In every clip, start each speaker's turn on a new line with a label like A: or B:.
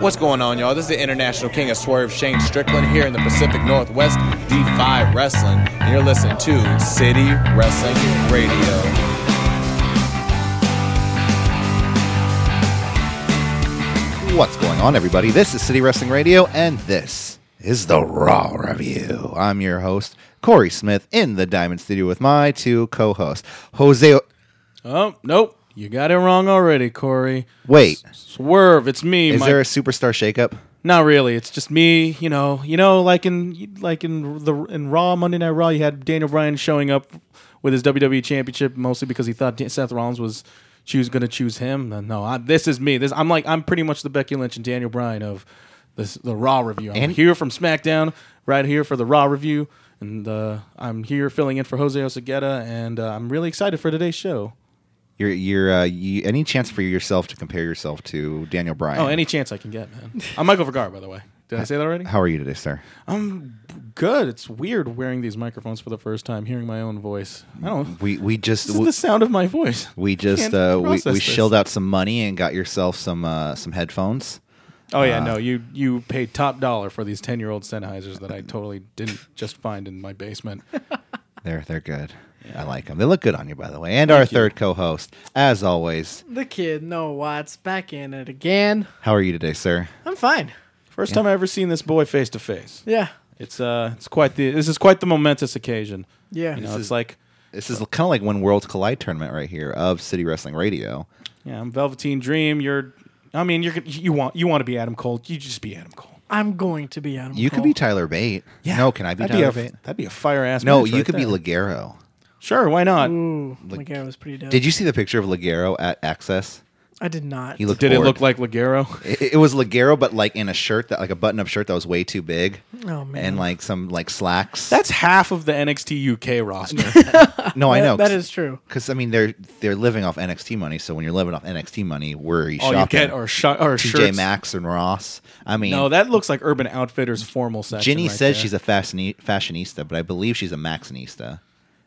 A: What's going on, y'all? This is the International King of Swerve, Shane Strickland, here in the Pacific Northwest, D5 Wrestling, and you're listening to City Wrestling Radio.
B: What's going on, everybody? This is City Wrestling Radio, and this is the Raw Review. I'm your host, Corey Smith, in the Diamond Studio with my two co hosts, Jose.
C: Oh, nope. You got it wrong already, Corey.
B: Wait,
C: Swerve, it's me.
B: is
C: Mike-
B: there a superstar shakeup?
C: Not really. It's just me. You know, you know, like in like in the in Raw Monday Night Raw, you had Daniel Bryan showing up with his WWE Championship mostly because he thought Seth Rollins was choose going to choose him. No, no I, this is me. This I'm like I'm pretty much the Becky Lynch and Daniel Bryan of this the Raw review. I'm
B: And-
C: here from SmackDown, right here for the Raw review, and uh, I'm here filling in for Jose Osegueda, and uh, I'm really excited for today's show.
B: You're, you're, uh, you, any chance for yourself to compare yourself to Daniel Bryan?
C: Oh, any chance I can get, man. I'm Michael Vergara, by the way. Did I say that already?
B: How are you today, sir?
C: Good. It's weird wearing these microphones for the first time, hearing my own voice. I don't.
B: We, we just.
C: This is the sound of my voice.
B: we just
C: can't
B: uh, we,
C: process
B: we
C: this.
B: shelled out some money and got yourself some uh, some headphones.
C: Oh
B: Uh,
C: yeah, no, you you paid top dollar for these ten year old Sennheisers that I totally didn't just find in my basement.
B: They're they're good. I like them. They look good on you, by the way. And our third co-host, as always.
D: The kid, no Watts, back in it again.
B: How are you today, sir?
D: I'm fine.
C: First time I ever seen this boy face to face.
D: Yeah,
C: It's uh, it's quite the this is quite the momentous occasion.
D: yeah.
C: You know,
B: This
C: it's
B: is-
C: like
B: This is kind of like when Worlds Collide tournament right here of City Wrestling Radio.
C: yeah, I'm Velveteen Dream. You're, I mean, you're you want you want to be Adam Cole. You just be Adam Cole.
D: I'm going to be Adam.
B: You
D: Cole.
B: could be Tyler Bate. No, can I be
C: that'd
B: Tyler
C: be a,
B: Bate?
C: That'd be a fire ass.
B: No,
C: match
B: you
C: right
B: could
C: there.
B: be Ligero.
C: Sure, why not?
D: Ooh, like I was pretty dope.
B: Did you see the picture of Ligero at Access?
D: I did not.
B: He looked.
C: Did it
B: bored.
C: look like Ligero?
B: It, it was Ligero, but like in a shirt that, like a button-up shirt that was way too big,
D: Oh man,
B: and like some like slacks.
C: That's half of the NXT UK roster.
B: no, I
D: That-
B: know
D: that is true.
B: because I mean they're they're living off NXT money. So when you're living off NXT money, where are you
C: All
B: shopping?
C: you get are, sh- are
B: TJ
C: shirts.
B: Maxx and Ross. I mean,
C: No, that looks like Urban Outfitters formal section.
B: Ginny
C: right
B: says
C: there.
B: she's a fashioni- fashionista, but I believe she's a Maxinista.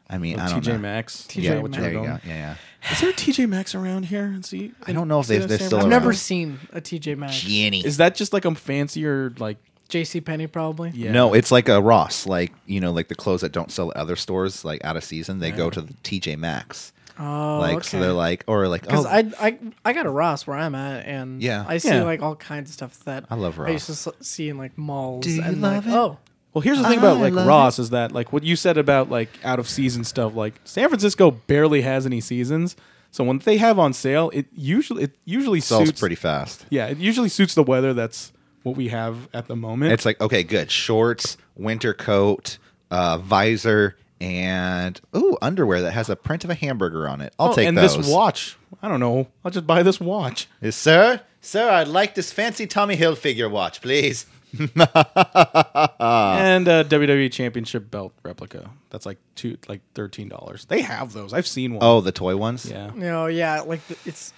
B: I mean, I don't know.
C: TJ Oh, Maxx.
D: TJ
C: Yeah,
B: Yeah,
C: what you're
D: Maxx.
B: there you go.
C: going.
B: Yeah, yeah.
C: Is there a TJ Maxx around here? And see,
B: I don't know if
C: see
B: they-
C: that
B: they're
C: San
B: still
D: I've
C: Fran-
D: never
B: around.
D: seen a TJ Maxx,
B: Ginny.
C: Is that just like a fancier like?
D: JC Penney probably.
C: Yeah.
B: No, it's like a Ross, like you know, like the clothes that don't sell at other stores, like out of season, they go to the TJ Maxx.
D: Oh,
B: Like
D: okay.
B: so, they're like, or like,
D: Because
B: oh,
D: I, I I got a Ross where I'm at, and
B: Yeah.
D: I see
C: Yeah.
D: like all kinds of stuff that
B: I love
D: I used to
B: Ross.
D: s- see in like malls.
B: Do you
D: and
B: love
D: like,
B: it?
D: Oh,
C: Well, here's the thing about
B: I
C: like
B: love
C: Ross is that like what you said about like out of season stuff. Like San Francisco barely has any seasons, so when they have on sale, it usually it usually
B: sells
C: suits
B: pretty fast.
C: Yeah, it usually suits the weather. That's what we have at the moment.
B: It's like okay, good shorts, winter coat, uh, visor, and ooh, underwear that has a print of a hamburger on it. I'll
C: Oh,
B: take
C: and
B: those.
C: this watch. I don't know. I'll just buy this watch.
B: Yes, sir, sir, I'd like this fancy Tommy Hilfiger watch, please. Uh.
C: and a WWE Championship belt replica. That's like two, like thirteen dollars. They have those. I've seen one.
B: Oh, the toy ones.
C: yeah.
D: no, yeah, like the, it's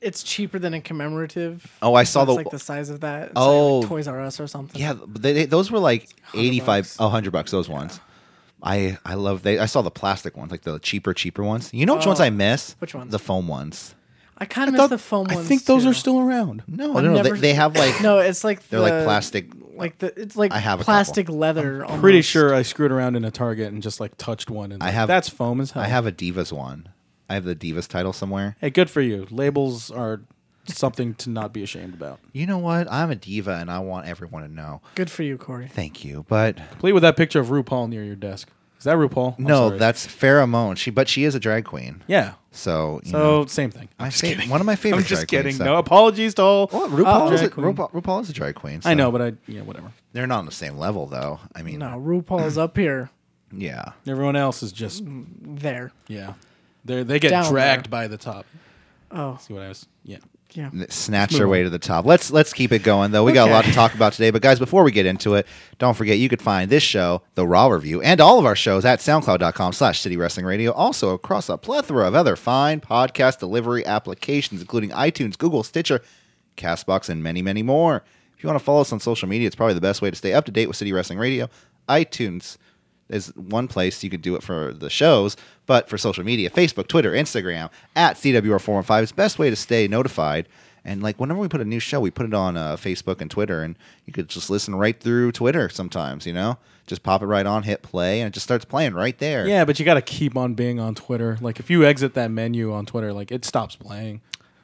D: it's cheaper than a commemorative.
B: Oh, I saw
D: That's,
B: the.
D: like the size of that. It's
B: Oh.
D: like, like Toys R Us or something.
B: yeah, but they, they, those were like 85
D: bucks.
B: 100 bucks those ones. I I love they I saw the plastic ones, like the cheaper cheaper ones. You know which
C: Oh.
B: ones I miss?
D: Which ones?
B: The foam ones.
D: I kind of
C: Thought-
D: miss the foam
C: I
D: ones.
C: think those
D: too.
C: are still around.
B: No,
D: I've
B: no, no, they,
D: never-
B: they have like
D: No, it's like
B: they're
D: the-
B: like plastic.
D: Like the it's like
B: I have a
D: plastic leather.
C: Pretty
D: almost.
C: sure I screwed around in a Target and just like touched one. And
B: I
C: like,
B: have-
C: that's foam as hell.
B: I have a divas one. I have the divas title somewhere.
C: Hey, good for you. Labels are something to not be ashamed about.
B: You know what? I'm a diva and I want everyone to know.
D: Good for you, Corey.
B: Thank you, but
C: Complete with that picture of RuPaul near your desk. Is that RuPaul? I'm
B: no,
C: sorry.
B: that's pheromone. She but she is a drag queen.
C: yeah.
B: So, you know,
C: So same thing.
B: my fa- one of my favorite
C: I'm just
B: drag queens,
C: kidding.
B: so-
C: No apologies to all. uh,
B: Well, RuPaul, is a,
C: Oh. drag queen.
B: RuPaul, RuPaul is a drag queen.
C: I
B: so-
C: know, but I yeah whatever.
B: They're not on the same level, though. I mean,
D: No, RuPaul's up here,
B: yeah.
C: Everyone else is just
B: Mm.
D: there.
C: yeah. They they get
D: Down
C: dragged
D: there.
C: by the top.
D: Oh,
C: See what I was yeah.
D: yeah.
B: N- Snatch your way to the top. Let's let's keep it going though. We got a lot to talk about today, but guys, before we get into it, don't forget you could find this show, the Raw Review, and all of our shows at soundcloud.com slash city wrestling radio, also across a plethora of other fine podcast delivery applications, including iTunes, Google, Stitcher, Castbox, and many, many more. If you want to follow us on social media, it's probably the best way to stay up to date with City Wrestling Radio. iTunes is one place you could do it for the shows, but for social media, Facebook, Twitter, Instagram, at CWR415 is the best way to stay notified. And like whenever we put a new show, we put it on uh, Facebook and Twitter, and you could just listen right through Twitter sometimes. You know, just pop it right on, hit play, and it just starts playing right there.
C: Yeah, but you got to keep on being on Twitter. Like if you exit that menu on Twitter, like it stops playing.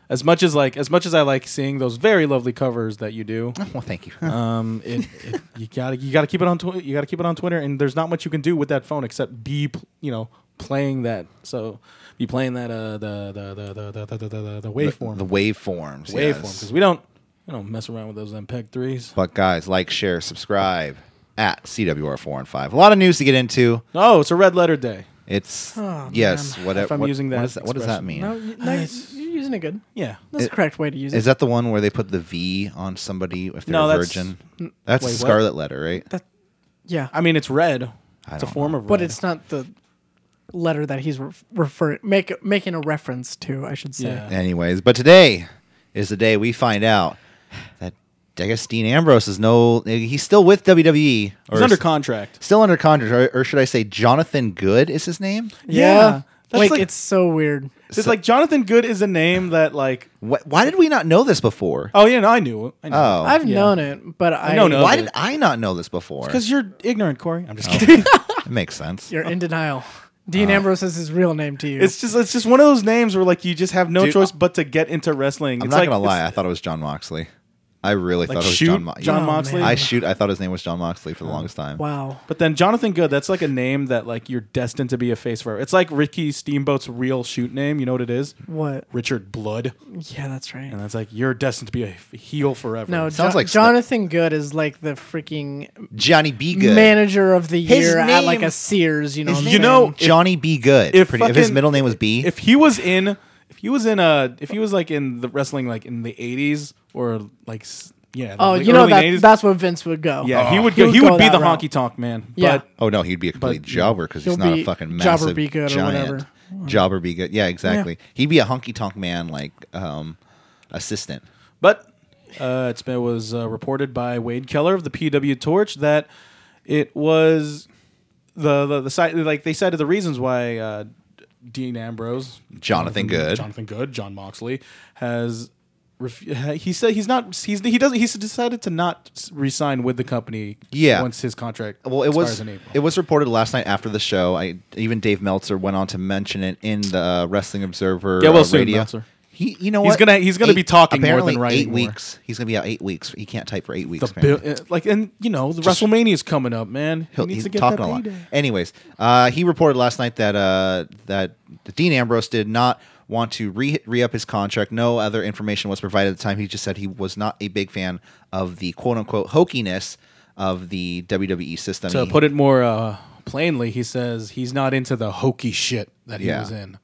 C: As much as like as much as I like seeing those very lovely covers that you do,
B: Well, thank you.
C: um, it, it you gotta you gotta keep it on Twitter. You gotta keep it on Twitter, and there's not much you can do with that phone except be pl- you know playing that. So be playing that uh the the the the the the, the, the, the waveform
B: The waveforms.
C: waveform
B: yes.
C: because we don't we don't mess around with those MPEG threes.
B: But guys, like, share, subscribe at CWR four and five. A lot of news to get into.
C: No, Oh, it's a red letter day.
B: It's
D: Oh,
B: yes,
D: man.
B: whatever.
C: If I'm
B: what,
C: using
B: what,
C: that
B: is that what does that
C: expression.
B: mean?
D: No, you- no,
C: Nice.
D: you're using it good.
C: Yeah.
D: That's
B: It-
D: the correct way to use it.
B: Is that the one where they put the V on somebody if they're
C: No,
B: a
C: that's-
B: virgin? That's
C: wait,
B: a
C: what?
B: scarlet letter, right?
D: yeah,
C: I mean, it's red.
B: I
C: It's a
B: don't
C: form of red.
D: but it's not the letter that he's re- referring make making a reference to. I should say.
C: Yeah.
B: Anyways, but today is the day we find out that I guess Dean Ambrose is no he's still with WWE. Or
C: It's under contract.
B: still under contract, or, or should I say Jonathan Good is his name?
C: Yeah. That's
D: Like,
C: like-
D: it's so weird.
C: It's like Jonathan Good is a name that like
B: Wh- why did we not know this before?
C: oh yeah no, I knew it. I knew
B: Oh.
D: I've
C: yeah.
D: known it, but I
C: No, no.
B: why
C: okay.
B: did I not know this before?
C: because you're ignorant, Corey. I'm just
B: Oh.
C: kidding.
B: It makes sense.
D: You're in denial. Dean
B: Uh.
D: Ambrose is his real name to you.
C: it's just it's just one of those names where like you just have no
B: Dude,
C: choice but to get into wrestling.
B: I'm
C: it's
B: not
C: like,
B: gonna lie,
C: it's
B: I thought it was John Moxley. I really
C: Like
B: thought it was
C: shoot,
B: John, Moxley.
C: John
D: Oh,
C: Moxley. Oh.
D: man.
B: I shoot. I thought his name was John Moxley for the longest time.
D: wow.
C: but then Jonathan Good, that's like a name that like you're destined to be a face for. It's like Ricky Steamboat's real shoot name. You know what it is?
D: What?
C: Richard Blood,
D: Yeah, that's right.
C: and that's like you're destined to be a f- heel forever.
D: No,
B: Sounds
D: Jo-
B: like Sna-
D: Jonathan Good is like the freaking
B: Johnny B. Good.
D: manager of the
B: His
D: year at like
B: name-
D: a Sears. You know, what I'm
C: you know,
D: saying?
C: if-
B: Johnny B. Good.
C: if
B: If, if his
C: fucking-
B: middle name was B,
C: if he was in if he was in a if he was like in the wrestling like in the 80s or like s- yeah
D: oh,
C: like
D: you know
C: early
D: that
C: 80s,
D: that's what Vince would go.
C: yeah he would
D: He
C: go,
D: would
C: he would
D: go
C: be
D: that
C: the
D: route.
C: honky tonk man
D: Yeah.
C: but
B: oh no, he'd be a complete
C: But-
B: jobber because he's
D: He'll
B: not a
D: be
B: fucking
D: jobber
B: massive
D: B. Good or
B: giant.
D: whatever.
B: Jobber Be Good. Yeah, exactly. He'd be a hunky tonk man like um, assistant.
C: but uh, it's been, it was uh, reported by Wade Keller of the PW Torch that it was the the, the site like they cited the reasons why uh, Dean Ambrose
B: Jonathan Good.
C: Jonathan Good, John Moxley has. ref- He said he's not. He's he doesn't. He's decided to not s- resign with the company.
B: Yeah.
C: Once his contract.
B: Well, it
C: expires
B: was
C: in April.
B: it was reported last night after the show. I even Dave Meltzer went on to mention it in the uh, Wrestling Observer.
C: Get well
B: uh,
C: soon,
B: radio.
C: Meltzer.
B: He, you know
C: He's
B: what?
C: gonna- he's gonna be talking more
B: apparently
C: than writing
B: Eight
C: more.
B: weeks. He's gonna be out eight weeks. He can't type for eight weeks.
C: the
B: apparently.
C: bill, uh, like and you know the WrestleMania is coming up, man. He
B: He'll,
C: needs
B: he's
C: to get
B: talking
C: that
B: a lot.
C: payday.
B: Anyways, uh, he reported last night that uh, that Dean Ambrose did not want to re re up his contract. No other information was provided at the time. He just said he was not a big fan of the quote unquote hokiness of the WWE system.
C: To
B: He-
C: put it more uh, plainly, he says he's not into the hokey shit that he
B: Yeah.
C: was in,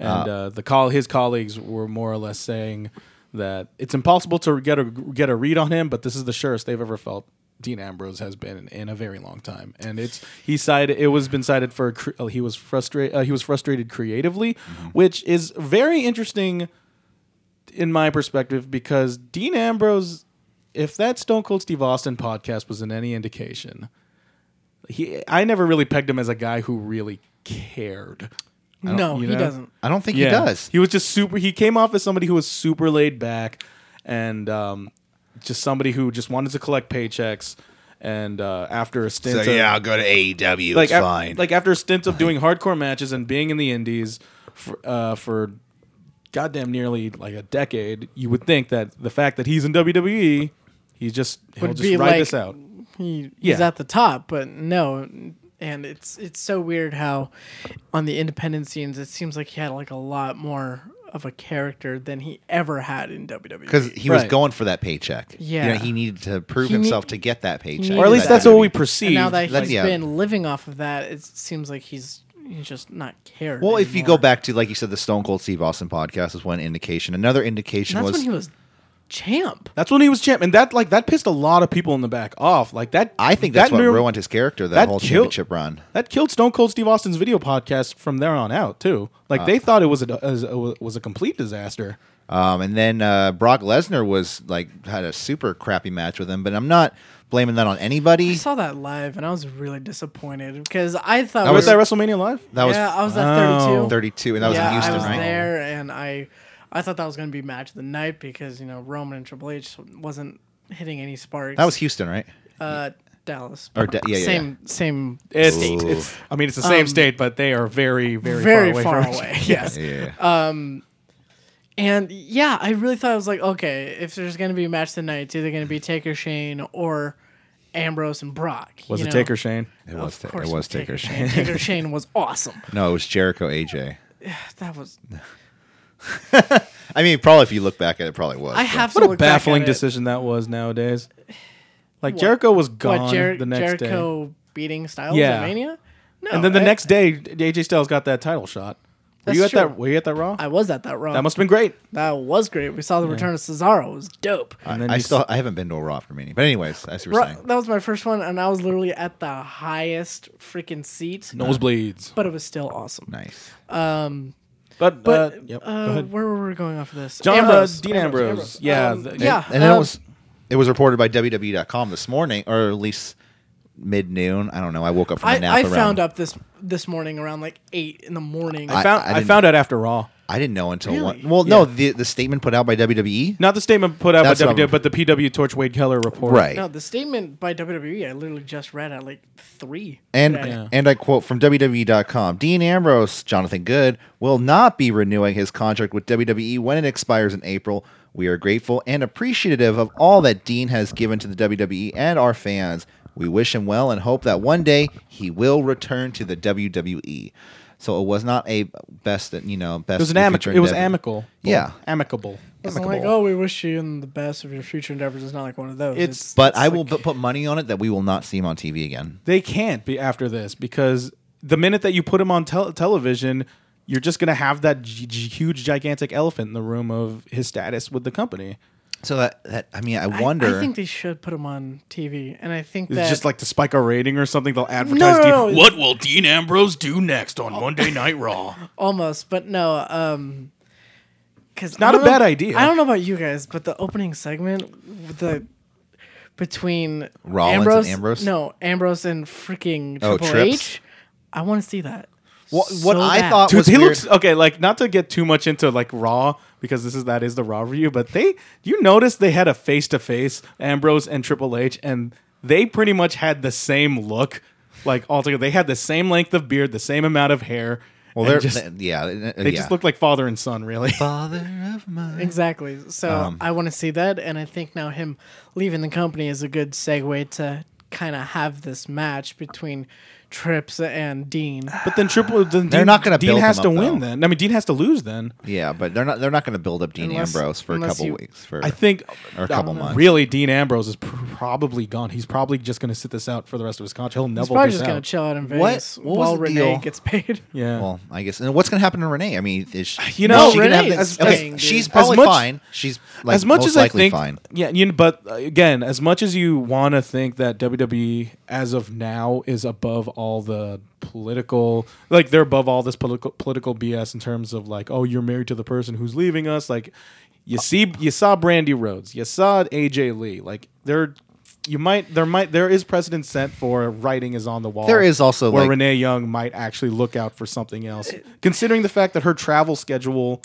C: and uh, the call his colleagues were more or less saying that it's impossible to get a get a read on him, but this is the surest they've ever felt. Dean Ambrose has been in, a very long time, and it's he cited it was been cited for cre- uh, he was frustrated uh, he was frustrated creatively,
B: Mm-hmm.
C: which is very interesting in my perspective because Dean Ambrose, if that Stone Cold Steve Austin podcast was in any indication, he I never really pegged him as a guy who really cared.
D: no,
C: you
D: he
C: know?
D: doesn't.
B: I don't think he does.
C: He was just super. He came off as somebody who was super laid back, and um, just somebody who just wanted to collect paychecks. And uh, after a stint, of-
B: go to E AEW.
C: like af- like after a stint of doing hardcore matches and being in the indies for, uh, for goddamn nearly like a decade, you would think that the fact that he's in WWE, he's just he'll
D: Would
C: just
D: be
C: ride
D: like-
C: this out.
D: He, He's
C: Yeah.
D: at the top, but no. And it's it's so weird how on the independent scenes it seems like he had like a lot more of a character than he ever had in E. WWE.
B: because he was
C: Right.
B: going for that paycheck.
D: Yeah.
B: You know, he needed to prove
D: He need-
B: himself to get that paycheck.
C: Or at least that's what we
D: and
C: perceive.
D: now that
B: That's-
D: he's
B: yeah.
D: been living off of that, it seems like he's he's just not cared.
B: Well, if you
D: anymore.
B: go back to like you said, the Stone Cold Steve Austin podcast is one indication. Another indication
D: that's
B: was
D: when he was champ.
C: That's when he was champ, and that like that pissed a lot of people in the back off. Like that,
B: I think that's
C: that
B: what
C: near-
B: ruined his character. That,
C: that
B: whole
C: killed-
B: championship run.
C: That killed Stone Cold Steve Austin's video podcast from there on out too. Like
B: Uh.
C: they thought it was a, as- a was a complete disaster.
B: Um, and then uh, Brock Lesnar was like had a super crappy match with him, but I'm not blaming that on
D: I
B: anybody.
D: saw that live and I was really disappointed because I thought
B: That
D: we
C: Was that
D: were-
C: WrestleMania live?
B: That was
D: yeah, I was at
C: Wow.
D: 32.
B: 32, and that was
D: yeah,
B: in Houston,
D: I was
B: right?
D: there and I I thought that was going to be match of the night because you know Roman and Triple H wasn't hitting any sparks.
B: That was Houston, right?
D: uh, Dallas
B: Or Da- yeah, yeah,
D: same same
C: It's,
B: Ooh.
C: it's- I mean, it's the same state, but they are very, very,
D: Um, very
C: far away.
D: far
C: from
D: away.
C: each other.
D: yes.
B: Yeah.
D: Uh, And yeah, I really thought I was like, okay, if there's gonna be a match tonight, it's either gonna be Taker Shane or Ambrose and Brock.
C: Was
D: you
C: it
D: know?
C: Taker Shane?
B: it
D: Of
B: was. Ta-
D: course
B: it was Taker Shane.
D: Taker Shane was awesome.
B: No, it was Jericho AJ.
D: That was.
B: I mean, probably if you look back at it, it probably was.
D: I
B: but-
D: have to
C: What a
D: look back at
C: baffling
D: it.
C: decision that was nowadays. Like Jericho was gone
D: What Jer-
C: the next day,
D: Jericho beating Styles
C: Yeah.
D: at Mania? No.
C: and then the
D: I-
C: next day, AJ Styles got that title shot. Were
D: That's
C: you at
D: true.
C: that? Were you at that Raw?
D: I was at that Raw.
C: that must have been great.
D: That was great. We saw the return of Cesaro. It was dope.
C: And then
B: I
C: you
B: still I haven't been to a Raw for meeting, but anyways, that's what you're
D: Ra-
B: saying.
D: that was my first one, and I was literally at the highest freaking seat.
C: nosebleeds.
D: But it was still awesome.
B: Nice.
C: But,
D: But
B: um,
C: uh, yep, go
D: uh,
C: ahead.
D: where were we going off of this?
C: John Ambrose. Dean Ambrose. Yeah,
D: Um,
C: the-
D: yeah.
B: And then
D: um,
B: it was it was reported by WWE.com this morning, or at least mid noon. I don't know. I woke up from a nap.
D: I, I
B: around,
D: found up this this morning around like eight in the morning.
C: I
B: I-
C: found,
B: I
C: I,
B: didn't-
C: found out after Raw.
B: I didn't know until
D: Really?
B: one. Well, no, the the statement put out by E? WWE.
C: Not the statement put out by
B: That's what I'm-
C: WWE, but the PW Torch Wade Keller report.
B: Right.
D: no, the statement by WWE I literally just read at like three.
B: And
D: today.
B: and I quote from WWE.com Dean Ambrose, Jonathan Good, will not be renewing his contract with WWE when it expires in April. We are grateful and appreciative of all that Dean has given to the WWE and our fans. We wish him well and hope that one day he will return to the WWE. So it was not a best, you know, best.
C: It was an
B: new
C: amic-
B: future
C: It was
B: endeavor.
C: amicable.
B: E. Yeah.
C: Amicable.
D: It's not like, oh, we wish you in the best of your future endeavors. It's not like one of those.
C: It's-
B: But I will bu- put money on it that we will not see him on TV again.
C: They can't be after this because the minute that you put him on tel- television, you're just going to have that g- g- huge, gigantic elephant in the room of his status with the company.
B: So that, that I mean, I
D: I-
B: wonder.
D: I, think they should put him on TV, and I think
C: It's
D: that
C: just like to spike a rating or something. They'll advertise
D: No, no,
C: Dean-
D: no, it's-
C: what will Dean Ambrose do next on Monday Night Raw?
D: almost, but no. Um, because
C: not a bad idea.
D: I don't know about you guys, but the opening segment, with the between
B: Rollins and
D: Ambrose,
B: Ambrose?
D: no Ambrose and freaking
B: Oh,
D: Triple
B: Trips?
D: H. I want to see that.
B: What-
D: so
B: what I
D: bad.
B: thought
C: Dude,
B: was
C: he
B: weird-
C: looks okay. Like not to get too much into like Raw because this is that is the Raw review, but they you notice they had a face to face Ambrose and Triple H, and they pretty much had the same look. Like altogether, they had the same length of beard, the same amount of hair.
B: well,
C: and
B: they're
C: just,
B: they- yeah,
C: they just look like father and son, really.
B: Father of mine.
D: Exactly. So
B: Um.
D: I want to see that, and I think now him leaving the company is a good segue to kind of have this match between Trips and Dean.
C: But then Triple, then
B: They're
C: Dean,
B: not gonna
C: Dean
B: build
C: has
B: him up,
C: to win.
B: though.
C: Then I mean, Dean has to lose. Then
B: Yeah, but they're not they're not going to build up Dean
D: Unless-
B: Ambrose for a
D: unless
B: couple
D: you-
B: weeks. For
C: I think
B: Or a couple
C: um,
B: months.
C: Really, Dean Ambrose is pr- probably gone. He's probably just going to sit this out for the rest of his contract. He'll
D: He's
C: Neville
D: probably
C: this
D: just
C: out.
D: gonna chill out in
B: What-
D: Vegas
B: what was
D: while
B: the
D: Renee
B: deal?
D: gets paid.
C: yeah.
B: well, I guess. And what's going to happen to Renee? I mean, is she,
C: You know,
B: is she gonna have
D: Renee
B: the-
D: is
B: okay,
D: staying, dude.
B: she's
D: As
B: probably
C: much-
B: fine. She's like
C: as much
B: most
C: as I
B: likely
C: think,
B: fine.
C: yeah, you know, but uh, again, as much as you want to think that WWE as of now is above all the political, like they're above all this political political BS in terms of like, oh, you're married to the person who's leaving us. Like,
B: Uh,
C: you see, you saw Brandy Rhodes, you saw AJ Lee. Like, there, you might, there might, there is precedent set for writing is on the wall.
B: There is also,
C: where
B: like-
C: Renee Young might actually look out for something else, considering the fact that her travel schedule.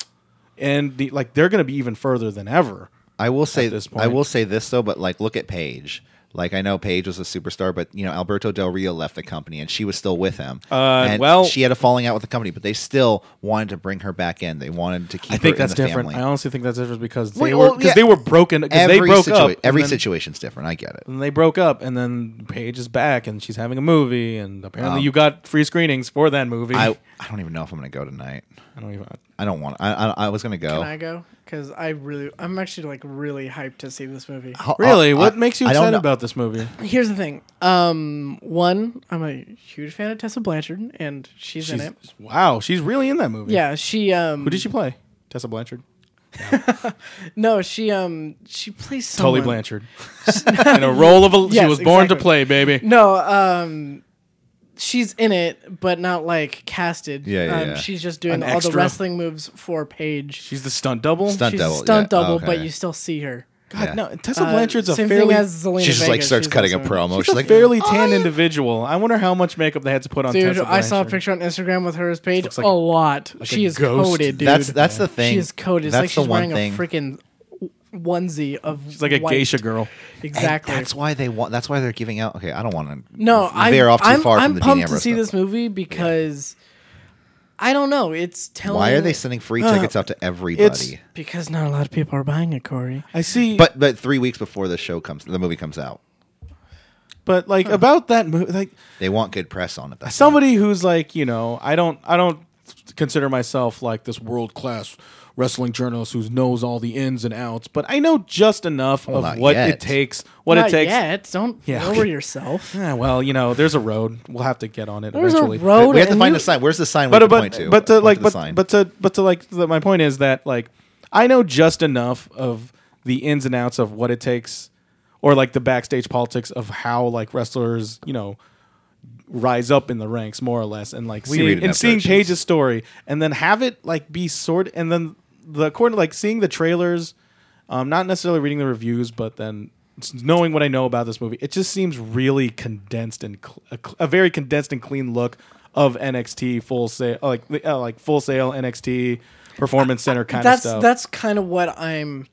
C: And the, like they're going to be even further than ever.
B: I will say
C: this
B: I
C: point.
B: will say this though, but like, look at Paige. Like I know Paige was a superstar, but you know Alberto Del Rio left the company, and she was still with him.
C: Uh,
B: and
C: well-
B: she had a falling out with the company, but they still wanted to bring her back in. They wanted to keep.
C: I think
B: her in
C: that's
B: the
C: different.
B: family.
C: I honestly think that's different because they
B: Wait,
C: were
B: well,
C: because
B: yeah.
C: they were broken. Because they
B: Every
C: broke
B: situa-
C: up.
B: Every
C: and then, Mm-hmm.
B: situation's different. I get it.
C: and they broke up, and then Paige is back, and she's having a movie, and apparently you got free screenings for that movie.
B: Um, I I don't even know if I'm going to go tonight.
C: I don't even.
B: I don't want. I I, I was gonna go.
D: Can I go? Because I really, I'm actually like really hyped to see this movie.
B: Ho-
C: Really,
B: uh,
C: what
B: I-
C: makes you
B: I don't
C: excited
B: know.
C: about this movie?
D: Here's the thing. Um, one, I'm a huge fan of Tessa Blanchard, and she's, in
C: She's,
D: it.
C: wow, she's really in that movie.
D: Yeah, she. Um,
C: Who did she play? Tessa Blanchard.
D: No, she. Um, she plays someone.
C: Tully Blanchard. in a role of a, she
D: Yes,
C: was born to
D: exactly.
C: play, baby.
D: No, um, she's in it, but not like casted.
B: Yeah, yeah,
D: um,
B: yeah.
D: She's just doing
C: An
D: all
C: extra.
D: the wrestling moves for Paige.
C: She's the stunt double.
B: Stunt
D: she's
B: double,
D: a stunt
B: yeah.
D: double,
B: Okay.
D: but you still see her.
C: God,
B: Yeah.
C: no. Tessa
D: Uh,
C: Blanchard's a
D: same
C: fairly
D: thing as Zelina
B: She just like
D: Vega.
B: starts
D: She's
B: cutting a
D: also-
B: promo. Oh, She's, like,
C: fairly tan individual. I wonder how much makeup they had to put on
D: Dude,
C: Tessa
D: I saw a
C: Blanchard.
D: picture on Instagram with her page.
C: like-
D: a lot. she is
C: ghost.
D: coated, dude.
B: That's that's the thing.
D: She is coated. It's
B: That's
D: like
B: the
D: she's
B: one thing.
D: wearing a freaking onesie of. She's
C: It's like a geisha girl.
B: And
D: Exactly.
B: That's why they want. That's why they're giving out. Okay, I don't want to.
D: No, I'm,
B: veer off too
D: I'm,
B: far
D: I'm
B: from the Dean
D: pumped to
B: Ambrose
D: see
B: stuff.
D: this movie because I don't know. It's telling.
B: Why are they sending free tickets out to everybody?
D: Because not a lot of people are buying it, Corey.
C: I see, but
B: But but three weeks before the show comes, the movie comes out,
C: but like about that movie, like
B: they want good press on it. That's
C: somebody who's like you know i don't i don't consider myself like this world class wrestling journalist who knows all the ins and outs but i know just enough
B: not
C: of what
B: yet.
C: it takes what
D: not
C: it takes
D: Yet. Don't
C: Yeah.
D: lower yourself.
C: Yeah, well you know there's a road we'll have to get on it
D: There's
C: eventually
D: a road.
B: we have to
D: and
B: find
D: you-
B: a sign. Where's the sign? we
C: but
B: can
C: but
B: point to?
C: but to
B: Point
C: like
B: the
C: but,
B: sign.
C: but to but to like the, my point is that like I know just enough of the ins and outs of what it takes or like the backstage politics of how like wrestlers you know rise up in the ranks more or less and like
B: We read
C: seeing,
B: enough
C: and
B: of
C: seeing
B: that shit.
C: Paige's story and then have it like be sort and then the according to like seeing the trailers um not necessarily reading the reviews but then s- knowing what I know about this movie it just seems really condensed and cl- a, cl- a very condensed and clean look of NXT full sale like uh, like full sale NXT performance center kind
D: that's
C: of stuff
D: that's kind of what I'm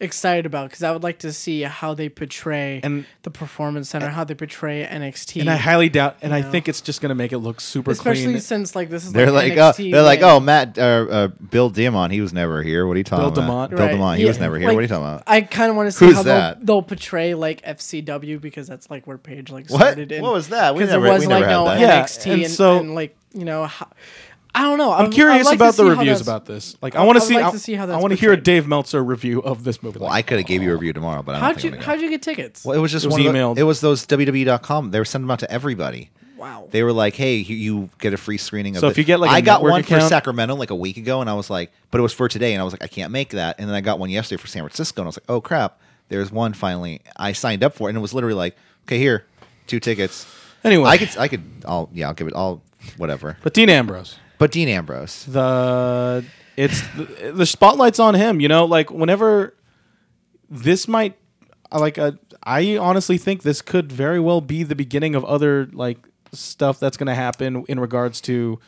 D: excited about because I would like to see how they portray
C: And-
D: the performance center, how they portray NXT,
C: and I highly doubt and I
D: know.
C: think it's just going to make it look super
D: especially
C: clean
D: since like this is
B: they're like,
D: like,
B: oh,
D: NXT
B: they're like,
D: where-
B: oh, Matt, uh, uh, Bill Diamond, he was never here. What are you talking
C: Bill
B: about?
C: Diamond.
B: Bill
D: Right,
B: Diamond, he
D: yeah.
B: was never here.
D: Like,
B: what are you talking about?
D: I kind of want to see
B: Who's
D: how they'll,
B: that?
D: they'll portray like FCW because that's like where Paige like
B: What?
D: started. in-
B: What was that? We
D: 'cause
B: never-
D: there was
B: we
D: like
B: never had
D: no
B: that.
C: Yeah,
D: NXT
C: and
D: and,
C: so-
D: and, like you know, how, I don't know.
C: I'm curious about the reviews about this. Like, I want to
D: I would
C: see.
D: like
C: I,
D: to see how
C: I
D: that's
C: want to hear a
D: portrayed.
C: Dave Meltzer review of this movie.
B: well, I
C: Like,
B: could have gave you a review tomorrow, but I don't
D: How'd
B: think I'm
D: you
B: gonna go.
D: how'd you get tickets?
B: Well, it was just
C: It was
B: one of the-
C: emailed.
B: it was those WWE.com. They were sending them out to everybody.
D: Wow.
B: They were like, "Hey, you, you get a free screening of."
C: So
B: it.
C: if you get, like, a
B: I got
C: network
B: one for
C: account-
B: Sacramento like a week ago, and I was like, "But it was for today," and I was like, "I can't make that." And then I got one yesterday for San Francisco, and I was like, "Oh crap!" There's one finally. I signed up for it, and it was literally like, "Okay, here, two tickets."
C: Anyway.
B: I could, I could, I'll, yeah, I'll give it, I'll, whatever.
C: but Dean Ambrose,
B: But Dean Ambrose,
C: the it's the, the spotlight's on him. You know, like whenever this might, like, uh, I honestly think this could very well be the beginning of other like stuff that's going to happen in regards to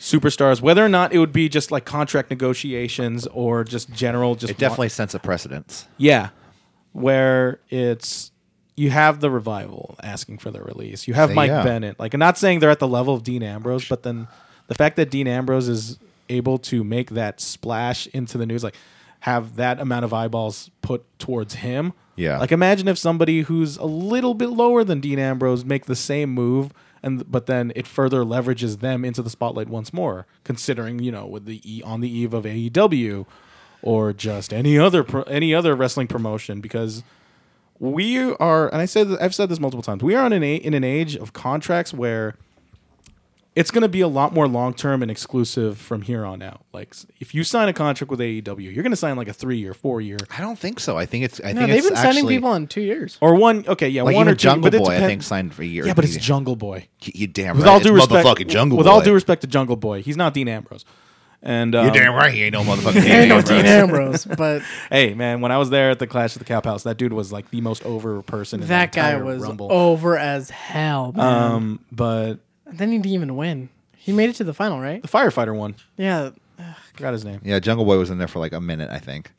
C: superstars. Whether or not it would be just like contract negotiations or just general, just
B: it definitely sets a precedence.
C: Yeah. Where it's you have the revival asking for the release. You have
B: Say
C: Mike
B: yeah.
C: Bennett. Like I'm not saying they're at the level of Dean Ambrose, but then the fact that Dean Ambrose is able to make that splash into the news, like have that amount of eyeballs put towards him.
B: Yeah.
C: Like imagine if somebody who's a little bit lower than Dean Ambrose make the same move and but then it further leverages them into the spotlight once more, considering, you know, with the e- on the eve of AEW or just any other pro- any other wrestling promotion because we are and I said I've said this multiple times. We are in an a- in an age of contracts where it's going to be a lot more long term and exclusive from here on out. Like s- if you sign a contract with AEW, you're going to sign like a 3 year, 4 year
B: I don't think so. I think it's. I
D: No,
B: think
D: they've
B: it's
D: been signing
B: actually-
D: people on two years.
C: or one okay, yeah,
B: Like
C: one
B: even
C: or two,
B: Jungle
C: but it
B: Boy, I
C: depend-
B: think signed for a year.
C: Yeah, but it's
B: Dean-
C: Jungle Boy.
B: You damn
C: With
B: right.
C: all
B: it's
C: due respect,
B: motherfucking Jungle
C: with
B: Boy.
C: all due respect to Jungle Boy, he's not Dean Ambrose. And um,
B: You're damn right. He ain't no motherfucking
D: I
B: Dean
D: know
B: Ambrose.
D: Dean Ambrose, but
C: hey man, when I was there at the Clash of the Cow House, that dude was like the most over person. In
D: that
C: the
D: guy
C: entire
D: was
C: Rumble.
D: over as hell. Man.
C: Um, but
D: then he didn't even win. He made it to the final, right?
C: the firefighter one,
D: Yeah.
C: forgot his name.
B: Yeah, Jungle Boy was in there for like a minute, I think.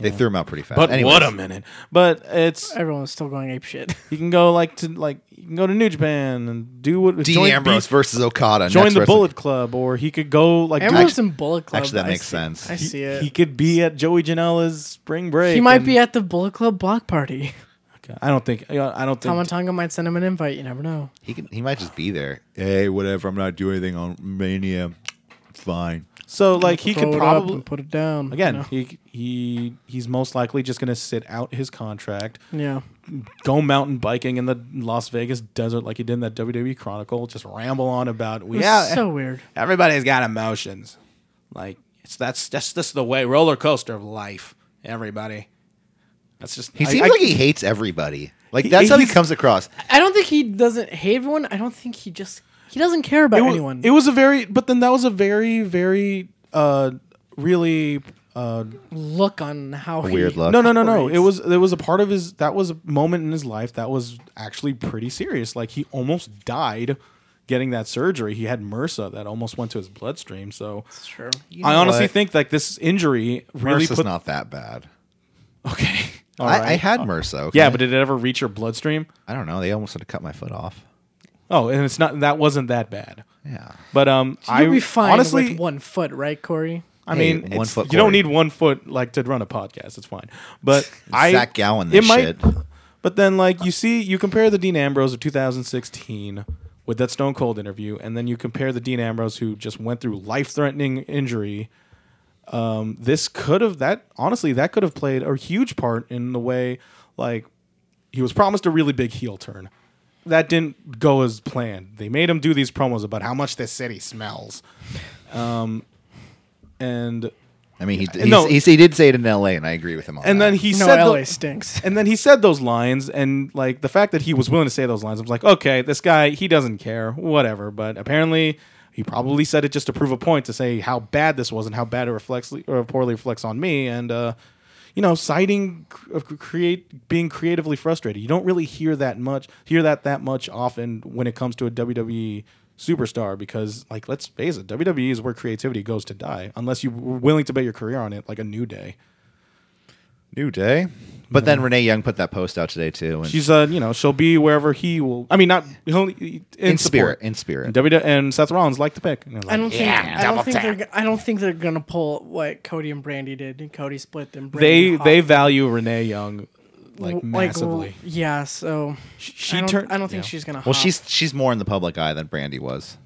B: They threw him out pretty fast.
C: But
B: Anyways,
C: what a minute! But it's
D: Everyone was still going ape shit.
C: you can go like to like you can go to New Japan and do what
B: Dean
C: join
B: Ambrose
C: Beast-
B: versus Okada.
C: join
B: next
C: the
B: wrestling-
C: Bullet Club, or he could go like do-
D: Ambrose and Bullet Club.
B: actually, that
D: I
B: makes
D: see-
B: sense.
D: I
B: He-
D: see it.
C: he could be at Joey Janela's spring break.
D: He might
C: and-
D: be at the Bullet Club block party.
C: I don't think. I don't think.
D: Tamatanga might send him an invite. You never know.
B: He can. He might just be there. Hey, whatever. I'm not doing anything on Mania. It's fine.
C: So like he
D: Throw
C: could
D: it up
C: probably
D: and put it down.
C: again
D: you know?
C: he he he's most likely just going to sit out his contract,
D: Yeah.
C: go mountain biking in the Las Vegas desert like he did in that WWE Chronicle, just ramble on about we
D: Yeah. So weird.
C: everybody's got emotions. Like it's that's that's just the way roller coaster of life. Everybody. That's just
B: He
C: I-
B: seems
C: I-
B: like he hates everybody. Like
C: He-
B: that's how he
C: he's-
B: comes across.
D: I don't think he doesn't hate everyone. I don't think he just he doesn't care about
C: it was,
D: anyone.
C: It was a very but then that was a very very uh really
D: look on how he-
B: Weird look.
C: No, no, no, no.
D: Right.
C: It was there was a part of his that was a moment in his life that was actually pretty serious. Like he almost died getting that surgery. He had MRSA that almost went to his bloodstream. So
D: It's true.
C: I
B: know
C: honestly
B: what?
C: think like this injury really
B: MRSA's
C: put
B: not that bad.
C: okay. All
B: I, I
C: right.
B: had MRSA. Okay?
C: yeah, but did it ever reach your bloodstream?
B: I don't know. They almost had to cut my foot off.
C: Oh, and it's not that wasn't that bad.
B: Yeah.
C: But um,
D: So
C: I
D: you'll be fine
C: honestly
D: with one foot, right, Corey?
C: I
B: Hey,
C: mean,
B: one
C: it's-
B: foot
C: you don't
B: Corey.
C: need one foot like to run a podcast. It's fine. But I
B: Zach Gowen this shit.
C: But then, like you see, you compare the Dean Ambrose of 2016 with that Stone Cold interview, and then you compare the Dean Ambrose who just went through life-threatening injury. Um, this could have that honestly that could have played a huge part in the way like he was promised a really big heel turn. That didn't go as planned. They made him do these promos about how much this city smells. Um, and
B: I mean, he,
C: Uh, No.
B: he's- he's- he did say it in L.A., and I agree with him on
C: and
B: that.
C: then he
D: no,
C: said the-
D: LA stinks.
C: and then he said those lines and like the fact that he was willing to say those lines i was like okay this guy he doesn't care whatever but apparently he probably said it just to prove a point to say how bad this was and how bad it reflects or poorly reflects on me and uh you know citing cr- create being creatively frustrated you don't really hear that much hear that that much often when it comes to a wwe superstar because like let's face it wwe is where creativity goes to die unless you were willing to bet your career on it like a new day
B: New Day. But then Renee Young put that post out today too. And
C: She's uh, you know, she'll be wherever he will. I mean, not he'll in,
B: in
C: support.
B: spirit, in
C: And
B: spirit.
C: W and Seth Rollins like the pick. And I was
D: I
C: like,
D: don't think I don't think they're g- I don't think they're gonna pull what Cody and Brandy did. And Cody split them. Brandy
C: they
D: hopped.
C: they value Renee Young like
D: W-
C: massively.
D: w- yeah, so
C: she
D: I don't,
C: turned-
D: I don't think
C: yeah.
D: she's gonna.
B: Well,
D: hop.
B: she's she's more in the public eye than Brandy was.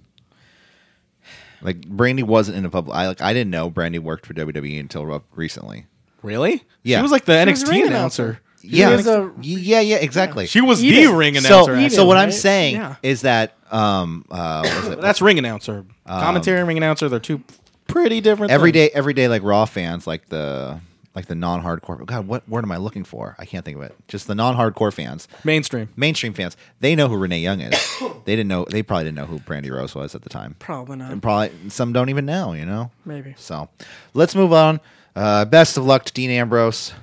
B: Like Brandy wasn't in the public. I like I didn't know Brandy worked for WWE until re- recently.
C: really?
B: Yeah.
C: she was like the
D: was a
C: NXT
D: ring
C: announcer.
B: Yeah, uh,
D: was a-
B: Y- yeah, yeah, exactly.
C: She was
D: Eat
C: the
D: it.
C: ring
B: so,
C: announcer.
D: Eden,
C: actually.
B: so what I'm
D: right?
B: saying
D: Yeah.
B: is that um uh what was it?
C: that's ring announcer, commentary ring announcer. They're two pretty different.
B: Um, every
C: things.
B: day every day like raw fans like the like the non-hardcore god what word am i looking for i can't think of it just the non-hardcore fans
C: mainstream.
B: mainstream fans they know who renee young is they didn't know they probably didn't know who brandy rose was at the time
D: probably not.
B: and probably some don't even know you know
D: Maybe.
B: so let's move on uh best of luck to dean ambrose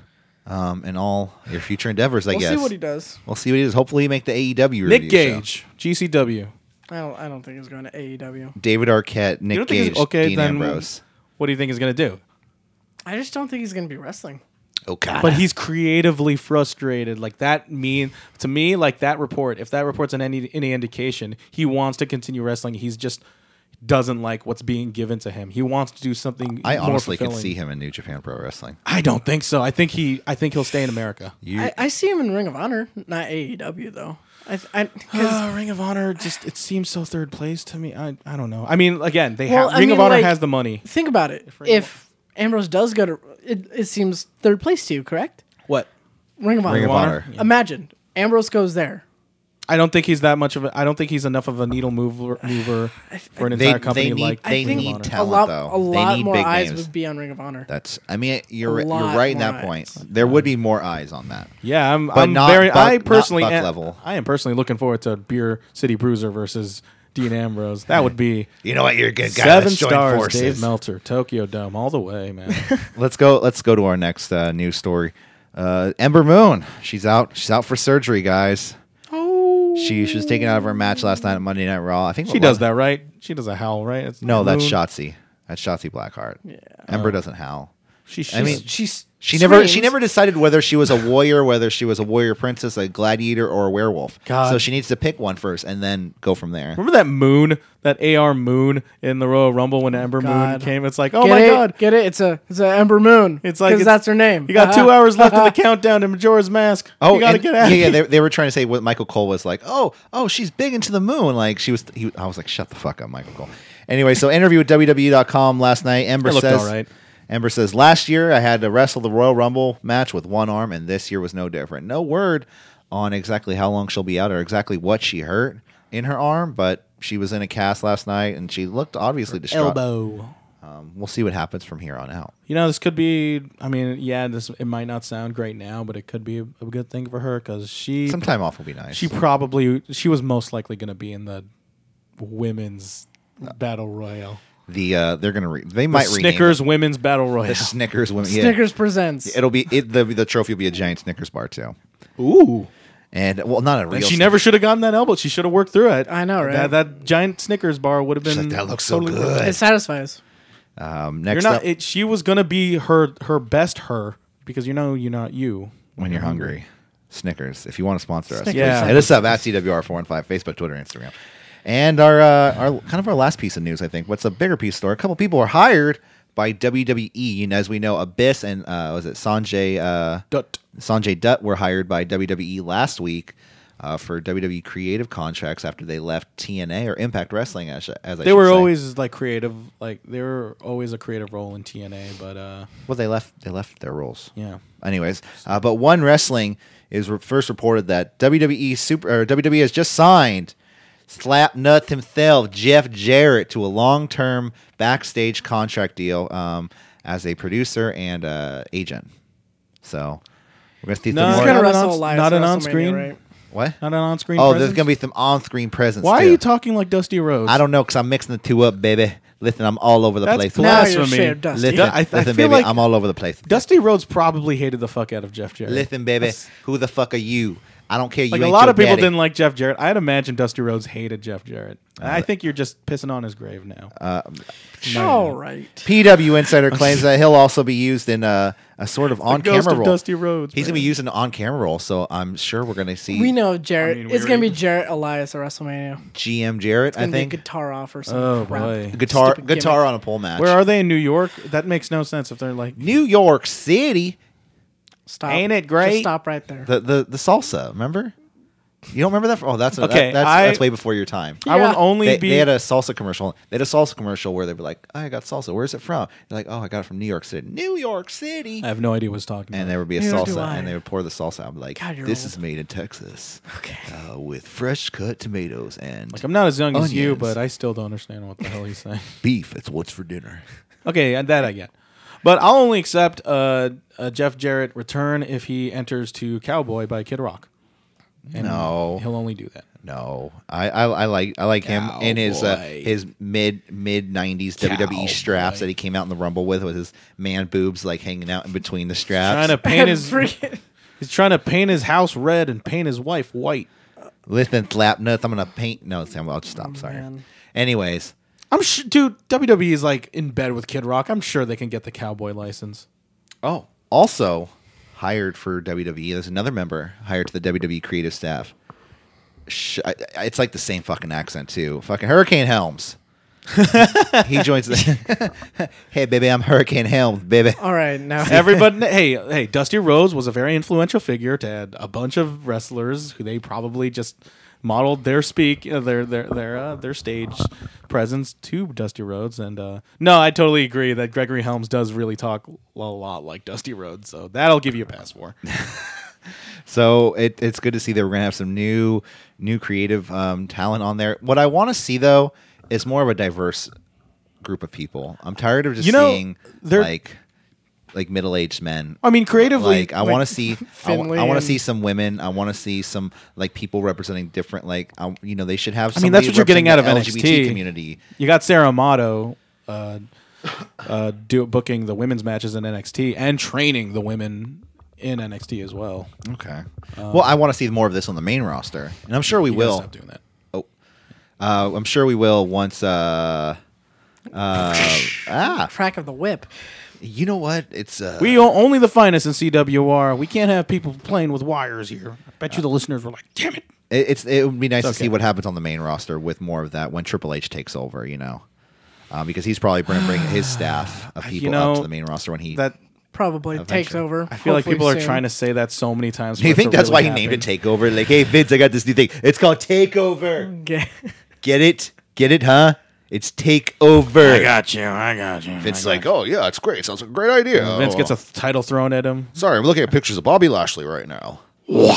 B: um in all your future endeavors i
D: We'll
B: guess
D: see what he does.
B: we'll see what he does hopefully make the aew
C: Nick
B: review show.
C: Gage, GCW.
D: I don't. I don't think he's going to E AEW.
B: david arquette nick
C: You don't think
B: gage
C: he's okay?
B: dean
C: then
B: ambrose
C: what do you think he's gonna do?
D: I just don't think he's going to be wrestling.
B: oh god
C: But he's creatively frustrated. Like that mean to me, like that report. If that report's an any any indication, he wants to continue wrestling. He's just doesn't like what's being given to him. He wants to do something.
B: i
C: more
B: honestly could
C: fulfilling.
B: see him in new japan pro wrestling
C: I don't think so. I think he. I think he'll stay in America.
B: you
D: I, I see him in Ring of Honor, not AEW though. I, th- I
C: Uh,
D: 'cause-
C: Ring of Honor just it seems so third place to me. I I don't know. I mean, again, they
D: Well,
C: have
D: I
C: Ring of
D: mean,
C: Honor
D: like-
C: has the money.
D: think about it. If, Ambrose does go to, it, it seems third place to you, correct?
C: What?
D: Ring of Honor.
B: Ring of Honor.
C: Honor?
D: Imagine Ambrose goes there.
C: I don't think he's that much of. a I don't think he's enough of a needle mover mover for an entire company
B: need,
C: like
B: they
C: Ring of
B: need
C: Honor.
B: talent
D: a lot,
B: though.
D: a lot
B: they need
D: more
B: big
D: eyes
B: names.
D: would be on Ring of Honor.
B: That's. I mean, you're
D: A
B: you're
D: lot
B: right in that
D: more
B: point.
D: eyes.
B: There would be more eyes on that.
C: Yeah, I'm.
B: But
C: I'm
B: not
C: very.
B: Buck-
C: I
B: not
C: personally
B: Buck
C: am,
B: level.
C: I am personally looking forward to Beer City Bruiser versus Dean Ambrose. That would be
B: You know what? You're a good guy.
C: seven
B: let's join
C: stars.
B: forces.
C: Dave Meltzer, Tokyo Dome, all the way, man.
B: Let's go. Let's go to our next uh, news story. Uh, Ember Moon. She's out. She's out for surgery, guys. Oh. She, she was taken out of her match last night at Monday Night Raw. I think
C: she does that, right? She does a howl, right? It's
B: No, that's
C: moon.
B: Shotzi. That's Shotzi Blackheart. Yeah. Ember doesn't howl.
C: She, she's,
B: I mean,
D: She's
B: she never she never decided whether she was a warrior, whether she was a warrior princess, a gladiator, or a werewolf.
C: God.
B: So she needs to pick one first and then go from there.
C: remember that moon, that AR moon in the Royal Rumble when Ember Moon
D: God.
C: came. It's like, oh
D: get
C: my
D: it?
C: god,
D: Get it? It's a it's a Ember Moon.
C: It's like
D: 'Cause
C: it's-
D: that's her name.
C: you got two
D: Ah.
C: hours left in the countdown to Majora's Mask.
B: Oh,
C: you gotta
B: and-
C: get out.
B: Yeah, yeah.
C: of here.
B: They, they were trying to say what Michael Cole was like. Oh, oh, she's big into the moon. Like she was. He, I was like, shut the fuck up, Michael Cole. Anyway, so interview with WWE.com last night. Ember
C: It looked
B: says.
C: all right.
B: Ember says, last year I had to wrestle the Royal Rumble match with one arm, and this year was no different. No word on exactly how long she'll be out or exactly what she hurt in her arm, but she was in a cast last night and she looked obviously distraught.
C: elbow.
B: Um, we'll see what happens from here on out.
C: you know this could be i mean yeah this it might not sound great now but it could be a, a good thing for her because she
B: Some time off will be nice.
C: she probably she was most likely going to be in the women's battle royal
B: the uh, they're gonna re- they
C: The
B: might rename it.
C: Snickers Women's Battle Royale.
B: the Snickers women yeah.
D: Snickers presents.
B: It'll be it, the the trophy will be a giant Snickers bar too,
C: Ooh.
B: and well, not a real.
C: And she never should have gotten that elbow. She should have worked through it.
D: I know, right?
C: That, that giant Snickers bar would have been.
B: Snickers. She's like, that looks so
C: totally-
B: good.
D: It satisfies.
B: Um, next
C: You're not.
B: up,
C: It, she was gonna be her her best her because you know you're not you.
B: when you're hungry, Snickers. If you want to sponsor us,
D: Snickers.
C: Yeah.
B: yeah, hit us up at CWR415, Facebook, Twitter, Instagram, and our uh, our kind of our last piece of news. I think what's a bigger piece of story? A couple people are hired by WWE, and as we know, Abyss and uh, was it Sanjay uh,
C: Dutt.
B: Sanjay Dutt were hired by WWE last week. Uh, for WWE creative contracts after they left TNA or Impact Wrestling, as, as I
C: They
B: should
C: were
B: say.
C: always like creative. Like they were always a creative role in TNA, but uh,
B: well they left they left their roles.
C: yeah.
B: Anyways, uh, but One Wrestling is re- first reported that WWE super or WWE has just signed Slapnut himself, Jeff Jarrett, to a long-term backstage contract deal um, as a producer and uh, agent. So we're gonna see some
C: No,
D: He's
B: more.
C: Or-
D: gonna
C: Not
D: wrestle
C: on-
D: Elias
C: not
D: at
C: an on
D: WrestleMania,
C: screen?
D: Right?
B: What?
C: Not an on-screen.
B: Oh,
C: presence?
B: there's gonna be some on-screen presence.
C: Why
B: too.
C: are you talking like Dusty Rhodes?
B: I don't know because I'm mixing the two up, baby. Listen, I'm all over the
C: That's
B: place.
C: blasphemy.
D: Now you're ashamed, Dusty.
B: Listen,
C: I- I
B: listen,
C: feel
B: baby,
C: like-
B: I'm all over the place.
C: Dusty Rhodes probably hated the fuck out of Jeff Jarrett.
B: Listen, baby,
C: That's-
B: who the fuck are you? I don't care. You
C: Like a
B: ain't
C: lot
B: your
C: of people
B: daddy.
C: didn't like Jeff Jarrett. I'd imagine Dusty Rhodes hated Jeff Jarrett.
B: Uh,
C: I think you're just pissing on his grave now.
D: All right.
B: PW Insider claims that he'll also be used in a, a sort of on
C: ghost
B: camera
C: of
B: role.
C: Dusty Rhodes,
B: He's going to be
C: man.
B: used in an on camera role, so I'm sure we're going to see
D: We know Jarrett.
C: mean, we
D: it's gonna be
C: already-
D: Jarrett Elias at WrestleMania.
B: GM Jarrett, I
D: And they
B: think.
D: guitar off or something.
C: oh
D: crap.
C: boy.
B: guitar
D: stupid gimmick.
B: guitar on a pole match.
C: Where are they in New York? That makes no sense if they're like
B: New York City.
D: Stop.
C: Ain't it
D: Just
C: great?
D: stop right there.
B: The, the, the salsa, remember? You don't remember that? Oh, that's, that-
C: Okay,
B: that's,
C: I-
B: that's way before your time.
C: I
D: Yeah.
C: will only
B: They,
C: be
B: they had a salsa commercial. They had a salsa commercial where they were like, I got salsa. Where's it from? They're like, oh, I got it from New York City. New York City.
C: I have no idea what's talking
B: and
C: about.
B: there would be a
D: Neither do
B: salsa,
D: I.
B: and they would pour the salsa. out and be like,
D: God, you're
B: "This
D: old.
B: is made in Texas, uh, with fresh cut tomatoes and
C: Like I'm not as young as you,
B: Onions.
C: but I still don't understand what the hell he's saying.
B: beef. It's what's for dinner."
C: Okay, and that I get. But I'll only accept uh, a Jeff Jarrett return if he enters to Cowboy by Kid Rock. And
B: No.
C: He'll only do that.
B: Oh, No, I, I, I like I like him in his uh,
C: Cowboy.
B: his mid mid nineties
C: Cowboy.
B: WWE E straps that he came out in the Rumble with with his man boobs like hanging out in between the straps.
C: Trying to paint his
D: Freaking-
C: he's trying to paint his house red and paint his wife white.
B: Listen, slap nuts. I'm gonna paint. No, Sam, I'll stop. sorry.
D: Oh, man.
B: Anyways,
C: I'm sure, dude. WWE is like in bed with Kid Rock. I'm sure they can get the cowboy license.
B: oh, also hired for WWE. There's another member hired to the WWE creative staff. sh- I- I- it's like the same fucking accent too. Fucking Hurricane Helms. he joins the. hey, baby, I'm Hurricane Helms, baby.
D: All right. Now
C: Everybody, hey, hey, Dusty Rhodes was a very influential figure to add a bunch of wrestlers who they probably just modeled their speak, uh, their their their uh, their stage presence to Dusty Rhodes. And uh, no, I totally agree that Gregory Helms does really talk a lot like Dusty Rhodes, so that'll give you a pass for.
B: So it, it's good to see that we're gonna have some new, new creative um, talent on there. What I want to see though is more of a diverse group of people. I'm tired of just
C: You know,
B: seeing
C: they're-
B: like, like middle aged men.
C: I mean, creatively,
B: like I want to see I
D: Finley
B: want
D: and-
B: to see some women. I want to see some like people representing different like I, you know they should have.
C: I mean, that's
B: somebody
C: what you're getting out of
B: representing the
C: NXT
B: LGBT community.
C: You got Sarah Amato uh, uh, do, booking the women's matches in NXT and training the women in NXT as well.
B: Okay. well, I want to see more of this on the main roster, and I'm sure we
C: You gotta
B: will.
C: stop doing that.
B: Uh, I'm sure we will once. Uh, uh, ah,
D: crack of the whip.
B: you know what? It's uh,
C: We are only the finest in CWR. We can't have people playing with wires here. I bet you the listeners were like, "Damn it!"
B: it, it's it would be nice
C: It's
B: to see
C: okay.
B: what happens on the main roster with more of that when Triple H takes over. You know. Uh, because he's probably going to bring his staff of people
C: know,
B: up to the main roster when he.
C: That
D: Probably takes over.
C: I feel like
D: hopefully
C: people are
D: soon.
C: trying to say that so many times. for
B: you
C: it to
B: think that's
C: really
B: why he named it
C: happen.
B: Takeover? Like, hey Vince, I got this new thing. It's called Takeover.
D: Yeah.
B: Get it? Get it, huh? It's take over.
C: I got you. I got you.
B: Vince is
C: I
B: like,
C: got
B: oh yeah, it's great. Sounds like a great idea. Oh.
C: you." Vince gets a th- title thrown at him.
B: Sorry, I'm looking at pictures of Bobby Lashley right now. Wow.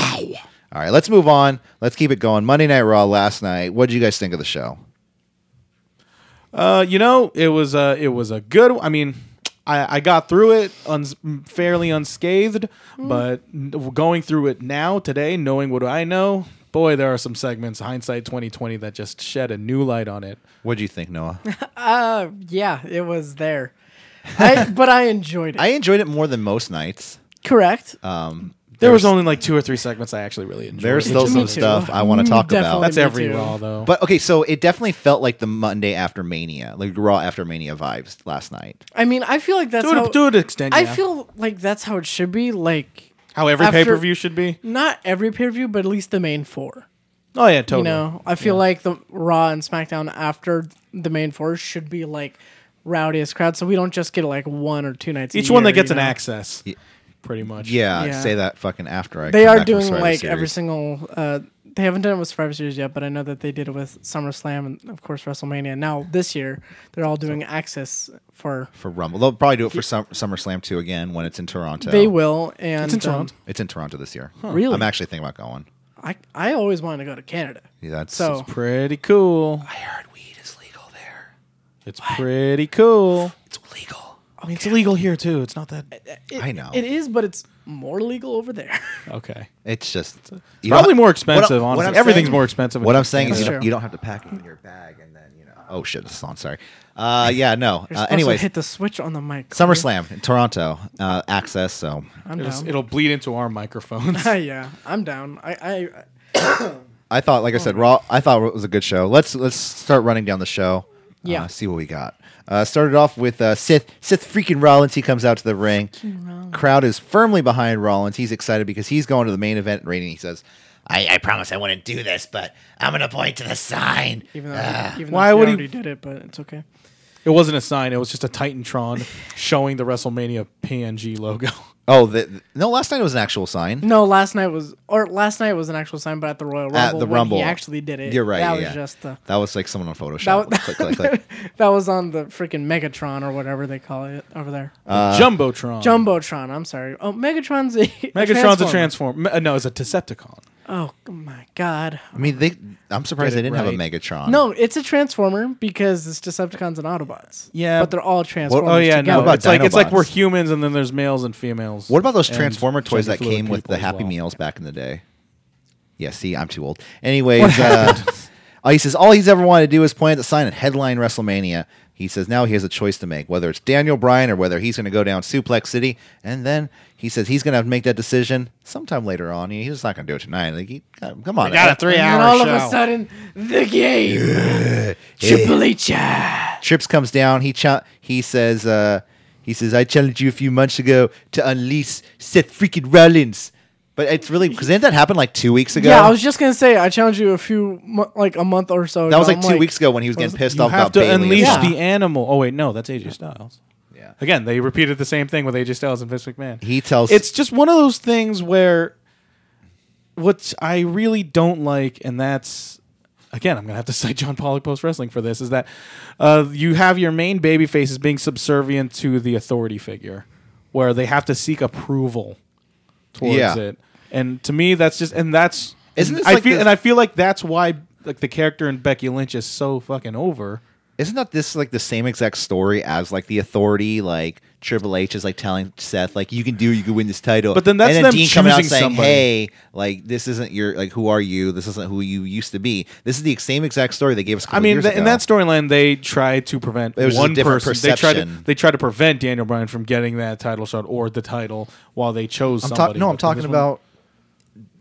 B: All right, let's move on. Let's keep it going. Monday Night Raw last night. What did you guys think of the show?
C: Uh, you know, it was a it was a good. I mean, I, I got through it uns, Mm. fairly unscathed, but n- going through it now today, knowing what I know, boy, there are some segments, hindsight 2020, that just shed a new light on it.
B: What do you think, Noah?
D: Uh, yeah, it was there. I, but I enjoyed it.
B: I enjoyed it more than most nights.
D: Correct.
B: Um,
C: There was
B: there's-
C: only like two or three segments I actually really enjoyed.
B: There's still
D: Me
B: some
D: too.
B: stuff I want to talk
D: Mm, Definitely.
B: about.
C: That's
D: Me
C: every
D: too.
C: Raw, though.
B: But okay, so it definitely felt like the Monday after Mania, like Raw after Mania vibes last night.
D: I mean, I feel like that's
C: to,
D: how,
C: an- to an extent,
D: I
C: yeah.
D: feel like that's how it should be. Like
C: how every
D: after-
C: pay per view should be.
D: not every pay per view, but at least the main four.
C: Oh, yeah, totally.
D: You know, I feel like the Raw and SmackDown after the main four should be like rowdiest crowd, so we don't just get like one or two nights. a
C: Each one that
D: year,
C: gets
D: you
C: an
D: know?
C: access, pretty much.
B: Yeah,
D: Yeah.
B: say that fucking after I.
D: They
B: come
D: are
B: back from
D: doing
B: Survivor
D: like
B: Series.
D: every single. Uh, they haven't done it with Survivor Series yet, but I know that they did it with SummerSlam and of course WrestleMania. Now this year, they're all doing access for.
B: for Rumble. They'll probably do it for Sum- SummerSlam too again when it's in Toronto.
D: They will, and
C: It's in Toronto.
B: It's in Toronto this year.
D: Really?
B: I'm actually thinking about going.
D: um, I I always wanted to go to Canada.
B: Yeah, that's
D: So
C: Pretty cool.
B: I heard weed is legal there.
C: It's pretty cool.
B: It's legal.
C: I mean, it's illegal here, too. It's not that.
D: it-
B: I know. Uh,
D: it is, but it's more legal over there.
C: Okay.
B: It's just you
C: Probably
B: don't-
C: more expensive,
B: what I'm- what I'm
C: honestly. Everything's
B: saying-
C: more expensive.
B: What I'm saying is
D: That's
B: you don't,
D: true.
B: you don't have to pack it in your bag and then you know. Oh shit, this is on. Sorry. Uh, yeah, no.
D: You're
B: Uh,
D: supposed to
B: anyways,
D: hit the switch on the mic.
B: SummerSlam in Toronto uh, access. So
D: I'm
C: It'll,
D: down.
C: it'll bleed into our microphones.
D: yeah, I'm down. I, I
B: I thought, like I said, Raw. I thought it was a good show. Let's let's start running down the show.
D: Yeah.
B: Uh, see what we got. Uh, started off with uh, Sith. Sith freaking Rollins. He comes out to the ring. Crowd is firmly behind Rollins. He's excited because he's going to the main event. Rating. He says, "I, I promise I wouldn't do this, but I'm gonna point to the sign."
D: even though
B: Ah.
D: even though
C: Why
D: he
C: would he-
D: already did it, but it's okay.
C: it wasn't a sign, it was just a Titantron showing the WrestleMania PNG logo.
B: Oh, the, the- no! Last night it was an actual sign.
D: No, last night was or last night was an actual sign, but at the Royal Rumble,
B: At the
D: when
B: Rumble,
D: he actually did it.
B: You're right.
D: That
B: yeah,
D: was
B: yeah.
D: just the
B: that was like someone on Photoshop.
D: that,
B: click, click, click.
D: that was on the freaking Megatron or whatever they call it over there.
B: Um, Uh,
C: Jumbotron.
D: Jumbotron. I'm sorry. Oh, Megatron's a
C: Megatron's a
D: transformer.
C: transform. Me- uh, No, it's a Decepticon.
D: Oh my god.
B: I mean, they. I'm surprised
C: Get
B: they
C: it
B: didn't have a
C: right.
B: Megatron.
D: No, it's a transformer because it's Decepticons and Autobots.
C: Yeah.
D: but they're all transformers.
C: Oh yeah,
D: together.
C: no.
B: about
C: it's like it's like
B: Dinobots?
C: we're humans, and then there's males and females.
B: What about those
C: and
B: Transformer toys that
C: gender-fluid
B: came with
C: people
B: the
C: as
B: Happy
C: well.
B: Meals back in the day? Yeah, see, I'm too old. Anyways, uh, he says all he's ever wanted to do is plan to sign and headline WrestleMania. He says now he has a choice to make, whether it's Daniel Bryan or whether he's going to go down Suplex City. And then he says he's going to have to make that decision sometime later on. He- He's not going to do it tonight. Like, he, come on,
C: Got a
B: uh,
D: And then
C: three-hour
D: all
C: show.
D: of a sudden, the game. Triple H. ah.
B: Trips comes down. He cha- he says uh, he says I challenged you a few months ago to unleash Seth freaking Rollins. But it's really because didn't that happen like two weeks ago?
D: Yeah, I was just gonna say I challenged you a few mo- like a month or so.
B: That was
D: ago.
B: like
D: I'm
B: two weeks ago when he was getting pissed
C: you
B: off
C: have
B: about
C: to
B: Bailey.
C: unleash
D: Yeah.
C: the animal. Oh wait, no, that's AJ Styles.
B: Yeah.
C: Again, they repeated the same thing with AJ Styles and Vince McMahon.
B: He tells-
C: It's just one of those things where what I really don't like, and that's again, I'm gonna have to cite John Pollock Post Wrestling for this, is that uh, you have your main baby faces being subservient to the authority figure, where they have to seek approval towards
B: Yeah.
C: it. And to me, that's just and that's
B: Isn't this
C: I
B: like
C: feel
B: the-
C: and I feel like that's why like the character in Becky Lynch is so fucking over.
B: Isn't that this like the same exact story as like the authority, like Triple H is like telling Seth, like you can do, you can win this title.
C: But then that's
B: and then
C: them
B: Dean coming out
C: choosing
B: saying,
C: somebody.
B: "Hey, like this isn't your like who are you? This isn't who you used to be. This is the same exact story they gave us." a
C: I
B: couple
C: mean,
B: years
C: th- in
B: ago."
C: that storyline, they tried to prevent
B: It was just a
C: one
B: different
C: person. They tried to
B: perception.
C: they tried to prevent Daniel Bryan from getting that title shot or the title while they chose.
B: I'm
C: somebody.
B: talking. No, I'm
C: But
B: talking
C: this one-
B: about.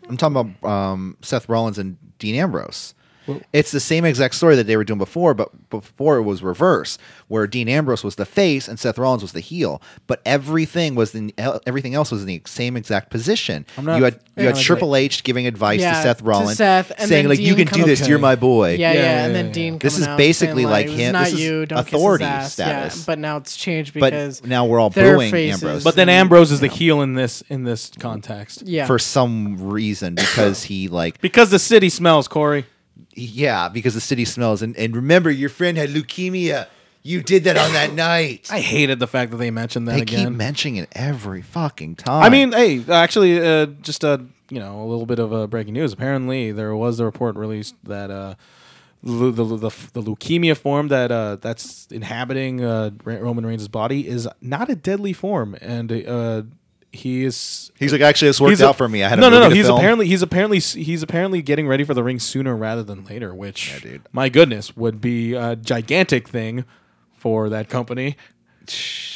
B: I'm talking about um, Seth Rollins and Dean Ambrose. It's the same exact story that they were doing before, but before it was reverse, where Dean Ambrose was the face and Seth Rollins was the heel. But everything was in everything else was in the same exact position.
C: I'm not-
B: you had
C: yeah,
B: you had
C: like-
B: Triple H giving advice
D: Yeah,
B: to Seth
D: to
B: Rollins,
D: Seth, and
B: saying
D: then
B: like you
D: Dean
B: can do
D: come-
B: this, you're my boy.
D: Yeah, yeah,
C: Yeah, yeah,
D: and then
C: yeah.
D: Dean.
B: This
D: coming
B: is
D: out
B: basically
D: saying,
B: like
D: it's
B: him-
D: Not
B: this is
D: you. Don't
B: authority
D: kiss his ass.
B: status.
D: Yeah, but now it's changed
B: But
D: because
B: now we're all
D: their
B: booing
D: faces-
B: Ambrose.
C: But then Ambrose is the heel in this in this context
D: yeah,
B: For some reason, because he like
C: because the city smells. Corey,
B: Yeah, because the city smells. And, and remember, your friend had leukemia. You did that on that night.
C: I hated the fact that they mentioned that
B: they
C: again.
B: keep mentioning it every fucking time.
C: I mean, hey, actually, uh, just uh, you know, a little bit of uh, breaking news. Apparently, there was a report released that uh, lu- the, the, the, the leukemia form that uh, that's inhabiting uh, Ra- Roman Reigns' body is not a deadly form, and uh, he is
B: He's like, actually, this worked
C: a-
B: out for me. I had a
C: no, no,
B: movie
C: no.
B: to
C: He's
B: film.
C: apparently he's apparently he's apparently getting ready for the ring sooner rather than later, which
B: dude.
C: my goodness would be a gigantic thing for that company.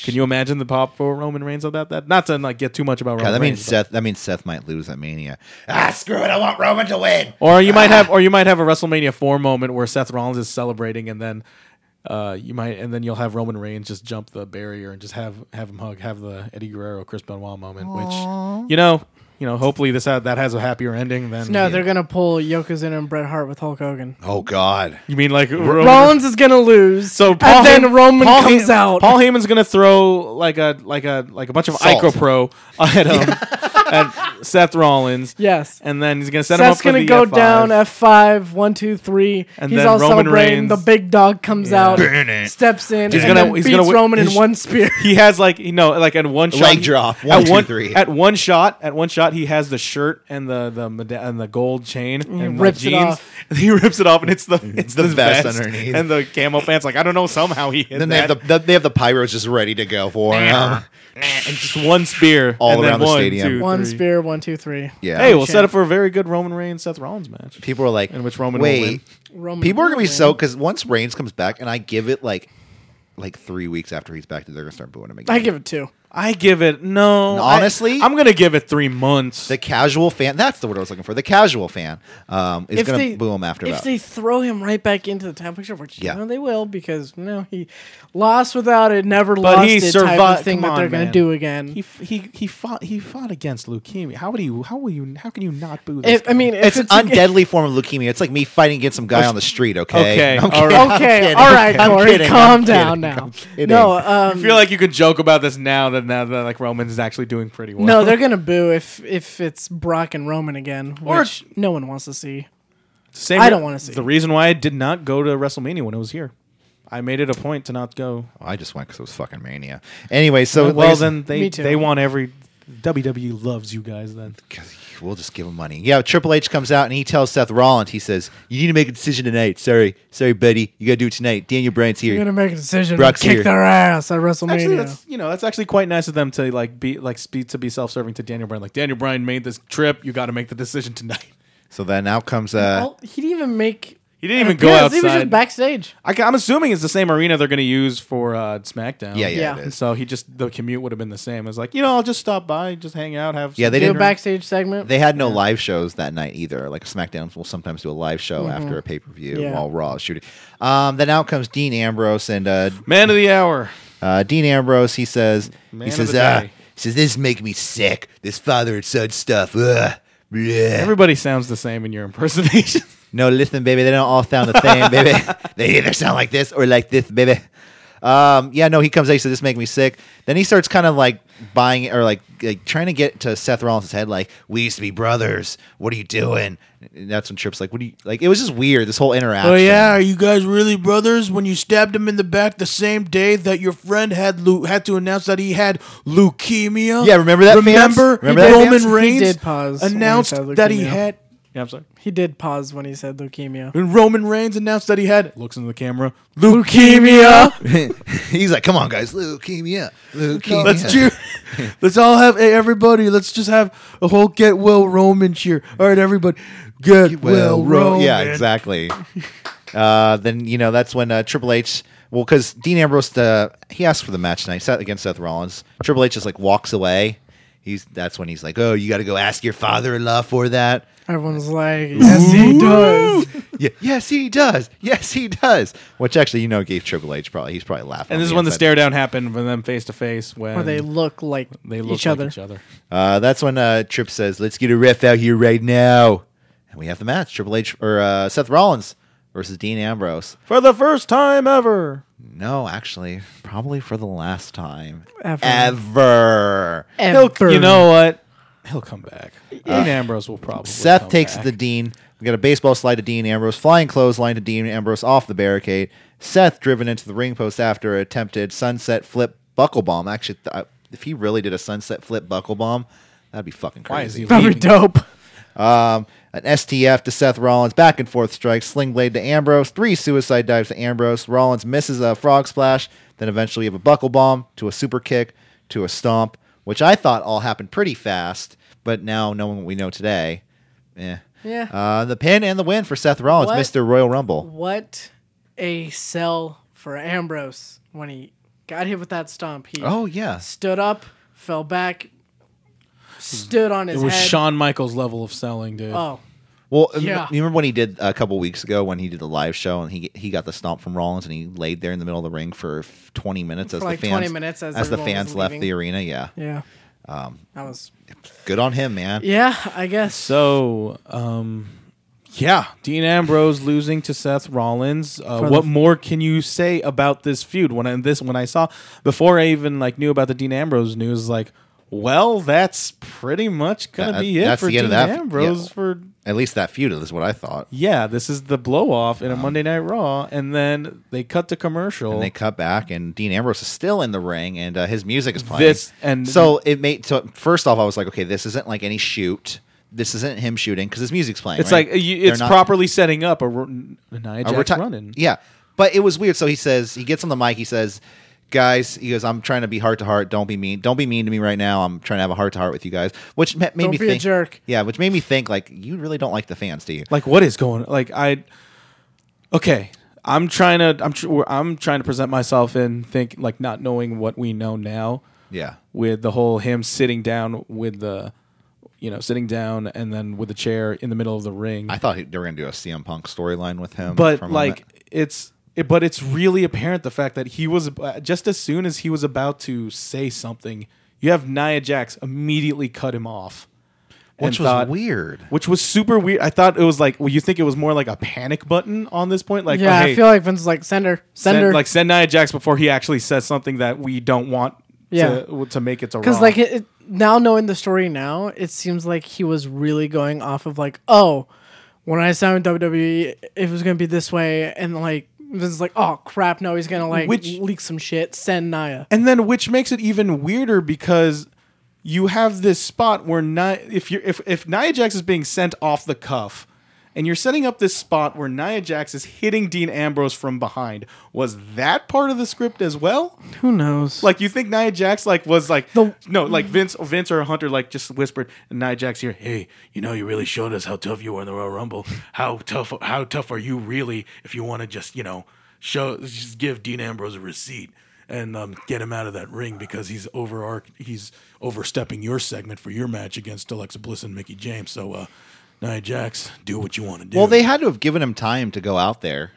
C: Can you imagine the pop for Roman Reigns about that? Not to like get too much about Roman
B: God, that means
C: Reigns, but-
B: Seth. That means Seth might lose at Mania. Ah, screw it! I want Roman to win.
C: or you
B: Ah.
C: might have or you might have a WrestleMania four moment where Seth Rollins is celebrating and then. Uh, you might, and then you'll have Roman Reigns just jump the barrier and just have have him hug, have the Eddie Guerrero Chris Benoit moment, which you know, you know, hopefully this ha- that has a happier ending than
D: No, they're gonna pull Yokozuna and Bret Hart with Hulk Hogan.
B: Oh God!
C: You mean like Roman-
D: Rollins is gonna lose.
C: So Paul
D: and then
C: Heyman-
D: Roman
C: Paul
D: comes
C: Hey-
D: out.
C: Paul Heyman's gonna throw like a like a like a bunch of
B: Salt.
C: Icopro at um at Seth Rollins.
D: yes.
C: and then he's gonna set him up
D: Seth's
C: for
D: gonna
C: the
D: go
C: F5.
D: down F five, one, two, three.
C: And
D: he's
C: then
D: all
C: Roman
D: celebrating.
C: Reigns-
D: The big dog comes
C: Yeah.
D: out, steps in,
C: He's
D: and
C: gonna-
D: then
C: he's
D: beats
C: gonna wi-
D: Roman in
C: he's-
D: one spear.
C: He has like you know like at one shot
B: Leg
C: he-
B: drop. One,
C: at
B: two,
C: one
B: three.
C: at one shot at one shot he has the shirt and the the meda- and the gold chain and the
D: rips it
C: jeans.
D: off.
C: He rips it off and it's the it's
B: Mm-hmm. The
C: the,
B: vest
C: vest,
B: underneath.
C: and the camo pants. Like I don't know somehow he hit
B: Then they
C: that.
B: have the, the they have the pyros just ready to go for him.
C: and just one spear
B: All
C: and then
B: around the
C: one,
B: stadium.
C: two,
D: one
C: three.
D: spear, one, two, three.
B: Yeah.
C: Hey, we'll
D: Champ.
C: set up for a very good Roman Reigns Seth Rollins match.
B: people are like,
C: In which Roman will
B: wait.
C: win.
D: Roman
B: People are gonna be
D: will
B: so
D: win.
B: because once Reigns comes back, and I give it like like three weeks after he's back, they're gonna start booing him again.
D: I give it two.
C: I give it no. I-
B: Honestly?
C: I'm gonna give it three months.
B: the casual fan. That's the word I was looking for. The casual fan um, is gonna boo him after
D: if
B: that.
D: they throw him right back into the time picture, which
B: Yeah.
D: you know they will because you know he lost without it, never
C: but
D: lost
C: he
D: it type
C: survived.
D: of thing
C: Come
D: that they're
C: on,
D: gonna
C: man.
D: do again.
C: He f- he he fought he fought against leukemia. How would you how will you how can you not boo this?
D: if, I mean, if
B: it's
D: it's,
B: an
D: again-
B: undeadly form of leukemia. It's like me fighting against some guy on the street. Okay.
C: Okay,
B: I'm
C: all right.
D: Okay,
B: kidding.
D: all right,
B: I'm
D: Corey,
B: kidding.
D: calm
B: I'm
D: down
B: kidding. I'm
D: now.
B: kidding.
D: No, um,
C: I feel like you could joke about this now that now that like Roman is actually doing pretty well.
D: no, they're gonna boo if if it's Brock and Roman again,
C: Or-
D: which no one wants to see.
C: Same
D: I
C: re-
D: don't wanna see
C: The
D: it.
C: reason why I did not go to WrestleMania when it was here, I made it a point to not go. Oh,
B: I just went because it was fucking mania. Anyway, so
C: well,
B: like-
C: then they
D: Me too.
C: they want every WWE loves you guys. Then
B: we'll just give him money. Yeah, Triple H comes out and he tells Seth Rollins, he says, "You need to make a decision tonight. Sorry, sorry, buddy, you gotta do it tonight. Daniel Bryan's
D: You're
B: here.
D: gonna make a decision.
B: Brock's
D: Brock's kick
B: here.
D: their ass at WrestleMania.
C: Actually, that's you know that's actually quite nice of them to like be like spe- to be self serving to Daniel Bryan. Like Daniel Bryan made this trip, you got to make the decision tonight.
B: So then out comes uh,
D: Well, he didn't even make.
C: He didn't even go
D: Yeah, He was
C: outside.
D: just backstage.
C: I, am assuming it's the same arena they're going to use for uh, SmackDown.
B: yeah, yeah,
D: Yeah.
B: it
C: And
B: is.
C: so he just the commute would have been the same. It's like you know I'll just stop by, just hang out, have
B: Yeah,
C: some
B: they
D: Do a
C: dinner.
B: didn't-
D: backstage segment.
B: They had no live shows that night either. Like SmackDown will sometimes do a live show
C: Mm-hmm.
B: after a pay per view
D: Yeah.
B: while Raw is shooting. Um, then out comes Dean Ambrose and uh,
C: Man of the hour.
B: Uh, Dean Ambrose, he says,
C: Man
B: he
C: of
B: says,
C: the
B: uh, he
C: day.
B: says, this make me sick. This father and son stuff. Ugh. Bleh.
C: Everybody sounds the same in your impersonation.
B: No, listen, baby, they don't all sound the same, baby. they either sound like this or like this, baby. Um, yeah, no, he comes out, he says, this make me sick. Then he starts kind of like buying or like, like trying to get to Seth Rollins' head, like, we used to be brothers. What are you doing? And that's when Tripp's like, what do you, like, it was just weird, this whole interaction.
E: are you guys really brothers? When you stabbed him in the back the same day that your friend had leu- had to announce that he had leukemia.
B: Yeah, remember that, fans?
E: Remember,
B: Remember that,
E: Roman
B: fans? He
E: Reigns
D: did pause when he
E: announced
D: said
E: that he
D: leukemia.
E: had.
C: yeah, I'm sorry.
D: He did pause when he said leukemia.
E: When Roman Reigns announced that he had, looks into the camera.
D: Leukemia.
B: He's like, come on, guys, leukemia, leukemia.
E: Let's cheer. let's all have hey, everybody. Let's just have a whole get well Roman cheer. All right, everybody, get, well, Roman.
B: Yeah, exactly. uh, then you know that's when uh, Triple H. Well, because Dean Ambrose, uh, he asked for the match tonight Seth against Seth Rollins. Triple H just like walks away. He's that's when he's like, "Oh, you got to go ask your father-in-law for that."
D: Everyone's like, yes, he does.
B: yeah, yes, he does. Yes, he does. Which actually, you know, gave Triple H probably he's probably laughing.
C: And
B: on
C: this is when the
B: inside.
C: stare down happened with them face to face when
D: Or they look like
C: they looked
D: each
C: like
D: other.
C: each other.
B: Uh, that's when uh, Trip says, "Let's get a ref out here right now," and we have the match: Triple H or uh, Seth Rollins versus Dean Ambrose.
C: For the first time ever.
B: No, actually, probably for the last time
D: Ever.
B: Ever.
D: Ever.
C: You know what? He'll come back. Dean Ambrose will probably.
B: Uh, Seth
C: come
B: takes
C: back.
B: the Dean. We got a baseball slide to Dean Ambrose, flying clothesline to Dean Ambrose off the barricade. Seth driven into the ring post after attempted sunset flip buckle bomb. Actually, th- I- if he really did a sunset flip buckle bomb, that'd be fucking crazy.
C: Why is he
D: That'd
C: leaving?
D: be dope.
B: Um, an STF to Seth Rollins, back and forth strikes, sling blade to Ambrose, three suicide dives to Ambrose. Rollins misses a frog splash, then eventually you have a buckle bomb to a super kick to a stomp. which I thought all happened pretty fast, but now knowing what we know today, eh.
D: Yeah.
B: Uh, the pin and the win for Seth Rollins,
D: What?
B: Mr. Royal Rumble.
D: What a sell for Ambrose when he got hit with that stomp. He
B: Oh yeah,
D: stood up, fell back, stood on his
C: It was
D: head.
C: Shawn Michaels level of selling, dude.
D: Oh,
B: Well, m-
D: Yeah.
B: you remember when he did a couple weeks ago when he did the live show and he he got the stomp from Rollins and he laid there in the middle of the ring for f- twenty minutes as
D: like
B: the
D: 20
B: fans
D: minutes as
B: the
D: everyone was
B: fans left the
D: leaving.
B: arena. Yeah,
D: yeah. Um, that was.
B: good on him, man.
D: Yeah, I guess.
C: So, um, yeah, Dean Ambrose losing to Seth Rollins. Uh,
D: the-
C: what more can you say about this feud? When I, this, when I saw before I even like knew about the Dean Ambrose news, like, well, that's pretty much gonna
B: That-
C: be it
B: that's
C: for
B: the
C: Dean
B: end of that.
C: Ambrose
B: Yeah.
C: for
B: At least that feud is what I thought.
C: yeah. This is the blow off in a Monday Night Raw, and then they cut to commercial.
B: Um, And they cut back, and Dean Ambrose is still in the ring, and uh, his music is playing.
C: This- and-
B: so it made. So first off, I was like, okay, this isn't like any shoot. This isn't him shooting because his music's playing.
C: it's
B: right?
C: like you,
B: They're
C: it's
B: not-
C: properly setting up a, r- an Nia
B: Uh,
C: Jax
B: reti-
C: running.
B: Yeah, but it was weird. So he says he gets on the mic. He says, "Guys, he goes, I'm trying to be heart to heart. Don't be mean. Don't be mean to me right now. I'm trying to have a heart to heart with you guys." Which ma- made
D: Don't
B: me
D: be a
B: think,
D: jerk.
B: Yeah, which made me think like you really don't like the fans, do you?
C: like what is going like i okay i'm trying to i'm tr- i'm trying to present myself and think like not knowing what we know now
B: Yeah,
C: with the whole him sitting down with the you know sitting down and then with the chair in the middle of the ring
B: I thought he- they were gonna do a CM Punk storyline with him,
C: but
B: for a moment.
C: like it's it, but it's really apparent the fact that he was uh, just as soon as he was about to say something you have nia jax immediately cut him off
B: which
C: and
B: was
C: thought-
B: weird.
C: which was super weird. I thought it was like, well, you think it was more like a panic button on this point, like,
D: yeah,
C: oh, hey,
D: I feel like Vince was like, send her. Send, her.
C: send, like send Nia Jax before he actually says something that we don't want
D: Yeah.
C: to to make it to
D: Because
C: Raw.
D: like it, it, now knowing the story now, it seems like he was really going off of like, oh, when I signed with WWE, it was gonna be this way, and like Vince is like, oh crap, no, he's gonna like
C: Which-
D: leak some shit, send Naya.
C: and then which makes it even weirder because you have this spot where Nia, if you are if if Nia Jax is being sent off the cuff. And you're setting up this spot where Nia Jax is hitting Dean Ambrose from behind. Was that part of the script as well?
D: Who knows?
C: Like you think Nia Jax like was like
D: The-
C: no like Vince Vince or Hunter like just whispered and Nia Jax here
E: Hey, you know, you really showed us how tough you were in the Royal Rumble. How tough? How tough are you really? If you want to just, you know, show, just give Dean Ambrose a receipt and um, get him out of that ring because he's over he's overstepping your segment for your match against Alexa Bliss and Mickey James. So, uh, Nia Jax, do what you want to do.
B: well, they had to have given him time to go out there,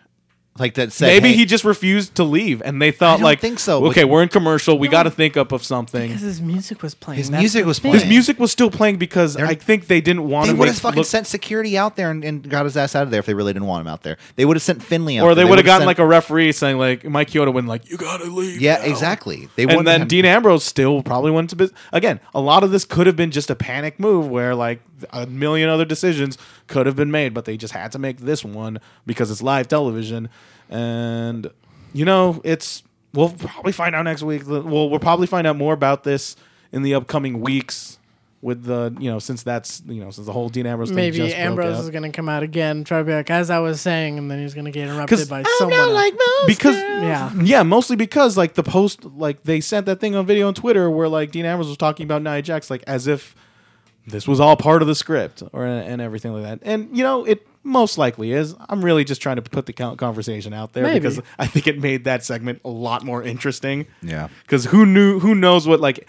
B: like that. Said,
C: Maybe
B: hey-
C: he just refused to leave, and they thought
B: don't
C: like,
B: think so.
C: Okay,
B: Would-
C: we're in commercial. We got to think up of something.
D: because his music was playing.
B: his
D: that's
B: music
D: the
B: was
D: thing.
B: playing.
C: His music was still playing because I think they didn't want
B: They
C: to
B: would
C: make
B: have fucking
C: look,
B: sent security out there and, and got his ass out of there if they really didn't want him out there. They would have sent Finley out,
C: or
B: there.
C: they would
B: would've
C: have gotten
B: sent-
C: like a referee saying like Mike Kyoto wouldn't like you,
E: you gotta leave.
B: yeah,
E: now.
B: exactly. They
C: and
B: wouldn't
C: then
B: have-
C: Dean Ambrose still probably went to bus- again. A lot of this could have been just a panic move where like a million other decisions could have been made, but they just had to make this one because it's live television, and you know it's we'll probably find out next week. Well, we'll probably find out more about this in the upcoming weeks with the you know since that's you know since the whole Dean Ambrose thing
D: Maybe
C: just
D: Ambrose is
C: broke out.
D: gonna come out again, try to be like, as I was saying, and then he's gonna get interrupted by
C: I'm
D: someone. else.
C: because
D: Yeah.
C: yeah mostly because like the post like they sent that thing on video on Twitter where like Dean Ambrose was talking about Nia Jax like as if this was all part of the script or and everything like that and you know it most likely is I'm really just trying to put the con- conversation out there
D: Maybe.
C: because I think it made that segment a lot more interesting
B: Yeah.
C: because who knew who knows what like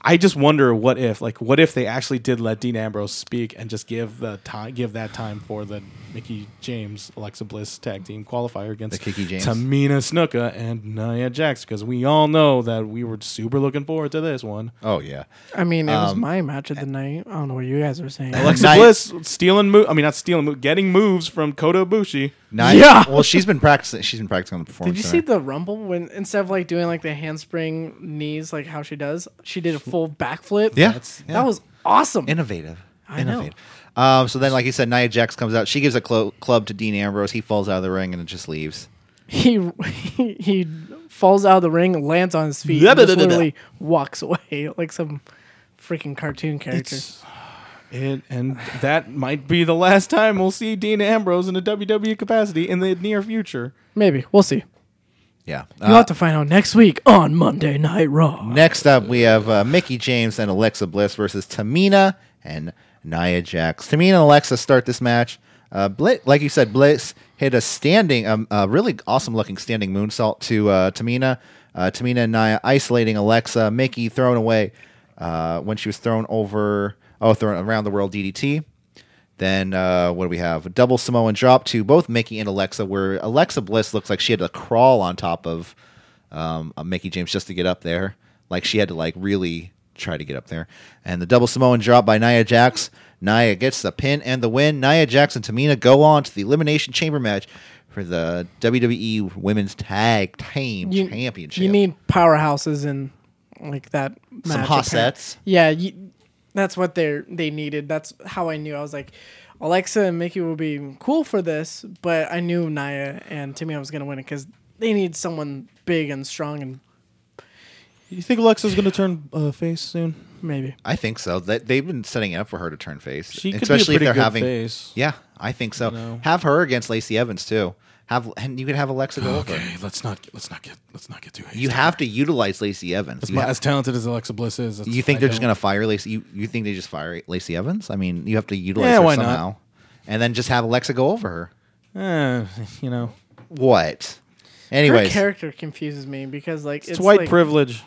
C: I just wonder what if like what if they actually did let Dean Ambrose speak and just give the time give that time for the Mickey James Alexa Bliss tag team qualifier against
B: The Kiki James.
C: Tamina Snuka and Nia Jax because we all know that we were super looking forward to this one.
B: Oh yeah.
D: I mean, it was my match of the night. I don't know what you guys were saying.
C: Alexa
B: Nia-
C: Bliss stealing mo- I mean not stealing mo- getting moves from Kota Ibushi.
B: Nia-
D: Yeah.
B: Well, she's been practicing. She's been practicing on the performance.
D: Did you see
B: center.
D: the rumble when instead of like doing like the handspring knees like how she does, she did a full backflip?
B: Yeah. That's- yeah.
D: That was awesome.
B: innovative?
D: I know.
B: innovative. Um, so then, like you said, Nia Jax comes out. She gives a clo- club to Dean Ambrose. He falls out of the ring and just leaves.
D: he, he he falls out of the ring, lands on his feet,
C: Blah,
D: and
C: blah,
D: just
C: blah, blah,
D: literally walks away like some freaking cartoon character.
C: It's- It, and that might be the last time E we'll see Dean Ambrose in a WWE capacity in the near future.
D: Maybe. We'll see.
B: Yeah.
D: You'll have to find out next week on Monday Night Raw.
B: Next up, we have uh, Mickey James and Alexa Bliss versus Tamina and Nia Jax. Tamina and Alexa start this match. Uh, Bli like you said, Bliss hit a standing, um, a really awesome looking standing moonsault to uh, Tamina. Uh, Tamina and Nia isolating Alexa. Mickey thrown away uh, when she was thrown over, oh, thrown around the world DDT. Then uh, what do we have? A double Samoan drop to both Mickey and Alexa, where Alexa Bliss looks like she had to crawl on top of um, uh, Mickey James just to get up there. Like she had to like really try to get up there. And the double Samoan drop by Nia Jax. Nia gets the pin and the win. Nia Jax and Tamina go on to the Elimination Chamber match for the WWE Women's Tag Team
D: You-
B: Championship.
D: You need powerhouses and like that.
B: some
D: match,
B: hot
D: apparent-
B: sets.
D: Yeah, you, that's what they they needed. That's how I knew. I was like, Alexa and Mickey will be cool for this, but I knew Naya and Timmy was gonna win it because they need someone big and strong and
C: You think Alexa's gonna turn uh, face soon?
D: maybe.
B: I think so. That they've been setting it up for her to turn face,
C: She could be a
B: especially
C: pretty
B: if they're
C: good
B: having.
C: face.
B: Yeah, I think so. Have her against Lacey Evans too. Have and you could have Alexa
C: Oh,
B: go over.
E: Okay, let's not get, let's not get let's not get too hasty.
B: You have to utilize Lacey Evans.
E: as,
B: You,
E: mu-
B: ha-
E: as talented as Alexa Bliss is.
B: you think they're just going to fire Lacey? You, you think they just fire Lacey Evans? I mean, you have to utilize
C: Yeah,
B: her
C: why not?
B: somehow, and then just have Alexa go over her.
C: Eh, you know,
B: What?
D: Her
B: Anyways,
D: character confuses me because like it's,
C: it's, white
D: like-
C: privilege.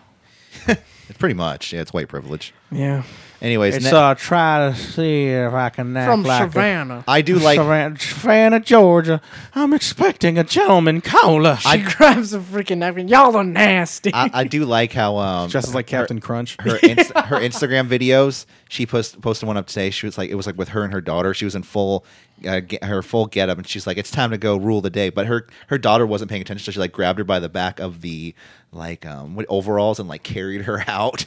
B: pretty much. Yeah, it's white privilege.
D: Yeah,
B: Anyways,
C: It's
B: ne-
C: uh, try to see if I can act
D: from
C: like a-
D: Savannah.
B: I do like.
C: Savannah, Savannah, Georgia. I'm expecting a gentleman caller.
D: she grabs a freaking napkin. Y'all are nasty.
B: I, I do like how um,
C: dresses like Captain Crunch.
B: her inst- her Instagram videos. She post- posted one up today. She was like, it was like with her and her daughter. She was in full uh, get, her full getup, and she's like, it's time to go rule the day. But her her daughter wasn't paying attention, so she like grabbed her by the back of the like um what- overalls and like carried her out.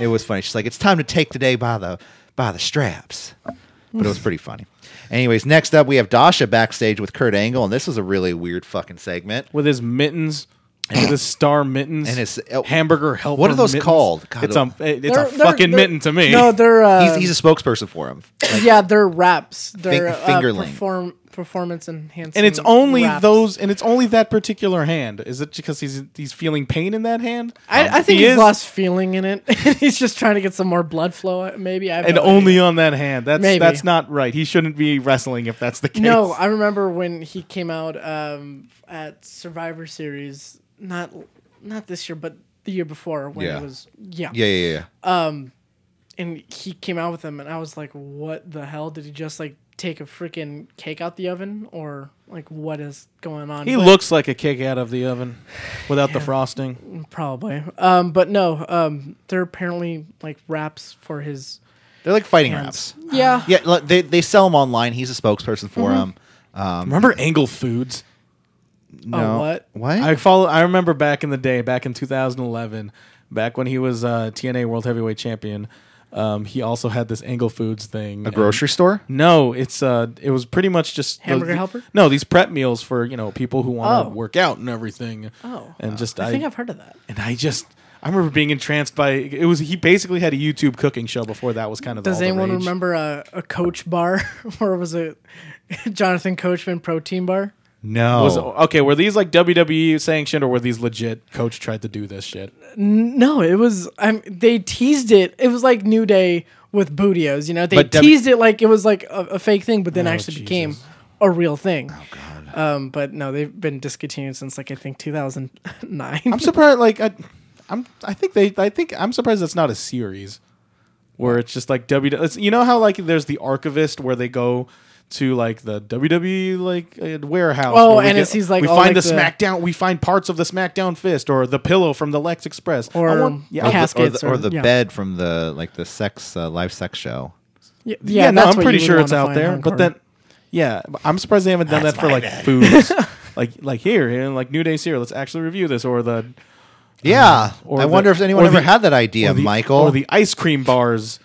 B: it was funny. She's like, it's time to take today by the by the straps. But it was pretty funny. Anyways, next up we have Dasha backstage with Kurt Angle, and this was a really weird fucking segment.
C: with his mittens, with his star mittens,
B: And his- oh,
C: hamburger helper.
B: what are those
C: mittens.
B: called? God,
C: it's a it's a
D: They're- they're-
C: fucking
D: they're-
C: mitten to me.
D: No, they're uh,
B: He's, he's a spokesperson for him.
D: yeah, they're raps. They're
B: Fin- fingerling.
D: Uh, perform, performance enhancing.
C: and it's only
D: raps.
C: those, and it's only that particular hand. Is it because he's he's feeling pain in that hand?
D: I, I think
C: He
D: he's
C: is-
D: lost feeling in it. he's just trying to get some more blood flow. Maybe I have
C: and
D: no
C: only
D: idea.
C: on that hand. That's
D: Maybe.
C: that's not right. He shouldn't be wrestling if that's the case.
D: No, I remember when he came out um, at Survivor Series. Not not this year, but the year before when
B: Yeah.
D: it was yeah.
B: Yeah, yeah, yeah.
D: And he came out with them, and I was like, "What the hell? Did he just like take a freaking cake out the oven, or like what is going on?"
C: he
D: But-
C: looks like a cake out of the oven, without the frosting.
D: probably. Um, but no, um, they're apparently like raps for his.
B: They're like fighting
D: Hands.
B: raps.
D: Yeah.
B: Yeah, like, they they sell them online. He's a spokesperson for
C: Mm-hmm.
B: them.
C: Remember Angle Foods?
D: Oh, what?
B: What?
C: I follow. I remember back in the day, back in 2011, back when he was uh, TNA World Heavyweight Champion. Um, he also had this Angle Foods thing.
B: a grocery store?
C: No, it's uh, it was pretty much just
D: Hamburger
C: the-
D: helper?
C: No, these prep meals for you know people who want to
D: Oh.
C: work out and everything.
D: Oh.
C: and just
D: I,
C: I,
D: think I've heard of that.
C: and I just I remember being entranced by it was he basically had a YouTube cooking show before that was kind of
D: Does
C: all the
D: anyone
C: rage.
D: remember a, a Coach bar, or was it Jonathan Coachman protein bar?
B: No.
C: Was, okay, were these like WWE sanctioned or were these legit? Coach tried to do this shit.
D: No, it was. I'm. They teased it. It was like New Day with Bootios. You know, they
B: But W-
D: teased it like it was like a, a fake thing, but then actually became
C: Oh, Jesus.
D: a real thing. Oh God. Um, but no, they've been discontinued since like I think 2009.
C: I'm surprised. Like I, I'm. I think they. I think I'm surprised that's not a series, where it's just like W. E, It's, you know how like there's the archivist where they go to like the WWE like uh, warehouse.
D: Oh,
C: where we
D: and it sees, like,
C: we
D: all,
C: find
D: like,
C: the,
D: the-
C: SmackDown. We find parts of the SmackDown fist or the pillow from the Lex Express I
D: Or,
C: want-
D: yeah,
C: I-
B: Or the, or
D: Caskets
B: the, or
D: or-
B: the
D: yeah.
B: bed from the like the sex uh, live sex show.
D: yeah,
C: yeah, no,
D: that's
C: I'm
D: what
C: pretty
D: you would
C: sure it's
D: wanna
C: out
D: find
C: there. But
D: hardcore.
C: then, yeah, but I'm surprised they haven't done that for like foods, like like here, here, like New Day's here. Let's actually review this or the
B: Yeah.
C: Uh-huh. or
B: I
C: the-
B: wonder if anyone
C: or
B: ever
C: the-
B: had that idea,
C: or the-
B: Michael.
C: or the ice cream bars,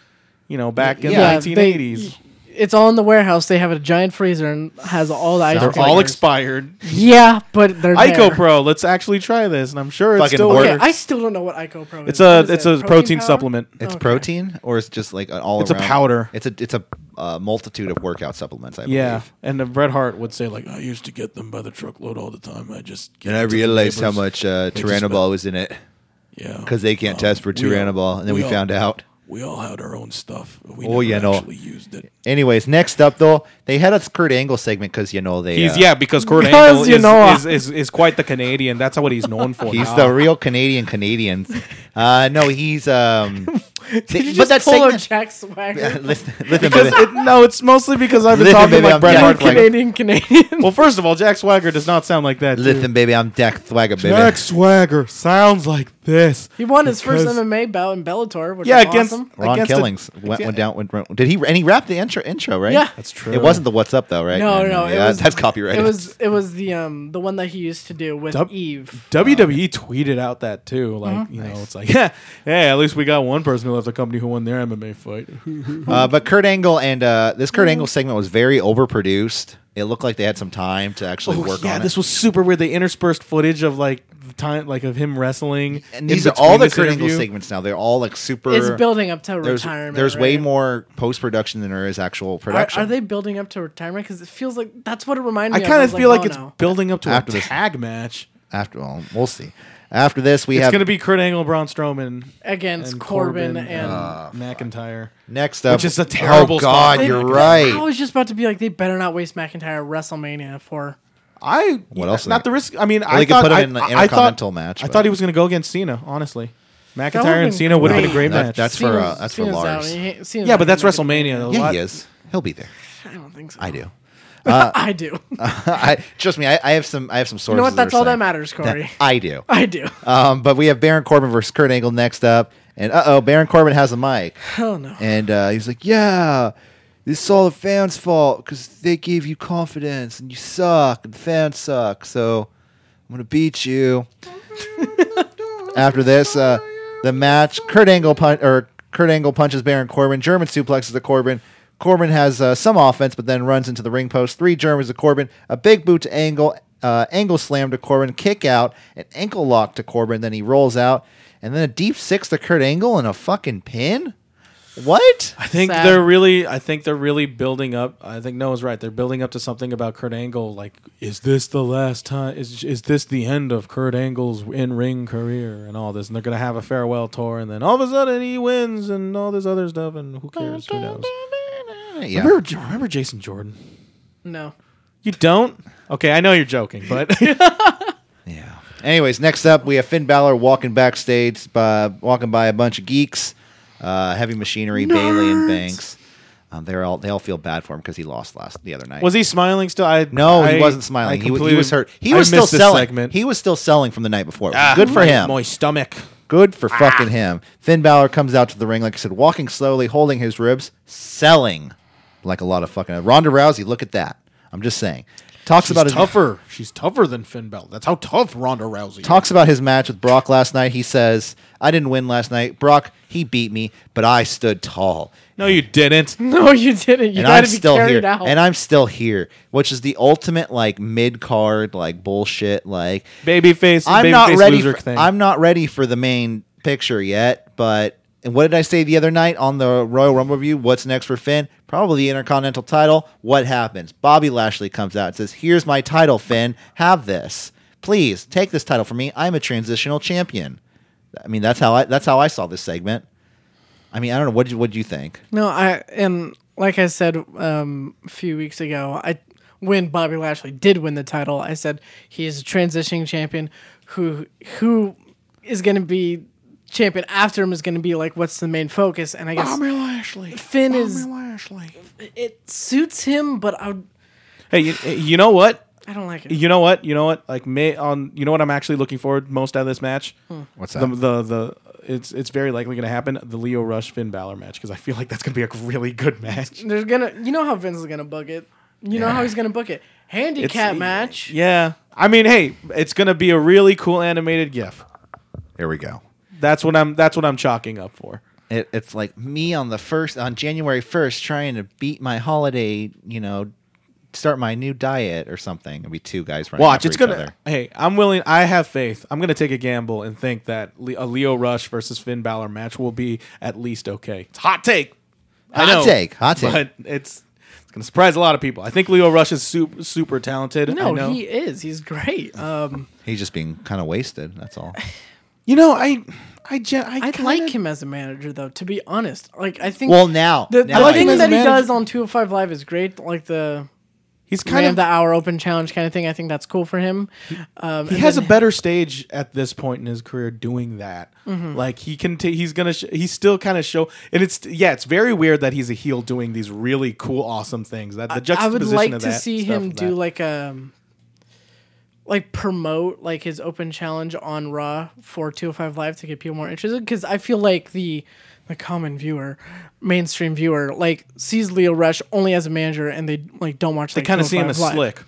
C: you know, back in
B: Yeah,
C: the 1980s.
D: they- it's all in the warehouse. They have a giant freezer and has all the ice.
C: They're all
D: breakers.
C: expired.
D: Yeah, but they're
C: Ico
D: there.
C: Pro, let's actually try this, and I'm sure it's
B: Fucking
C: still
B: work.
D: Okay,
C: works.
D: I still don't know what Ico Pro is.
C: It's a
D: What is
C: it's
D: it?
C: a protein
D: powder?
C: supplement.
B: It's
D: Okay.
B: protein, or it's just like an all.
C: It's a powder.
B: It's a it's a uh, multitude of workout supplements. I believe.
C: Yeah, and uh, Bret Hart would say like,
E: Like I used to get them by the truckload all the time. I just
B: And I realized how much uh, Tyranobol was in it
E: yeah
B: because they can't
E: Um,
B: test for
E: we all-
B: Tyranobol, and then we,
E: all-
B: found out.
E: we all had our own stuff. but We
B: Oh,
E: never
B: you know.
E: actually used it.
B: Anyways, next up though, they had a Kurt Angle segment because you know they
C: he's
B: uh,
C: yeah because Kurt
D: Because
C: Angle
D: you
C: is,
D: know-
C: is, is, is quite the Canadian. That's what he's known for.
D: Oh.
B: he's
C: now.
B: the real Canadian Canadian. Uh, no, he's um.
D: Did you
B: but
D: just
B: that
D: pull a
B: segment-
D: Jack Swagger?
B: Yeah, listen, listen,
C: because
B: baby.
C: it, no, it's mostly because I've been
B: Listen,
C: talking
B: baby,
C: like
B: I'm
C: Bret
B: Jack
C: Hart.
B: Swagger.
C: Like,
D: Canadian, Canadian.
C: well, first of all, Jack Swagger does not sound like that. dude.
B: listen, baby, I'm Jack Swagger, baby.
C: Jack Swagger sounds like this.
D: He won his first
C: Because-
D: MMA bout in Bellator, which
C: Yeah,
D: is
C: against-
D: awesome.
B: Ron
C: against
B: Killings
C: it-
B: went,
C: yeah.
B: went down. Went, did he? And he wrapped the intro, intro right?
D: Yeah.
C: That's true.
B: It wasn't the "What's Up" though, right?
D: No, no, it
B: yeah,
D: was-
B: that's copyrighted.
D: It was it was the um the one that he used to do with
C: Dub-
D: Eve.
C: WWE E tweeted out that too. Like, you know, it's like, yeah, hey, at least we got one person who left the company who won their MMA fight.
B: Uh, but Kurt Angle and uh, this Kurt Angle segment was very overproduced. It looked like they had some time to
D: Oh,
B: actually work
C: Oh, yeah,
B: on
C: this
B: it.
C: was super weird. They interspersed footage of like the time, like of him wrestling.
B: And
C: in
B: these are all
C: between
B: the
C: this
B: Kurt Angle
C: interview.
B: segments now. They're all like super.
D: It's building up to
B: there's,
D: retirement.
B: There's way
D: right?
B: more post production than there is actual
D: Are,
B: production.
D: are they building up to retirement? Because it feels like that's what it reminded
C: I
D: me.
C: kind of
D: was
C: feel like,
D: oh,
C: it's
D: no.
C: building up to
B: After
C: a
B: this-
C: tag match.
B: After all, we'll see. After this, we
C: It's
B: have
C: going to be Kurt Angle, Braun Strowman,
D: against
C: and uh,
D: Corbin, and
B: Ah,
C: McIntyre.
B: next up,
C: Which is a terrible
B: Oh God,
C: spot.
B: you're
D: I
B: right.
D: was just about to be like, they better not waste McIntyre WrestleMania for.
C: I
B: What else is
C: Not
B: there?
C: the risk. I mean,
B: they
C: I
B: could
C: thought
B: put him
C: I,
B: in an
C: I- I
B: intercontinental
C: thought,
B: match,
C: I
B: but-
C: thought he was going to go against Cena. Honestly, McIntyre
D: would've
C: and
D: been
C: Cena would have been a
D: great.
C: great
B: That-
C: match.
B: that's for uh, that's for
D: Cena's out.
B: Lars.
D: He- Cena's
C: yeah,
D: not
C: but that's
D: gonna
C: WrestleMania. though.
B: Yeah,
C: Lot-
B: he is. He'll be there.
D: make it. I don't think so.
B: I do.
D: I do.
B: I trust me. I, I have some. I have some
D: You
B: sources.
D: know what? That's all that
B: are
D: matters,
B: saying-
D: Corey.
B: I do.
D: I do.
B: Um, but we have Baron Corbin versus Kurt Angle next up, and uh oh, Baron Corbin has a mic,
D: Hell no.
B: and uh, he's like, "Yeah, this is all the fans' fault because they gave you confidence, and you suck, and the fans suck. So I'm gonna beat you." After this, uh, the match, Kurt Angle punch or Kurt Angle punches Baron Corbin. German suplexes the Corbin. Corbin has uh, some offense, but then runs into the ring post. Three Germans to Corbin. A big boot to Angle. Uh, angle slam to Corbin. Kick out. An ankle lock to Corbin. Then he rolls out. And then a deep six to Kurt Angle and a fucking pin. What?
C: I think
D: Sad.
C: they're really. I think they're really building up. I think Noah's right. They're building up to something about Kurt Angle. Like, is this the last time? Is is this the end of Kurt Angle's in ring career and all this? And they're gonna have a farewell tour, and then all of a sudden he wins and all this other stuff. And who cares? Who knows?
B: Yeah.
C: Remember, remember Jason Jordan?
D: No.
C: You don't? Okay, I know you're joking, but
B: Yeah. Anyways, next up we have Finn Balor walking backstage by walking by a bunch of geeks, uh, heavy machinery, Bailey and Banks. Um, they're all they all feel bad for him because he lost last the other night.
C: was he smiling still? I
B: No,
C: I-
B: he wasn't
C: I
B: smiling. He, w- he
C: completely-
B: was hurt. He
C: I
B: was still
C: missed this
B: selling.
C: segment.
B: He was still selling from the night before.
C: Ah,
B: Good for
C: my-
B: him.
C: My stomach.
B: Good for fucking him. Finn Balor comes out to the ring, like I said, walking slowly, holding his ribs, selling like a lot of fucking. Ronda Rousey, look at that. I'm just saying. Talks
C: She's
B: about his
C: tougher. She's tougher than Finn Bell. That's how tough Ronda Rousey. is.
B: talks about his match with Brock last night. He says, "I didn't win last night. Brock, he beat me, but I stood tall,
C: No, you didn't.
B: Hmm.
D: No, you didn't. You
B: and
D: had
B: I'm
D: to be
B: still
D: carried
B: here.
D: out.
B: And I'm still here." Which is the ultimate like mid card like bullshit. Like
C: Babyface.
B: I'm
C: babyface
B: not ready.
C: Loser
B: For,
C: thing.
B: I'm not ready for the main picture yet. But and what did I say the other night on the Royal Rumble review? What's next for Finn? Probably the Intercontinental title. What happens? Bobby Lashley comes out and says, "Here's my title, Finn. Have this, please. Take this title from me. I'm a transitional champion." I mean, that's how I that's how I saw this segment. I mean, I don't know what did you, what did you think?
D: No, I and like I said um, a few weeks ago, I when Bobby Lashley did win the title, I said he is a transitioning champion who who is going to be champion after him is going to be like what's the main focus, and I guess
E: Bobby Lashley.
D: Finn is
E: Lashley.
D: it suits him, but I would-
C: hey, you, you know what?
D: I don't like it.
C: You know what? You know what? Like may on. You know what? I'm actually looking forward most out of this match.
B: Hmm. What's
C: The, the the it's it's very likely going to happen. The Leo Rush Finn Balor match because I feel like that's going to be a really good match.
D: There's gonna you know how Vince is gonna book it. You know how he's gonna book it. Handicap match.
C: Yeah. I mean, hey, it's going to be a really cool animated GIF.
B: There we go.
C: That's what I'm. That's what I'm chalking up for.
B: It, it's like me on the first on January first trying to beat my holiday, you know, start my new diet or something. It'll be two guys running.
C: Watch,
B: after
C: it's
B: each
C: gonna.
B: other.
C: Hey, I'm willing. I have faith. I'm gonna take a gamble and think that Le- a Leo Rush versus Finn Balor match will be at least okay. It's a hot take. I
B: Hot
C: know,
B: take, hot take.
C: But it's it's gonna surprise a lot of people. I think Leo Rush is super super talented. I
D: No,
C: know.
D: he is. He's great. Um,
B: He's just being kind of wasted. That's all.
C: you know, I I gen- I,
D: I
C: kinda-
D: like him as a manager, though. To be honest, like I think.
B: Well, now-
D: the,
B: now
D: the
B: I
D: thing
C: do.
D: that he
C: Manager-
D: does on 205 Live is great. Like the
C: He's
D: man
C: kind
D: of
C: of
D: the hour open challenge kind of thing. I think that's cool for him. Um,
C: he
D: and
C: has
D: then-
C: a better stage at this point in his career doing that.
D: Mm-hmm.
C: Like he can, ta- he's gonna, sh- he's still kind of show, and it's yeah, it's very weird that he's a heel doing these really cool, awesome things. That the
D: I would
C: juxtaposition
D: like
C: of
D: to
C: that
D: see
C: stuff
D: him
C: of
D: do
C: that.
D: like a like promote like his open challenge on Raw for 205 Live to get people more interested because I feel like the the common viewer, mainstream viewer, like sees Leo Rush only as a manager and they like oh don't watch.
C: they kind of see him as slick.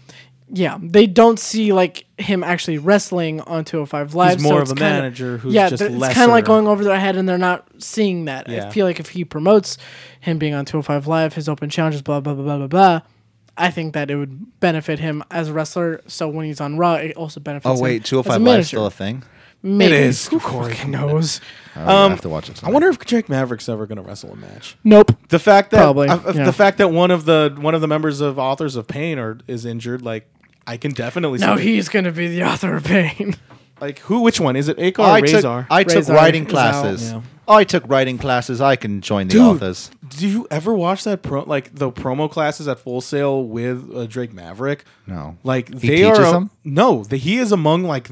D: Yeah, they don't see like him actually wrestling on 205 Live.
C: more
D: so
C: of
D: it's
C: a
D: kinda-
C: manager who's
D: yeah,
C: just
D: they're- it's kind of like
C: lesser.
D: going over their head, and they're not seeing that.
C: Yeah.
D: I feel like if he promotes him being on 205 Live, his open challenges, blah blah blah blah blah blah. I think that it would benefit him as a wrestler. So when he's on Raw, it also
B: Oh
D: benefits.
B: wait, two
D: two
B: hundred five live still a thing. Oh,
D: Maybe.
C: It is,
D: Who
C: Corey.
D: fucking knows?
B: I don't know, I have to watch it.
C: Um, I wonder if Jake Maverick's ever going to wrestle a match.
D: Nope.
C: The fact that
D: Probably,
C: uh, uh,
D: yeah.
C: the fact that one of the one of the members of Authors of Pain are is injured, like I can definitely
D: No,
C: see
D: he's gonna be the author of pain.
C: like who which one is it? Akar
B: I
C: or
B: took,
C: Razor?
B: I took
D: Razor
B: writing
D: is out.
B: classes.
C: Yeah.
B: I took writing classes. I can join the authors.
C: Do you ever watch that pro like the promo classes at Full Sail with uh, Drake Maverick?
B: No.
C: like
B: He
C: they
B: teaches
C: are.
B: them?
C: No, the, he is among like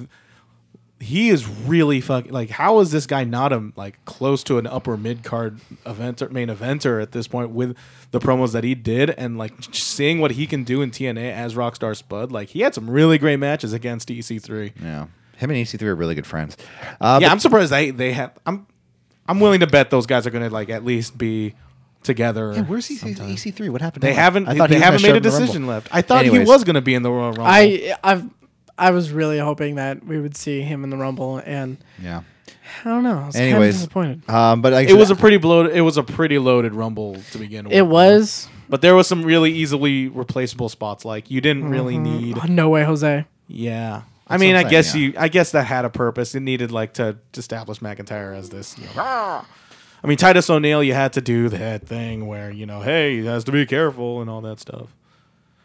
C: he is really fucking like how is this guy not a like close to an upper mid card eventer main eventer at this point with the promos that he did and like seeing what he can do in TNA as Rockstar Spud? Like he had some really great matches against E EC3.
B: Yeah, him and EC3 are really good friends. Uh,
C: Yeah,
B: but-
C: I'm surprised they they have. I'm I'm willing to bet those guys are going to like at least be together.
B: Hey, where's E EC, EC3? What happened? to
C: They
B: him?
C: haven't.
B: I thought he
C: they
B: was gonna
C: haven't
B: show
C: made
B: up
C: a
B: in the Rumble.
C: decision left. I thought
B: Anyways.
C: he was going to be in the Royal Rumble.
D: I I've I was really hoping that we would see him in the Rumble, and
B: Yeah.
D: I don't know. I was kind of
B: Anyways,
D: disappointed.
B: um, but I
C: it was a pretty bloated. It was a pretty loaded Rumble to begin with.
D: It was
C: but there was some really easily replaceable spots. Like you didn't really need.
D: no way, Jose.
C: Yeah. I mean,
B: Mm-hmm.
C: I
B: what I'm
C: guess
B: saying,
C: you. I guess that had a purpose. It needed like to, to establish McIntyre as this. You know, "Rah!" I mean, Titus O'Neil, you had to do that thing where you know, hey, he has to be careful and all that stuff.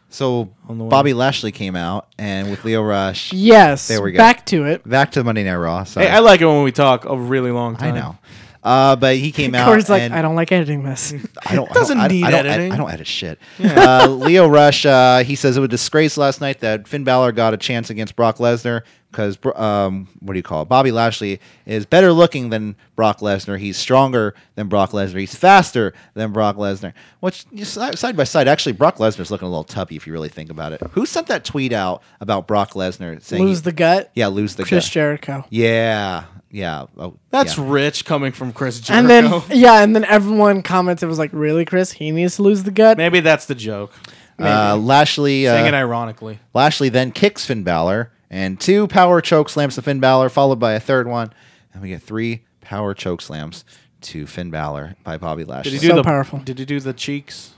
B: so
C: on the
B: Bobby Lashley came out and with Leo Rush.
D: Yes.
B: There we go.
D: Back to it.
B: Back to Monday Night Raw. Sorry.
C: Hey, I like it when we talk a really long
B: I
C: time.
B: know. Uh, but he came out.
D: Corey's like,
B: and
D: I don't like editing this.
B: I don't.
C: Doesn't
B: I don't,
C: need
B: I don't, ed-
C: editing.
B: I don't edit shit. Uh, Leo Rush. Uh, he says it was a disgrace last night that Finn Balor got a chance against Brock Lesnar because um, what do you call it? Bobby Lashley is better looking than Brock Lesnar. He's stronger than Brock Lesnar. He's faster than Brock Lesnar. Which you si- side by side, actually, Brock Lesnar's looking a little tubby if you really think about it. Who sent that tweet out about Brock Lesnar saying
D: Lose the gut.
B: Yeah, lose the
D: Chris
B: gut.
D: Jericho.
B: Yeah, yeah. Oh,
C: That's
B: yeah.
C: rich coming from Chris Jericho.
D: And then yeah, and then everyone comments it was like, really, Chris? He needs to lose the gut.
C: maybe that's the joke.
B: uh, Lashley. Uh,
C: Saying it ironically.
B: Lashley then kicks Finn Balor and two power choke slams to Finn Balor, followed by a third one, and we get three power choke slams to Finn Balor by Bobby Lashley.
C: Did he
D: do
C: do
D: So the-
C: the
D: powerful.
C: Did he do the cheeks?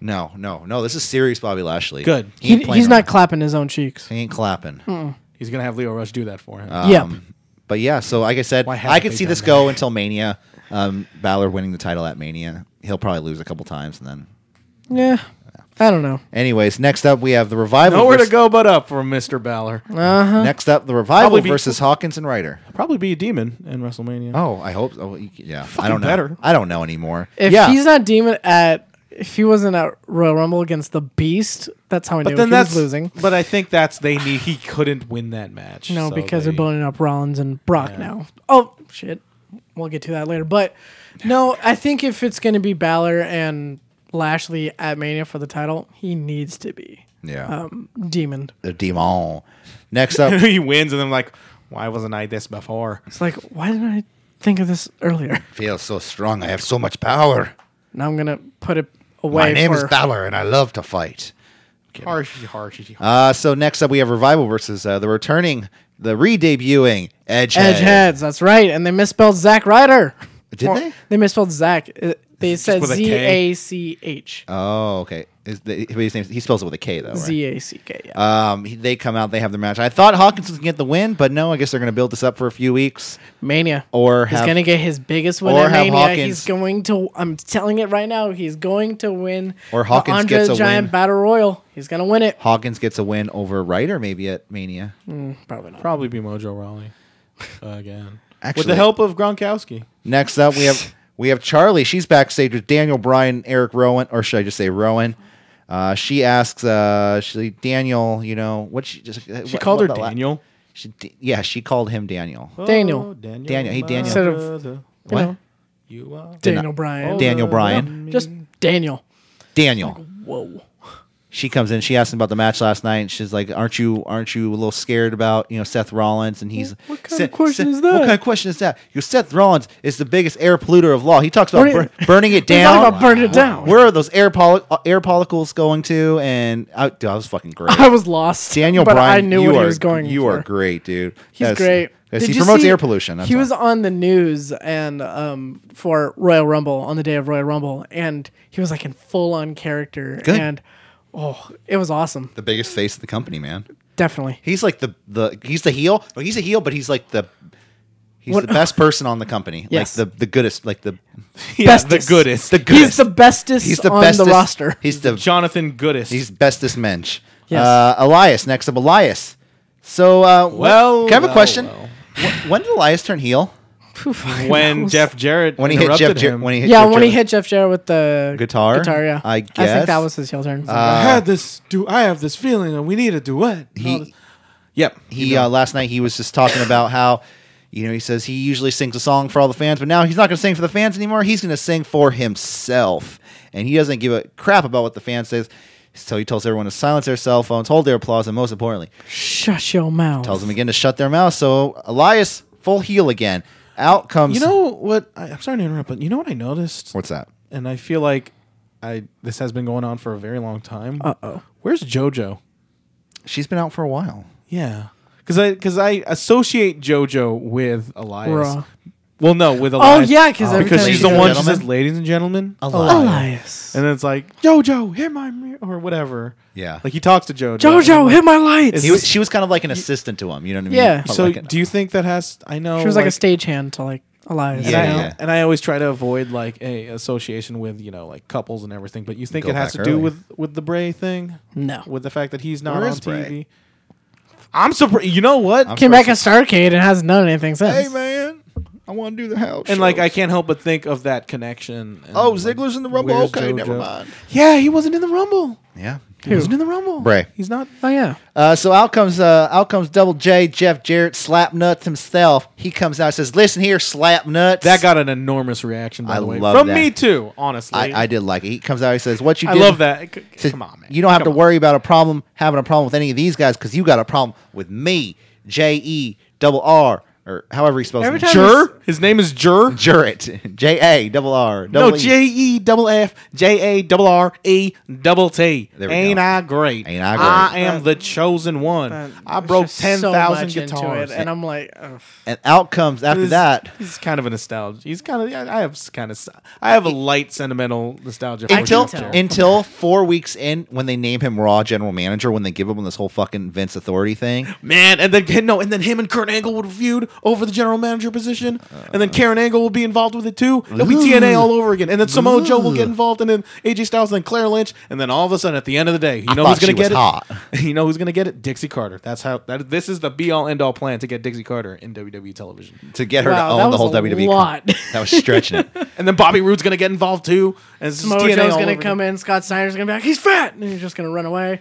B: no, no, no. This is serious, Bobby Lashley.
C: Good.
B: He
D: He,
B: ain't playing
D: he's not
B: around.
D: clapping his own cheeks.
B: He ain't clapping.
C: Hmm. He's gonna have Leo Rush do that for him.
B: Um,
D: yep.
B: But yeah, so like I said,
C: Why haven't
B: I could
C: they
B: see
C: done
B: this go until Mania. Um, Balor winning the title at Mania. He'll probably lose a couple times, and then.
D: Yeah. I don't know.
B: Anyways, next up we have the revival.
C: Nowhere to
B: versus-
C: go but up for Mr. Balor.
B: Next up, the revival
C: Probably be-
B: versus Hawkins and Ryder.
C: Probably be a demon in WrestleMania.
B: Oh, I hope. Oh, y- yeah, I don't know.
C: better.
B: I don't know anymore.
D: If
B: yeah,
D: he's not demon at if he wasn't at Royal Rumble against the Beast, that's how I knew
C: but then
D: he
C: that's
D: was losing.
C: But I think that's they need. He couldn't win that match.
D: No,
C: so
D: because
C: they,
D: they're building up Rollins and Brock now. Oh shit, we'll get to that later. But no, I think if it's going to be Balor and Lashley at Mania for the title, he needs to be um,
B: yeah,
D: Oh. Demon.
B: the demon. Next up,
C: he wins, and I'm like, why wasn't I this before?
D: It's like, why didn't I think of this earlier?
B: feel so strong. I have so much power.
D: Now I'm gonna put it away.
B: My name
D: for,
B: is Balor, and I love to fight.
C: Harshy, harshy, harshy.
B: Uh, so next up, we have revival versus uh, the returning, the re-debuting Edge.
D: Edge heads. That's right, and they misspelled Zack Ryder.
B: Did
D: Or-
B: they?
D: They misspelled Zach. Uh, They said
F: with a K?
D: Z A C H.
B: Oh, okay. Is the, his name, he spells it with a K though. Right?
D: Z A C K. Yeah.
B: Um, he- they come out, they have their match. I thought Hawkins was gonna get the win, but no, I guess they're gonna build this up for a few weeks.
D: Mania.
B: Or
D: he's
B: have-
D: gonna get his biggest win
B: or
D: at
B: have
D: Mania.
B: Hawkins-
D: He's going to. I'm telling it right now. He's going to win.
B: Or
D: the
B: Hawkins
D: Andre
B: gets
D: the
B: a
D: Giant
B: win.
D: Battle Royal. He's gonna win it.
B: Hawkins gets a win over Ryder maybe at Mania.
D: Probably not.
C: Probably be Mojo Rawley again. With
B: Actually-
C: the help of Gronkowski.
B: Next up we have we have Charlie. She's backstage with Daniel Bryan, Eric Rowan, or should I just say Rowan? Uh, she asks uh, she, Daniel, you know, what she just
C: She called her Daniel.
B: She, d- yeah, she called him Daniel.
D: Daniel.
C: Daniel.
B: Daniel, hey,
C: my
B: Daniel.
D: Instead of-
C: brother,
B: What?
D: know,
C: you are
B: Did
D: Daniel
B: not-
D: Bryan.
C: older
B: Daniel Bryan.
C: than me.
D: Just Daniel.
B: Daniel.
D: Whoa.
B: she comes in. She asked him about the match last night, and she's like, "Aren't you, aren't you a little scared about you know Seth Rollins?" And he's,
D: What kind of question is that?"
B: What kind of question is that? You Seth Rollins is the biggest air polluter of law. He talks about
D: Burn
B: bur-
D: it-
B: burning it
D: He's talking
B: down.
D: about burning it down.
B: Where are those air poly- uh, air follicles going to? And I, dude, I was fucking great.
D: I was lost.
B: Daniel
D: but
B: Bryan,
D: I knew
B: you
D: what
B: are,
D: he was going.
B: You
D: for.
B: are great, dude.
D: He's
B: That's-
D: great.
B: that's-
D: Did
B: He
D: you
B: promotes
D: see-
B: air pollution. That's
D: he was
B: all.
D: on the news and um, for Royal Rumble on the day of Royal Rumble, and he was like in full on character.
B: Good.
D: And oh, it was awesome.
B: the biggest face of the company, man.
D: Definitely.
B: He's like the the he's the heel. No, he's a heel, but he's like the he's
D: What-
B: the best person on the company.
D: Yes.
B: Like the the goodest. Like the
C: Yeah, the
D: Bestest.
C: goodest.
B: the
D: He's
B: goodest.
D: the bestest
B: he's the
D: on
B: bestest,
D: the roster.
B: He's the
C: Jonathan Goodest.
B: he's bestest mensch.
D: Yes.
B: Uh, Elias next up. Elias. So uh, wh-
C: Well,
B: can I have a
C: well,
B: question?
C: well.
B: Wh- when did Elias turn heel?
C: when Jeff Jarrett
B: When he hit Jeff.
C: interrupted
B: Jar-
C: him.
B: when he hit
D: yeah,
B: Jeff
D: when he
B: Jarrett.
D: hit Jeff Jarrett with the
B: Guitar?
D: guitar, yeah,
B: I
D: I
B: guess.
D: think that was his heel turn.
C: I had this. Do I have this feeling that we need a duet? And all
B: He-
C: this- yep.
B: he uh, last night he was just talking about how you know he says he usually sings a song for all the fans but now he's not going to sing for the fans anymore he's going to sing for himself and he doesn't give a crap about what the fans says so he tells everyone to silence their cell phones hold their applause and most importantly
D: Shut your mouth.
B: tells them again to shut their mouths so elias full heel again out comes
C: You know what? I, I'm sorry to interrupt, but you know what I noticed?
B: what's that
C: And I feel like I this has been going on for a very long time.
D: Uh oh.
C: Where's JoJo?
B: she's been out for a while
C: Yeah. Because I, cause I associate JoJo with Elias.
D: Raw.
C: Well, no, with
D: Oh
C: Elias.
D: yeah, because
C: Because
B: Ladies
C: she's the
B: and
C: one. She
B: gentlemen.
C: says, "Ladies and gentlemen,
D: Elias.
C: and then it's like JoJo, hit my mu-" or whatever.
B: Yeah.
C: like he talks to JoJo.
D: Jojo,
C: and
D: hit my lights.
B: he was, she was kind of like an assistant to him you know what i mean
D: Yeah.
B: But
C: so
B: like an-
C: do you think that has? I know
D: she was like, a stagehand to like Elias.
C: And,
B: Yeah,
C: I,
B: yeah.
C: and I always try to avoid like a association with you know like couples and everything. But you think
B: Go
C: it has
B: back
C: to do
B: early.
C: with with the Bray thing?
D: No.
C: with the fact that he's not
B: Where
C: on
B: is Bray?
C: TV. I'm surprised. You know what?
B: I'm
D: Came back at
B: surprised-
D: Starcade and hasn't done anything since.
B: hey man i want to do the house
C: and like I
B: shows.
C: can't help but think of that connection. and,
B: oh
C: like,
B: ziggler's in the rumble
C: where's
B: okay
C: JoJo?
B: never mind
C: Yeah, he wasn't in the Rumble.
B: yeah
C: He wasn't in the Rumble.
B: Bray.
C: He's not.
D: Oh yeah.
B: Uh, so out comes uh, out comes Double J, Jeff Jarrett, Slap Nuts himself. He comes out and says, "Listen here, Slap Nuts."
C: That got an enormous reaction. By
B: I
C: the way,
B: love
C: from
B: that.
C: me too. Honestly,
B: I, I did like it. He comes out. He says, "What you?"
C: I
B: did-
C: love that. C-
B: says,
C: Come on, man.
B: You don't have
C: Come
B: to worry about a problem having a problem with any of these guys because you got a problem with me, J E double R or however he spells
D: Every
B: it.
D: time
B: Jur
C: Jur. His name is Jur.
B: Jarrett, J A double R.
C: No,
B: double E.
C: J E double F J A double R E double T.
B: There we
C: Ain't
B: go.
C: I great?
B: Ain't I
C: I
B: great.
C: am the chosen one.
D: Uh,
C: I
D: there's
C: broke
D: just so
C: ten thousand
D: much into
C: guitars.
D: it, and I'm like, ugh.
B: And out comes after
C: He's-
B: that.
C: he's kind of a nostalgia. He's kind of. I I have kind of. I have a light sentimental nostalgia. for
B: Until
C: Jeff Jarrett.
B: until four weeks in, when they name him Raw General Manager, when they give him this whole fucking Vince Authority thing,
C: Man, and then no, and then him and Kurt Angle would feud over the general manager position, and then Karen Angle will be involved with it too. It'll be TNA all over again, and then Samoa Joe will get involved, and then AJ Styles, and then Claire Lynch, and then all of a sudden at the end of the day, you know
B: thought
C: who's gonna
B: she was
C: get
B: hot.
C: it? You know who's gonna get it? Dixie Carter. That's how. That this is the be all end all plan to get Dixie Carter in WWE television,
B: to get her
D: Wow,
B: to
D: that
B: own the
D: was
B: whole
D: a
B: WWE.
D: lot.
B: That was stretching it.
C: and then Bobby Roode's gonna get involved too, and it's just
D: Mojo's
C: TNA all
D: gonna
C: over
D: come
C: again.
D: in. Scott Snyder's gonna be like, he's fat, and he's just gonna run away.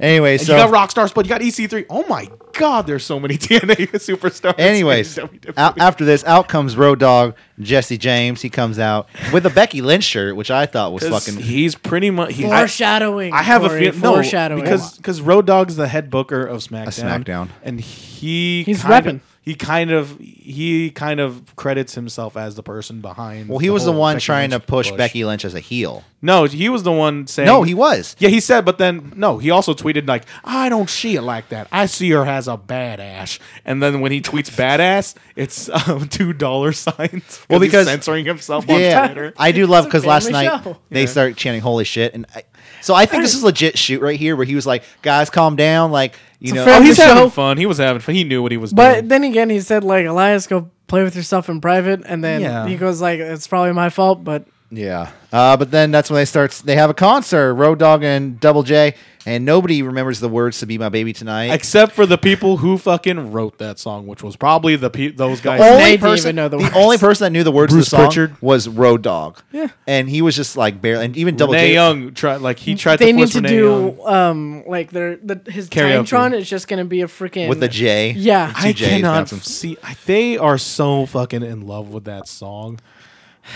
B: Anyway,
C: And
B: so
C: you got Rockstar Spud, you got EC3. Oh my God, there's so many TNA superstars. in E.
B: anyways,
D: E.
C: WWE.
B: out, after this, out comes Road Dog Jesse James. He comes out with a Becky Lynch shirt, which I thought was fucking.
C: he's pretty much he's
D: Foreshadowing.
C: I, I have
D: Corey,
C: a feeling no
D: foreshadowing.
C: because because Road Dog's the head booker of SmackDown,
B: SmackDown.
C: and he
D: He's
C: kinda-
D: repping.
C: he kind of he kind of credits himself as the person behind.
B: Well, he was the
C: whole
B: one
C: Becky
B: trying
C: Lynch
B: to push,
C: push.
B: Becky Lynch as a heel.
C: No, he was the one saying.
B: No, he was.
C: Yeah, he said, but then no, he also tweeted like, "I don't see it like that. I see her as a badass." And then when he tweets "badass," it's um, two dollar signs.
B: Well,
C: he's
B: because-
C: censoring himself on
B: Yeah,
C: Twitter.
B: I do love because
D: It's a
B: last
D: family
B: night
D: show.
B: they start chanting "Holy shit!" and I, so I think this is legit shoot right here, where he was like, "Guys, calm down." Like you
D: a
B: know,
D: fair-
C: Oh, he's
D: Show.
C: having fun. He was having fun. He knew what he was
D: But
C: doing.
D: then again, he said like Elias, go play with yourself in private, and then
C: Yeah.
D: he goes like, it's probably my fault, but
B: yeah. Uh, but then that's when they start. They have a concert, Road Dog and Double J, and nobody remembers the words to "Be My Baby Tonight."
C: Except for the people who fucking wrote that song, which was probably the pe- those guys.
B: only
D: They didn't
B: person,
D: even know the words.
B: only person that knew the words
C: Bruce
B: to the song
C: Pritchard.
B: was Road Dog.
D: Yeah.
B: and he was just like barely, and even Double
C: Renee
B: J.
C: Young tried like he tried to
D: they need
C: force
D: to
C: Renee Young.
D: do um like their the, his
C: Karaoke.
D: Titantron is just gonna be a freaking
B: with a J.
D: Yeah,
C: I
B: Two J's
C: cannot
B: bouncing.
C: see. I, they are so fucking in love with that song,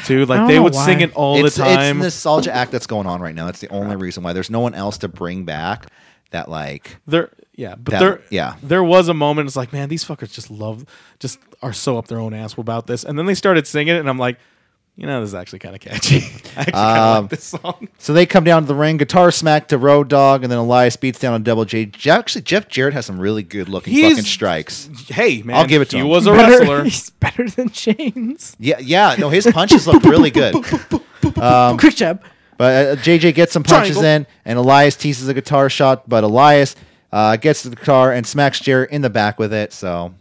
C: dude. Like
D: don't
C: they
D: know
C: would sing
D: why.
C: it all
B: it's,
C: the time.
B: It's nostalgia act that's going on right now. That's the only reason why there's no one else to bring back that like
C: there, yeah, but
B: That-
C: there,
B: yeah.
C: there was a moment. It's like, man, these fuckers just love, just are so up their own ass about this. And then they started singing it, and I'm like, you know, this is actually kind of catchy. I actually kind of like this song.
B: So they come down to the ring, guitar smack to Road Dog, and then Elias beats down on Double J. Je- Actually, Jeff Jarrett has some really good looking
C: He's-
B: fucking strikes.
C: Hey, man,
B: I'll give it to
C: he
B: him.
C: was a
D: better,
C: wrestler.
D: He's better than James.
B: Yeah, yeah. No, his punches look really good. Um,
D: Quick jab.
B: But uh, JJ gets some punches
D: Triangle.
B: in, and Elias teases a guitar shot, but Elias uh, gets the guitar and smacks Jarrett in the back with it. So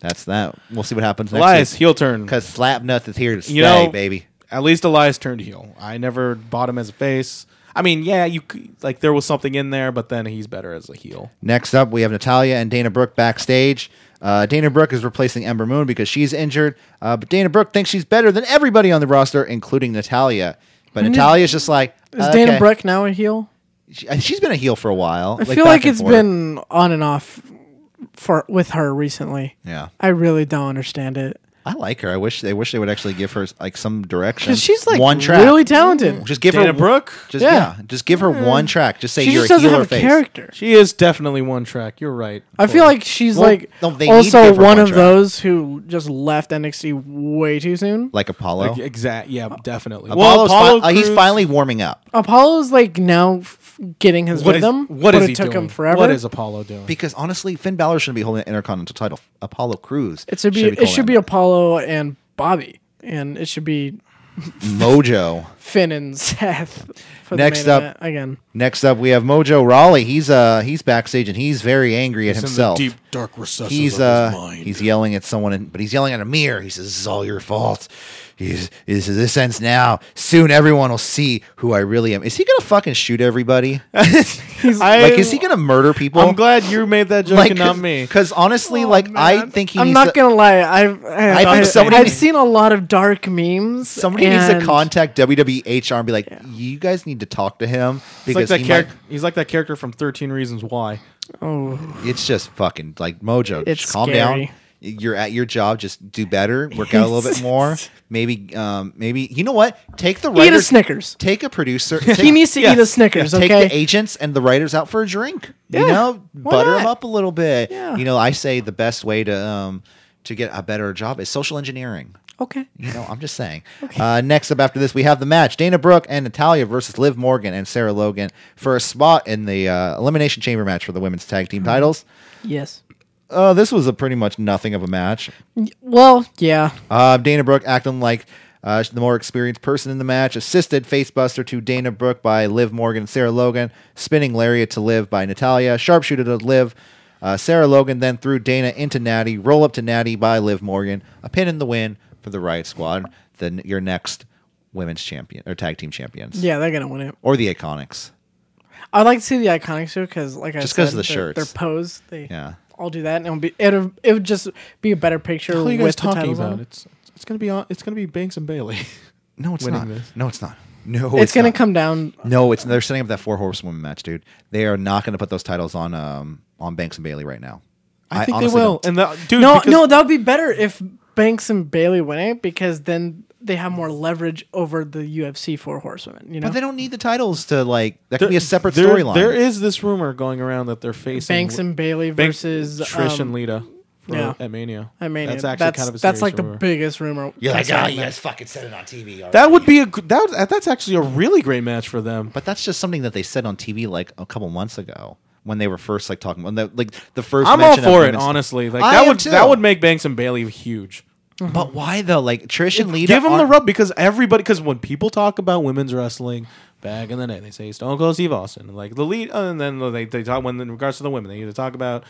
B: that's that. We'll see what happens next.
C: Elias heel turn.
B: because Slapnuth is here to stay,
C: You know,
B: baby.
C: At least Elias turned heel. I never bought him as a face. I mean, yeah, you c- like there was something in there, but then he's better as a heel.
B: Next up, we have Natalia and Dana Brooke backstage. Uh, Dana Brooke is replacing Ember Moon because she's injured, uh, but Dana Brooke thinks she's better than everybody on the roster, including Natalia. But Natalia's just like,
D: Is
B: okay.
D: Dana Brooke now a heel?
B: She, has been a heel for a while.
D: I feel like
B: it's
D: it's been on and off for with her recently.
B: Yeah,
D: I really don't understand it
B: I like her. I wish they wish they would actually give her like some direction.
D: because she's like
B: one track.
D: really talented.
B: just give
C: Dana
B: her
C: Brooke?
B: Just yeah.
D: Yeah. Mm.
B: just give her one track. Just say
D: She
B: you're
D: just
B: a
D: doesn't
B: heel or
D: have a
B: face.
D: character.
C: She is definitely one track. You're right.
D: I feel like she's
B: Well,
D: like
B: no, they need to
D: also
B: give her
D: one
B: one
D: of
B: track.
D: those who just left NXT way too soon.
B: Like Apollo.
C: Like, exact. Yeah, definitely.
B: Apollo's fi-
C: Apollo
B: uh, he's
C: Crews-
B: finally warming up
D: Apollo's like now f- getting his
C: What is,
D: rhythm.
C: what
D: but
C: is
D: it
C: he
D: took
C: doing?
D: him forever.
C: What is Apollo doing?
B: because honestly, Finn Balor shouldn't be holding an Intercontinental title. Apollo Cruz.
D: it should be, it
B: holding
D: should be Apollo and Bobby, and it should be
B: Mojo.
D: Finn and Seth. For
B: Next
D: the main
B: up-
D: event again,
B: Next up, we have Mojo Rawley. He's uh he's backstage and he's very angry at
E: It's in the
B: himself.
E: deep dark recesses
B: he's
E: of
B: uh
E: his mind.
B: he's yelling at someone, in, but he's yelling at a mirror. He says, "This is all your fault." He's this this ends now. Soon, everyone will see who I really am. Is he gonna fucking shoot everybody?
C: I,
B: like, is he gonna murder people?
C: I'm glad you made that joke
B: like,
C: and not me. Oh,
B: Because honestly, like I think he.
D: I'm
B: needs
D: not
B: to-
D: gonna lie. I've I,
B: think
D: have
B: somebody
D: I've
B: needs-
D: seen a lot of dark memes.
B: Somebody needs to
D: and
B: contact WWE HR and be like, "You guys need to talk to him
C: He's like
B: because
C: that
B: he
C: character.
B: might-
C: He's like that character from Thirteen Reasons Why.
D: oh,
B: it's just fucking like Mojo.
D: It's
B: just calm
D: scary.
B: down. You're at your job. Just do better. Work out a little bit more. Maybe, um, maybe you know what? Take the
D: Eat a
B: writers.
D: Snickers.
B: Take a producer. Take,
D: He needs to
C: Yeah.
D: eat a Snickers.
B: take
D: Okay.
B: the agents and the writers out for a drink. you
D: Yeah,
B: know,
D: why
B: butter
D: not?
B: them up a little bit.
D: Yeah.
B: You know, I say the best way to um to get a better job is social engineering.
D: okay.
B: You know, I'm just saying. Uh, next up after this, we have the match Dana Brooke and Natalia versus Liv Morgan and Sarah Logan for a spot in the uh, Elimination Chamber match for the women's tag
D: Mm-hmm.
B: team titles.
D: Yes.
B: Uh, this was a pretty much nothing of a match.
D: Well, yeah.
B: Uh, Dana Brooke acting like uh, the more experienced person in the match, assisted facebuster to Dana Brooke by Liv Morgan and Sarah Logan, spinning lariat to Liv by Natalia, sharpshooter to Liv. Uh, Sarah Logan then threw Dana into Natty, roll up to Natty by Liv Morgan, a pin in the win for the Riot Squad, then your next women's champion or tag team champions,
D: Yeah, they're gonna win it.
B: or the Iconics.
D: I'd like to see the iconics too, because like I
B: Just 'cause
D: said,
B: of the
D: their, their
B: shirts.
D: pose, they
B: Yeah.
D: all do that, and it'll be it'll, it would just be a better picture
C: What are you guys
D: with the
C: talking
D: titles
C: about?
D: on. it.
C: It's it's gonna be on. It's gonna be Banks and Bailey.
B: No, it's
C: Winning
B: not.
C: this.
B: No, Oh, it's not. No,
D: It's, gonna
B: not.
D: come down.
B: No, it's they're setting up that four horsewomen match, dude. They are not going to put those titles on um on Banks and Bailey right now.
C: I think they
B: honestly
C: will.
B: don't.
C: And the, dude,
D: No,
C: because-
D: no, that would be better if Banks and Bailey win it because then they have more leverage over the UFC four horsewomen. You know,
B: But they don't need the titles to like. That could be a separate
C: there-
B: storyline.
C: There is this rumor going around that they're facing
D: Banks and Bailey
C: Banks-
D: versus
C: Trish
D: um,
C: and Lita for,
D: Yeah.
C: at Mania.
D: I mean,
C: that's
D: that's
C: actually kind of a
D: that's
C: serious
D: like the
C: rumor.
D: biggest rumor.
B: You're like,
D: that's out
B: oh, you
D: there."
B: guys fucking said it on TV. already."
C: That would be a gr- that would- that's actually a really great match for them.
B: but that's just something that they said on TV like a couple months ago when they were first like talking about that, like the first.
C: I'm all
B: mention of
C: for it,
B: women's-
C: honestly. Like
B: I
C: that
B: am
C: would
B: too.
C: that would make Banks and Bailey huge.
B: But why though? Like Trish and Lita.
C: Give them the
B: aren't-
C: rub because everybody because when people talk about women's wrestling back in the day, they say Stone Cold Steve Austin, and, like the lead, uh, and then they, they talk when in regards to the women, they either talk about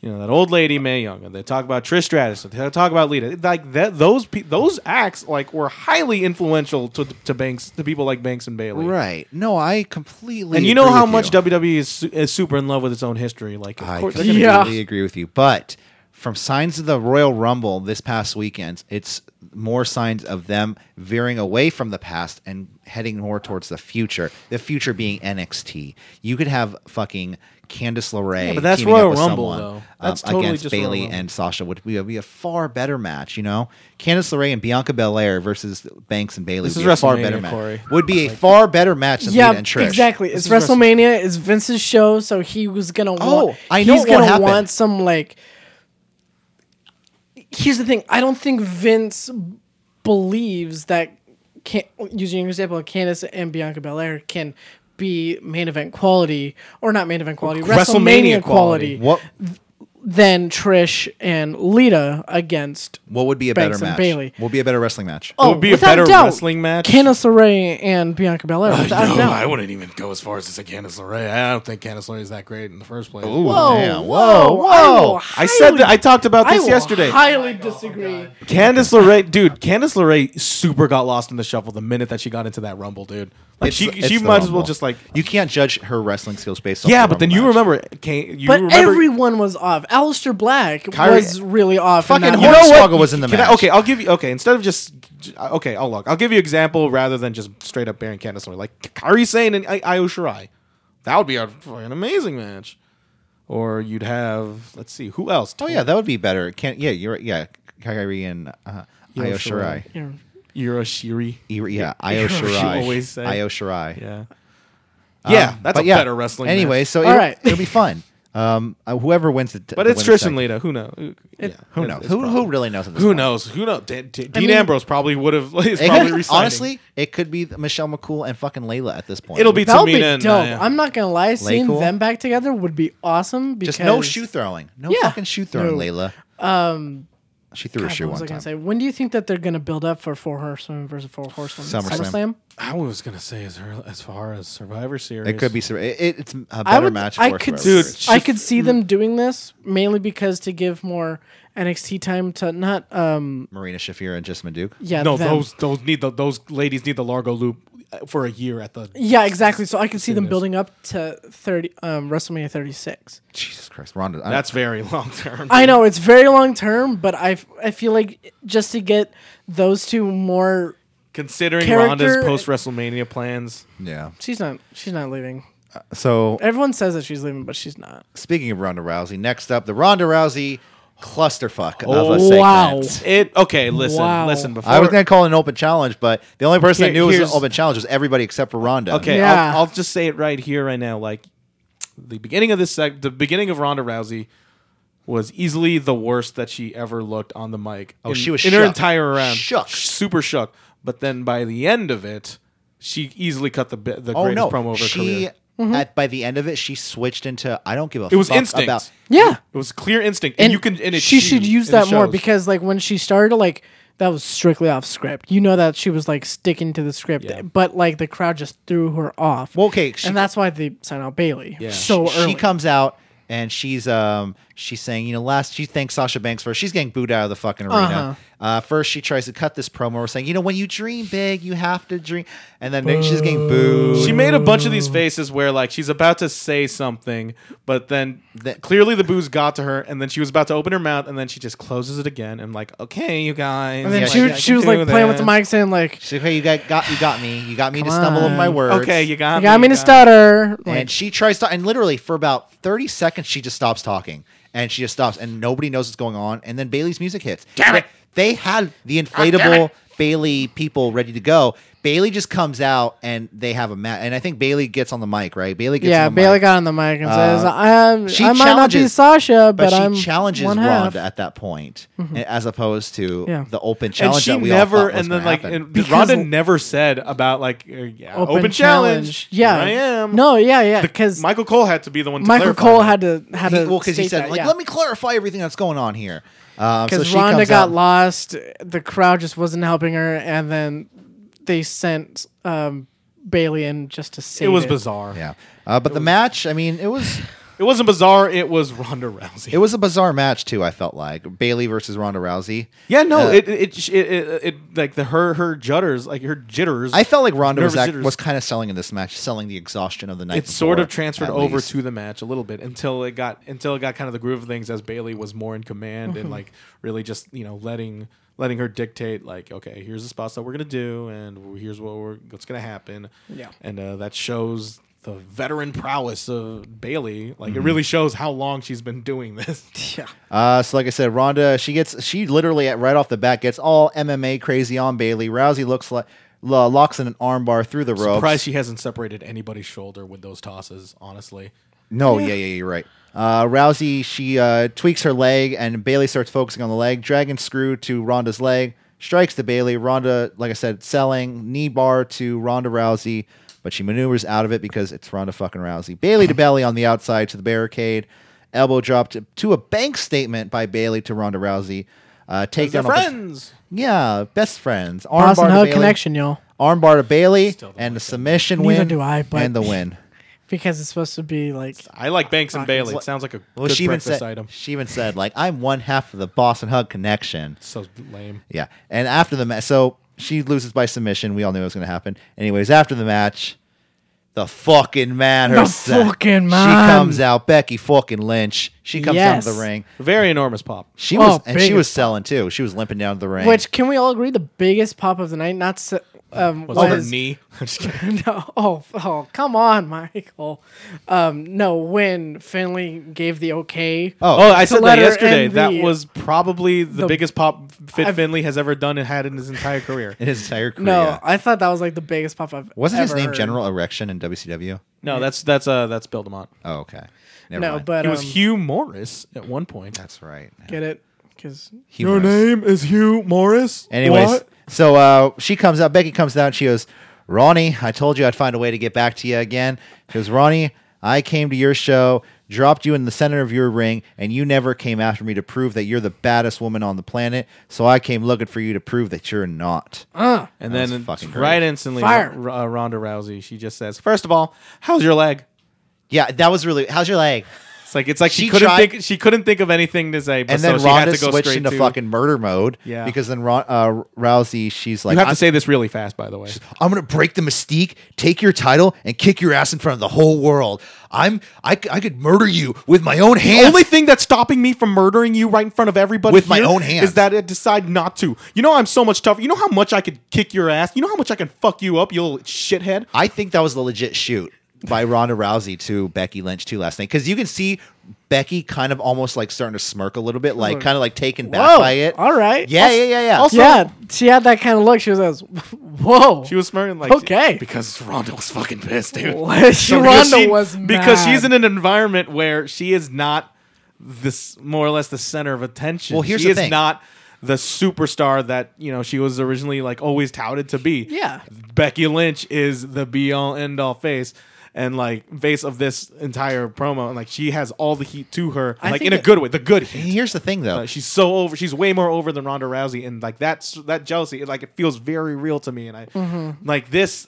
C: you know that old lady Mae Young, or they talk about Trish Stratus, or they talk about Lita. Like that, those pe- those acts like were highly influential to to Banks to people like Banks and Bailey,
B: Right. No, I completely.
C: And you know
B: agree
C: how
B: with
C: much
B: you.
C: WWE is, su- is super in love with its own history. Like, of
B: I
C: course, they're
B: completely
C: gonna-
D: Yeah.
B: agree with you. But from signs of the Royal Rumble this past weekend, it's more signs of them veering away from the past and heading more towards the future. The future being NXT. You could have fucking Candice LeRae.
C: Yeah, but that's
B: teaming up
C: Royal
B: with
C: Rumble,
B: someone,
C: though.
B: um,
C: That's totally
B: against
C: just Royal
B: Bailey
C: Rumble.
B: and Sasha would be, be a far better match. You know, Candice LeRae and Bianca Belair versus Banks and Bailey
C: This
B: would
C: is
B: be a far
C: WrestleMania,
B: better match.
C: Corey.
B: Would be a far better match than
D: Yeah,
B: Lita and Trish.
D: exactly.
C: This
D: It's
C: is wrestling.
D: WrestleMania. It's Vince's show, so he was gonna.
B: Oh,
D: want,
B: I know
D: He's
B: it won't
D: gonna
B: happen.
D: want some like. Here's the thing. I don't think Vince believes that. Can using your example, Candice and Bianca Belair can be main event quality or not main event quality, WrestleMania,
C: WrestleMania quality.
D: quality,
B: What
D: than Trish and Lita against.
B: what would be a
D: Banks
B: better
D: and
B: match?
D: Bayley.
B: What would be a better wrestling match?
D: Oh,
C: would be a
D: without
C: better
D: doubt,
C: wrestling match.
D: Candice LeRae and Bianca Belair. without
E: No,
D: doubt.
E: I wouldn't even go as far as to say Candice LeRae. I don't think Candice LeRae is that great in the first place.
B: Ooh,
D: Whoa,
B: damn.
D: whoa,
B: whoa.
D: will
C: Oh, I said that I talked about
D: I
C: this
D: will
C: yesterday.
D: highly disagree.
C: Candice LeRae, dude, Candice LeRae super got lost in the shuffle the minute that she got into that Rumble, dude. Like
B: It's-
C: she,
B: it's
C: she
B: the
C: might as well
B: Rumble.
C: just like,
B: you can't judge her wrestling skills based on
C: yeah.
B: the
C: But then
B: Rumble
C: you
B: match.
C: remember, can, you
D: But
C: remember
D: everyone was off. Alistair Black
B: Kyrie-
D: was really off.
B: Fucking
D: in that
B: You
D: match.
B: know what?
C: Hornswoggle
B: was in the
C: Can
B: match.
C: I, okay, I'll give you. Okay, instead of just okay, I'll look. I'll give you example rather than just straight up bearing Candice LeRae, like Kairi Sane and I- Io Shirai. That would be a fucking amazing match. Or you'd have, let's see, who else?
B: Oh yeah, that would be better. Can't yeah, you're right. yeah, Kyrie and uh, Io Shirai.
C: Shirai. Io Shiri.
B: You- Yeah, Io
C: she always
B: Shirai.
C: say.
B: Io Shirai.
C: Yeah. yeah,
B: Um,
C: that's
B: but
C: a better wrestling.
B: Anyway, so
D: All
B: it'll,
D: right.
B: it'll be fun. Um, uh, whoever wins the,
C: But it's Trish and Lita. Who knows? Yeah,
B: Who
C: it's-
B: knows?
C: it's
B: Who,
C: probably-
B: who really knows? At this
C: Who
B: point?
C: knows? Who knows? D- D- Dean
D: mean-
C: Ambrose probably would have. Is
B: It
C: probably
B: could,
C: resigning.
B: honestly, it could be Michelle McCool and fucking Layla at this point.
C: it'll be
D: That would
C: Tamina
D: be
C: and
D: dope.
C: Nia.
B: uh,
D: I'm not gonna lie. Seeing
B: Cool.
D: them back together would be awesome. Because
B: just no shoe throwing, no
D: Yeah.
B: fucking shoe throwing,
D: No.
B: Layla. Um, she threw a
D: God,
B: shoe
D: what was I
B: one time.
D: gonna say? When do you think that they're gonna build up for Four Horsemen versus Four Horsemen?
B: SummerSlam.
C: I was gonna say as, early- as far as Survivor Series,
B: It could be. sur- It, it- it's a better
D: I would.
B: match. For
D: I could.
B: whoever it
C: Dude,
B: is.
D: I could see them
B: mm.
D: doing this mainly because to give more NXT time to not. Um.
B: Marina Shafir and Jisma Duke.
D: Yeah.
C: No,
D: them.
C: those those need the, those ladies need the Largo Loop for a year at the.
D: Yeah, exactly. So I can see them
C: this.
D: building up to thirty um, WrestleMania thirty six.
B: Jesus Christ, Ronda. I-
C: That's very long term.
D: I know it's very long term, but I f- I feel like just to get those two more.
C: Considering
D: Character-
C: Ronda's post WrestleMania plans,
B: yeah.
D: She's not. She's not leaving.
B: So
D: Everyone says that she's leaving, but she's not.
B: speaking of Ronda Rousey, next up the Ronda Rousey clusterfuck of
C: Oh,
B: a segment.
D: wow.
C: it okay. Listen,
D: Wow.
C: listen. Before
B: I was gonna call it an open challenge, but the only person that
C: Here-
B: knew it was
C: here's-
B: an open challenge was everybody except for Ronda.
C: Okay,
D: Yeah.
C: I'll, I'll just say it right here, right now. Like the beginning of this, seg- the beginning of Ronda Rousey was easily the worst that she ever looked on the mic.
B: Oh,
C: in,
B: she was
C: in her
B: shook.
C: entire round,
B: Shook.
C: super shook. But then by the end of it, she easily cut the bi- the
B: Oh
C: greatest
B: no,
C: promo of her
B: she
C: career.
B: at, by the end of it, she switched into I don't give a.
C: It was
B: fuck
C: instinct.
B: About,
D: Yeah,
C: It was clear instinct, and,
D: and
C: you can. And it's
D: she should
C: huge,
D: use
C: and it
D: that more
C: shows.
D: because like when she started, like that was strictly off script. You know that she was like sticking to the script,
C: Yeah.
D: but like the crowd just threw her off.
B: well, okay, she,
D: and that's why they sign out Bailey
C: Yeah.
D: so
B: she,
D: early.
B: she comes out and she's um she's saying you know last she thanks Sasha Banks for she's getting booed out of the fucking
D: Uh-huh.
B: arena. uh first she tries to cut this promo saying you know when you dream big you have to dream and then she's getting booed.
C: She made a bunch of these faces where like she's about to say something, but then
B: That-
C: clearly the booze got to her, and then she was about to open her mouth, and then she just closes it again. and like, okay, you guys.
D: and then
B: Yeah,
D: she,
B: she
D: was-
B: can
D: she was like playing with the
C: mic.
D: mic, saying like,
B: she's like hey you got, got you got me you got me to stumble over my
D: on.
B: words.
C: Okay, you got
D: "You got me to
C: you
D: stutter." Like,
B: and she tries to and literally for about 30 seconds she just stops talking and she just stops and nobody knows what's going on and then Bailey's music hits. Damn it. They had the inflatable Bailey people ready to go. Bailey just comes out and they have a match. And I think Bailey gets on the mic, right? Bailey gets
D: yeah,
B: on the
D: Bailey
B: mic. Uh,
D: got on the mic and says, "I'm.
B: she
D: I might not be
B: challenges-
D: Sasha, but,
B: but, she
D: I'm
B: challenges
D: one half." Mm-hmm.
B: Ronda at that point, as opposed to
D: Yeah.
B: the open challenge
C: and she
B: that we
C: never,
B: all thought was
C: and then
B: gonna
C: like,
B: happen.
C: and
D: Because-
C: Ronda never said about like, uh, yeah, open, challenge.
D: Yeah,
C: Here I am.
D: No, yeah, yeah,
C: The-
D: because
C: Michael Cole had to be the one. To
D: Michael
C: clarify
D: Cole
C: that.
D: had to had
B: he,
D: to
B: well, because he
D: state
B: said,
D: that,
B: like,
D: yeah.
B: let me clarify everything that's going on here. Um, so
D: because
B: she
D: Rhonda
B: comes
D: got
B: out-
D: lost. The crowd just wasn't helping her, and then they sent um, Bailey in just to save
C: It was bizarre.
B: Yeah, uh, but the match, I mean, it was
C: It wasn't bizarre. It was Ronda Rousey.
B: it was a bizarre match too. I felt like Bailey versus Ronda Rousey.
C: yeah, no,
B: Uh,
C: it, it, it, it, it, like the her, her judders, like her jitters.
B: I felt like Ronda was
C: Nervous
B: act,
C: jitters.
B: was kind of selling in this match, selling the exhaustion of the night.
C: it sort
B: before,
C: of
B: at
C: transferred over
B: least.
C: to the match a little bit until it got until it got kind of the groove of things as Bailey was more in command
B: Mm-hmm.
C: and like really just you know letting letting her dictate like okay here's the spots that we're gonna do and here's what we're what's gonna happen
D: Yeah.
C: and uh, that shows the veteran prowess of Bailey like
B: Mm-hmm.
C: it really shows how long she's been doing this
D: Yeah,
B: Uh, so, like I said, Ronda, she gets she literally at, right off the bat gets all MMA crazy on Bailey. Rousey looks like lo- locks in an armbar through the ropes.
C: surprised she hasn't separated anybody's shoulder with those tosses honestly
B: No, yeah, yeah, you're right. Uh, Rousey, she uh, tweaks her leg, and Bailey starts focusing on the leg. Dragon screw to Ronda's leg, strikes to Bailey. Ronda, like I said, selling knee bar to Ronda Rousey, but she maneuvers out of it because it's Ronda fucking Rousey. Bailey to Bailey on the outside to the barricade. Elbow drop to, to a bank statement by Bailey to Ronda Rousey. Uh, take
C: they're
B: down
C: friends
B: yeah, best friends.
D: Boston
B: Armbar to
D: Hug
B: Bailey.
D: connection, y'all,
B: Armbar to Bailey, and the submission
D: Neither
B: win.
D: do I, but-
B: and the win.
D: because it's supposed to be like
C: I like Banks and Bailey it sounds like a
B: Well,
C: good
B: she even
C: breakfast
B: said
C: item
B: she even said like I'm one half of the Boston Hug connection.
C: so lame
B: Yeah, and after the match, so she loses by submission. We all knew it was going to happen. Anyways, after the match, the fucking man
D: The
B: herself,
D: fucking
B: she
D: man.
B: comes out, Becky fucking Lynch. She comes down to
D: Yes.
B: the ring.
C: very enormous pop
B: She
D: Oh,
B: was and she
D: big
B: was
D: as fuck.
B: selling too. She was limping down to the ring.
D: which can we all agree the biggest pop of the night? Not so, um, was,
C: was her knee
D: no, oh, oh, come on, Michael. Um, no, when Finley gave the okay.
C: Oh, I
D: to
C: said that
D: let her
C: yesterday.
D: end
C: That
D: the-
C: was probably the,
D: the-
C: biggest pop Fit
D: I've-
C: Finley has ever done and had in his entire career.
B: in his entire career.
D: no, I thought that was like the biggest pop I've
B: wasn't his
D: ever
B: name
D: heard.
B: General Erection in WCW?
C: No, that's that's uh that's Bill Demont.
B: Oh, okay. Never
D: No,
B: mind.
D: but
C: He
D: um,
C: was Hugh Morris at one point.
B: that's right.
D: Get it? Because
B: Humorous.
C: is Hugh Morris.
B: Anyways, so uh, she comes out. Becky comes out. And she goes, "Ronnie, I told you I'd find a way to get back to you again." She goes, "Ronnie, I came to your show, dropped you in the center of your ring, and you never came after me to prove that you're the baddest woman on the planet. So I came looking for you to prove that you're not."
C: and
B: That
C: then
B: was fucking great.
C: right instantly,
D: Fire.
C: R- uh, Ronda Rousey. She just says, first of all, how's your leg?"
B: yeah, that was really. How's your leg?
C: It's like it's like she,
B: She
C: couldn't
B: tried-
C: think she couldn't think of anything to say. But
B: And
C: so
B: then
C: she
B: Ronda
C: had to go
B: switched
C: straight
B: into
C: to
B: fucking murder mode.
C: Yeah.
B: because then Ron, uh, Rousey, she's like,
C: You have
B: "I'm-
C: to say this really fast, by the way.
B: I'm gonna break the mystique, take your title, and kick your ass in front of the whole world. I'm I, c- I could murder you with my own
C: The
B: hands.
C: only thing that's stopping me from murdering you right in front of everybody
B: With my
C: here
B: own hands.
C: is that I decide not to. You know I'm so much tougher. You know how much I could kick your ass. You know how much I can fuck you up, you little shithead.
B: I think that was the legit shoot by Ronda Rousey to Becky Lynch too last night because you can see Becky kind of almost like starting to smirk a little bit, like kind of like taken back
D: Whoa,
B: by it.
D: all right.
B: Yeah, yeah, yeah, yeah.
C: also-
D: yeah, she had that kind of look. She was like, "Whoa."
C: She was smirking like
D: Okay.
E: because Ronda was fucking pissed, dude.
D: What?
C: because
D: Sharonda
C: she-
D: was
C: because
D: mad.
C: she's in an environment where she is not this more or less the center of attention.
B: Well, here's
C: she
B: the
C: is
B: thing.
C: not the superstar that you know she was originally like always touted to be.
D: Yeah.
C: Becky Lynch is the be all end all face and like face of this entire promo, and like she has all the heat to her,
D: I
C: like
D: think
C: in a
D: it-
C: good way, the good heat.
B: Here's the thing though.
C: Uh, she's so over. She's way more over than Ronda Rousey, and like that's that jealousy. It, like it feels very real to me, and I
D: Mm-hmm.
C: like this.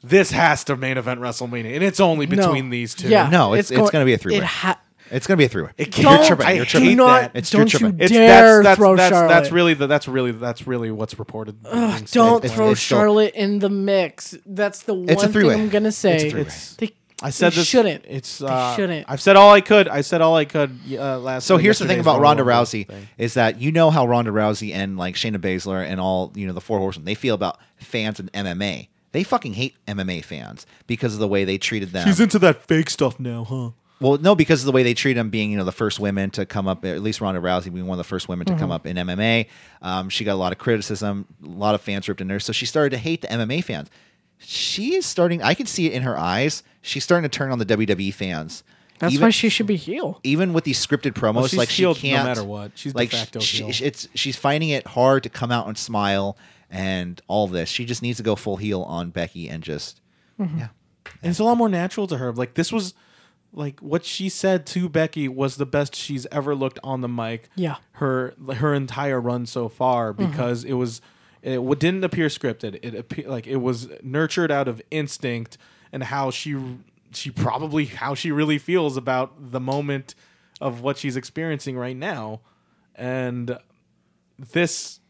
C: This has to main event WrestleMania, and it's only
D: No.
C: between these two.
D: Yeah,
B: No, it's- it's gonna be a
D: it
B: three-way.
D: ha-
B: It's gonna be a three-way.
C: It
B: You're
C: can't-
B: tripping.
C: I
B: You're
C: hate
B: tripping.
D: do not.
B: It's your
D: don't
B: triple.
D: you
B: It's-
C: it's
D: dare
C: that's that's
D: throw
C: that's,
D: Charlotte.
C: that's really the, that's really that's really what's reported. being said.
D: don't
B: it's-
D: throw
B: it's still-
D: Charlotte in the mix. That's the
B: It's a
D: one thing
B: three-way.
D: I'm gonna say.
B: three-way.
C: It's-
D: They-
C: I said
D: they
C: this
D: shouldn't.
C: It's
D: They
C: uh,
D: shouldn't.
C: I've said all I could. I said all I could uh, last.
B: So here's the thing
C: yesterday's
B: about
C: Royal
B: Ronda
C: Rumble
B: Rousey
C: thing.
B: is that you know how Ronda Rousey and like Shayna Baszler and all you know the four horsemen they feel about fans and MMA. They fucking hate MMA fans because of the way they treated them.
C: She's into that fake stuff now, huh?
B: Well, no, because of the way they treat them being, you know, the first women to come up, at least Ronda Rousey being one of the first women to come up in MMA. Um, she got a lot of criticism, a lot of fans ripped into her. So she started to hate the MMA fans. She is starting, I can see it in her eyes. She's starting to turn on the WWE fans.
D: That's
B: Even-
D: why she should be heel.
B: even with these scripted promos,
C: she's
B: like she
C: healed no
B: can't.
C: matter what. She's de
B: like
C: facto
B: she,
C: heel.
B: she- it's she's finding it hard to come out and smile and all of this. She just needs to go full heel on Becky and just yeah.
C: And it's a lot more natural to her. Like this was like what she said to Becky was the best she's ever looked on the mic.
D: Yeah.
C: Her her entire run so far because it was it w- didn't appear scripted. It appeared like it was nurtured out of instinct and how she she probably how she really feels about the moment of what she's experiencing right now. And this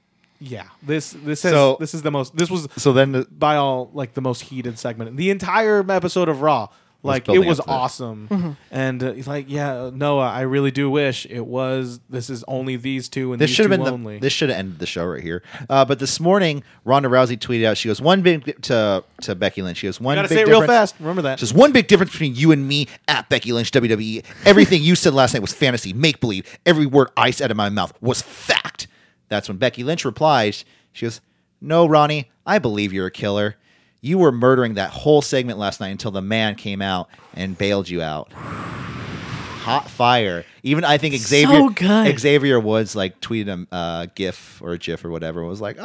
C: yeah, this this has,
B: So-
C: this is the most this was
B: So then, the,
C: by all like the most heated segment. The entire episode of Raw, like it
B: building
C: was
B: up to that.
C: awesome.
D: Mm-hmm.
C: And uh, he's like, yeah, Noah, I really do wish it was. This is only these two, and
B: this
C: these
B: should
C: two
B: have been
C: only.
B: the, this should have ended the show right here. Uh, but this morning, Ronda Rousey tweeted out. She goes one big to to Becky Lynch. She goes one.
C: Gotta
B: big
C: say it real
B: difference-
C: fast. Remember that.
B: Just one big difference between you and me at Becky Lynch WWE. Everything you said last night was fantasy, make believe. Every word I said out of my mouth was fact. That's when Becky Lynch replies. She goes, "No, Ronnie, I believe you're a killer. You were murdering that whole segment last night until the man came out and bailed you out." Hot fire. Even I think Xavier
D: good.
B: Xavier Woods like tweeted a uh, GIF or a GIF or whatever. and Was like,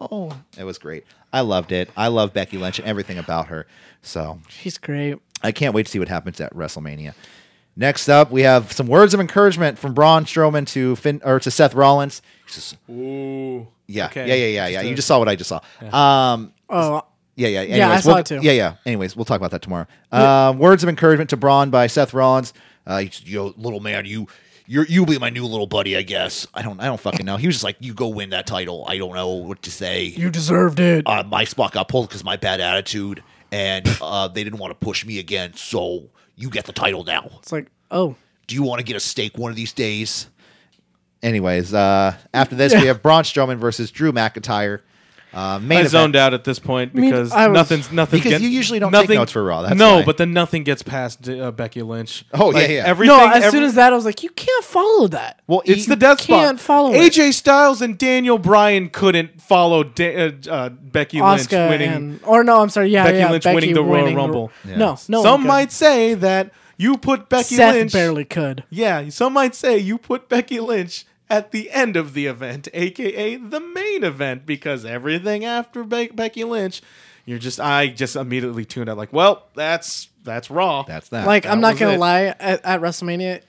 B: oh, it was great. I loved it. I love Becky Lynch and everything about her. So
D: She's great.
B: I can't wait to see what happens at WrestleMania. Next up, we have some words of encouragement from Braun Strowman to Finn or to Seth Rollins. He's just-
C: Ooh.
B: yeah,
C: Okay.
B: yeah, yeah, yeah, yeah. You just saw what I just saw. Um,
D: Oh,
B: yeah, yeah. Anyways,
D: Yeah, I saw
B: we'll-
D: it too.
B: Yeah, yeah. Anyways, we'll talk about that tomorrow. Um, words of encouragement to Braun by Seth Rollins. Uh, he's, Yo, little man, you, you're, you'll be my new little buddy, I guess. I don't, I don't fucking know. He was just like, you go win that title. I don't know what to say
D: you deserved it.
B: uh, my spot got pulled because my bad attitude, and uh, they didn't want to push me again. So you get the title now.
D: It's like, oh,
B: Do you want to get a stake one of these days? Anyways, uh, after this we have Braun Strowman versus Drew McIntyre. Uh, main
C: I
B: event.
C: zoned out at this point
D: mean,
C: because
D: I was-
C: nothing's nothing.
B: Because
C: get-
B: you usually don't take
C: nothing,
B: notes for Raw, that's
C: no,
B: why.
C: but then nothing gets past uh, Becky Lynch.
B: Oh, yeah,
C: Like,
B: yeah.
C: Everything.
D: no, as
C: every-
D: soon as that, I was like, you can't follow that.
B: Well,
C: It's
B: he-
C: the death spot.
D: can't follow it.
C: AJ Styles and Daniel Bryan couldn't follow da- uh, uh, Becky
D: Oscar
C: Lynch winning.
D: and or no, I'm sorry, yeah,
C: Becky
D: yeah,
C: Lynch
D: Becky
C: winning the Royal
D: winning the-
C: Rumble.
D: No, no,
C: some
D: one could.
C: might say that you put Becky
D: Seth
C: Lynch.
D: barely could.
C: Yeah, some might say you put Becky Lynch at the end of the event, aka the main event, because everything after Be- Becky Lynch, you're just I just immediately tuned out. Like, well, that's that's Raw.
B: That's that.
D: Like,
C: That
D: I'm not
C: was
D: gonna
C: it.
D: lie, at, at WrestleMania,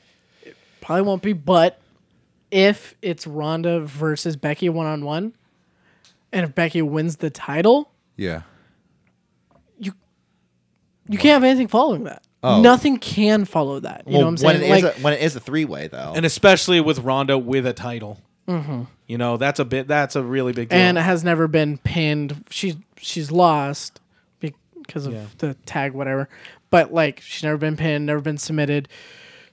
D: it probably won't be, but if it's Ronda versus Becky one on one, and if Becky wins the title,
B: yeah.
D: you can't have anything following that.
C: Oh.
D: Nothing can follow that. You know what I'm
B: when
D: saying?
B: it is
D: Like,
B: a, when it is a three way though,
C: and especially with Ronda with a title. You know, that's a bit. That's a really big deal.
D: and has never been pinned. She's she's lost because of
C: Yeah.
D: the tag, whatever. But like she's never been pinned, never been submitted.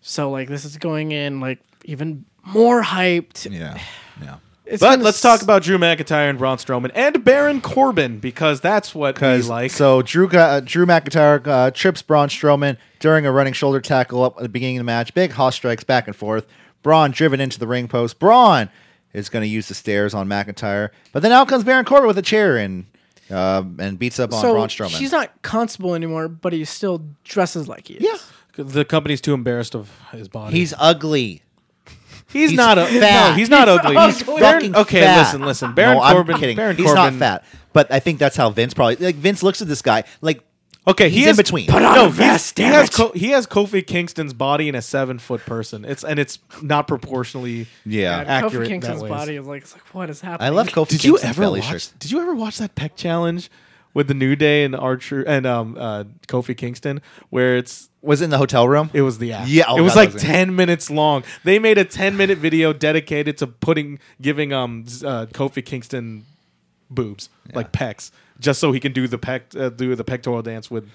D: So like this is going in like even more hyped.
B: yeah, yeah.
D: It's
C: but
D: gonna
C: let's
D: s-
C: talk about Drew McIntyre and Braun Strowman and Baron Corbin because that's what we like.
B: So Drew got- uh, Drew McIntyre uh, trips Braun Strowman during a running shoulder tackle up at the beginning of the match. Big hoss strikes back and forth. Braun driven into the ring post. Braun is going to use the stairs on McIntyre, but then out comes Baron Corbin with a chair and uh, and beats up on
D: so
B: Braun Strowman.
D: she's not constable anymore, but he still dresses like he is.
B: yeah,
C: the company's too embarrassed of his body.
B: he's ugly.
C: He's,
B: He's
C: not a,
B: fat.
C: No, he's not ugly. He's
B: Fucking
C: Baron, okay,
B: fat.
C: listen, listen. Baron
B: No, I'm
C: Corbin.
B: kidding.
C: Baron
B: he's not
C: Corbin.
B: fat, but I think that's how Vince probably like. Vince looks at this guy like
C: Okay,
B: He's
C: he
B: in
C: has,
B: between.
C: Put
D: on
C: no,
D: a
C: he's-
D: vest,
C: He
D: damn
C: has,
D: it.
C: Co- he has Kofi Kingston's body in a seven foot person. It's and it's not proportionally.
B: Yeah.
D: God, Kofi
C: accurate in
D: Kingston's
C: that ways.
D: body is like, it's like what is happening?
B: I love Kofi.
C: Did you
B: Kingston's
C: ever
B: belly
C: watch?
B: shirt.
C: Did you ever watch that Peck Challenge with the New Day and Archer and um uh, Kofi Kingston, where it's
B: Was it in the hotel room?
C: It was the app.
B: Yeah, oh
C: it was
B: God, that
C: like
B: was it.
C: ten minutes long. They made a ten minute video dedicated to putting giving um z- uh, Kofi Kingston boobs like pecs, just so he can do the pec uh, do the pectoral dance with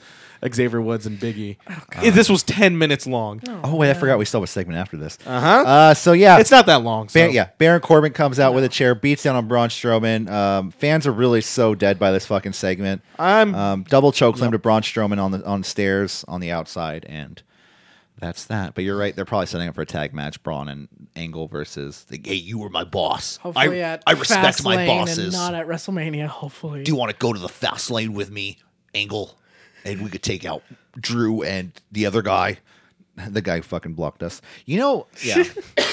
C: Xavier Woods and Biggie. this was ten minutes long.
B: Oh wait, I forgot we still have a segment after this. Uh-huh. So yeah,
C: It's not that long. So.
B: Bar- yeah, Baron Corbin comes out with a chair, beats down on Braun Strowman. Um, fans are really so dead by this fucking segment.
C: I'm-
B: um, double choke slam to Braun Strowman on the on stairs on the outside, and That's that. But you're right. They're probably setting up for a tag match, Braun and Angle versus the Hey, you were my boss.
D: Hopefully,
B: I,
D: at
B: I respect
D: Fastlane
B: my
D: and
B: bosses.
D: not at WrestleMania. Hopefully,
B: Do you want to go to the fast lane with me, Angle? And we could take out Drew and the other guy. The guy who fucking blocked us. You know, yeah.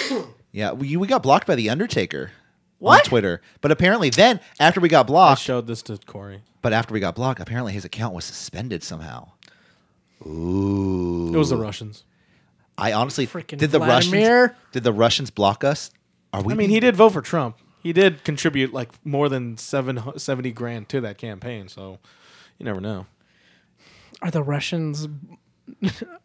B: yeah, we, we got blocked by The Undertaker
D: What?
B: on Twitter. But apparently, then after we got blocked,
C: Showed this to Corey.
B: but after we got blocked, apparently his account was suspended somehow. Ooh.
C: It was the Russians.
B: I honestly
D: Frickin'
B: did the
D: Vladimir.
B: Russians did the Russians block us? Are we
C: I mean, he did vote for Trump. He did contribute like more than seven hu- 70 grand to that campaign. So you never know.
D: are the Russians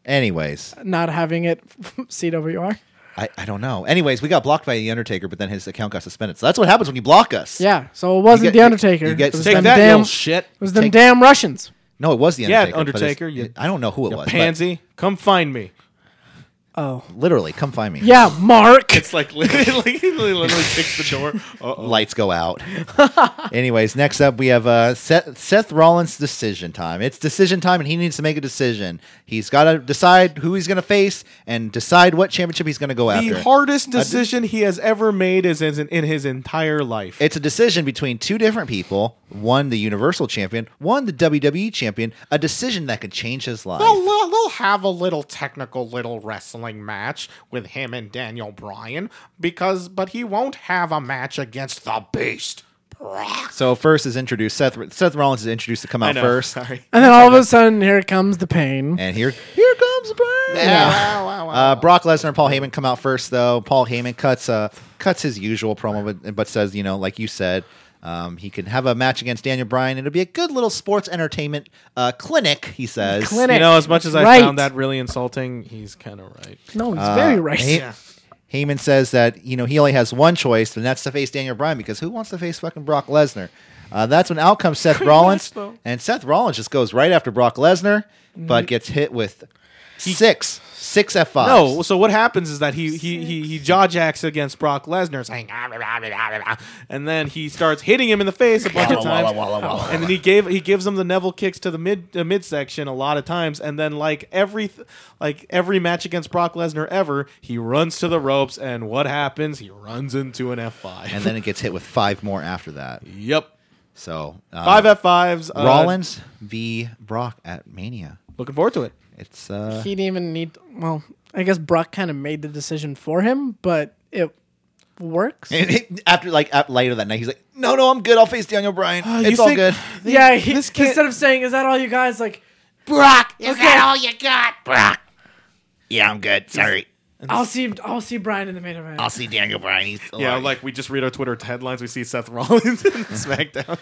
B: anyways.
D: not having it? CWR.
B: I, I don't know. Anyways, we got blocked by The Undertaker, but then his account got suspended. So that's what happens when you block us.
D: Yeah, so it wasn't
B: get-
D: the Undertaker.
B: you get-
D: it was
B: Take
D: them
C: that, you
D: damn
C: little shit.
D: It was them
B: Take-
D: damn Russians.
B: No, it was The
C: Yeah,
B: Undertaker. but it's-
C: Undertaker, you-
B: I don't know who it
C: You
B: was. but
C: pansy, come find me.
D: Oh,
B: Literally, come find me.
D: yeah, Mark.
C: It's like literally, literally kicks the door.
B: Lights go out. Anyways, next up we have uh, Seth, Seth Rollins' decision time. It's decision time, and he needs to make a decision. He's got to decide who he's going to face and decide what championship he's going to go
C: The
B: after.
C: hardest decision he has ever made is in, in his entire life.
B: It's a decision between two different people. One, the Universal Champion. One, the WWE Champion. A decision that could change his life.
F: They'll, they'll they'll have a little technical little wrestling match with him and Daniel Bryan because, but he won't have a match against the Beast. Brock.
B: So first is introduced Seth. Seth Rollins is introduced to come out first,
D: and then all of a sudden, here comes the pain.
B: and here here comes Brian.
F: Wow, wow, wow.
B: Uh, Brock Lesnar and Paul Heyman come out first, though. Paul Heyman cuts uh, cuts his usual promo, but, but says, you know, like you said, um, he can have a match against Daniel Bryan. It'll be a good little sports entertainment uh, clinic, he says.
D: Clinic.
C: you know, as much as I
D: Right.
C: found that really insulting, he's kind of right.
D: No, he's
B: Uh,
D: very right.
B: Hey- Heyman says that you know he only has one choice, and that's to face Daniel Bryan because who wants to face fucking Brock Lesnar? Uh, that's when out comes Seth Rollins, and Seth Rollins just goes right after Brock Lesnar,
D: Mm.
B: but gets hit with six six F fives.
C: No, so what happens is that he he he, he jaw jacks against Brock Lesnar, saying, "Ah, blah, blah, blah, blah, blah," and then he starts hitting him in the face a bunch of times, and then he gave he gives him the Neville kicks to the mid uh, midsection a lot of times, and then like every th- like every match against Brock Lesnar ever, he runs to the ropes, and what happens? He runs into an F five.
B: and then it gets hit with five more after that.
C: yep,
B: So uh,
C: five uh, F fives.
B: Rollins v Brock at Mania.
C: looking forward to it.
B: It's uh,
D: he didn't even need. Well, I guess Brock kind of made the decision for him, but it works.
B: after like at later that night, he's like, "No, no, I'm good. I'll face Daniel Bryan. it's all good."
D: yeah, he,
C: this kid-
D: instead of saying, "Is that all you guys?" Like,
F: Brock, is
D: that
F: all you got?
G: Brock. Yeah, I'm good. Sorry.
D: I'll see, I'll see Brian in the main event.
G: I'll see Daniel Bryan. He's still
C: Yeah,
G: alive.
C: like we just read our Twitter headlines, we see Seth Rollins in SmackDown.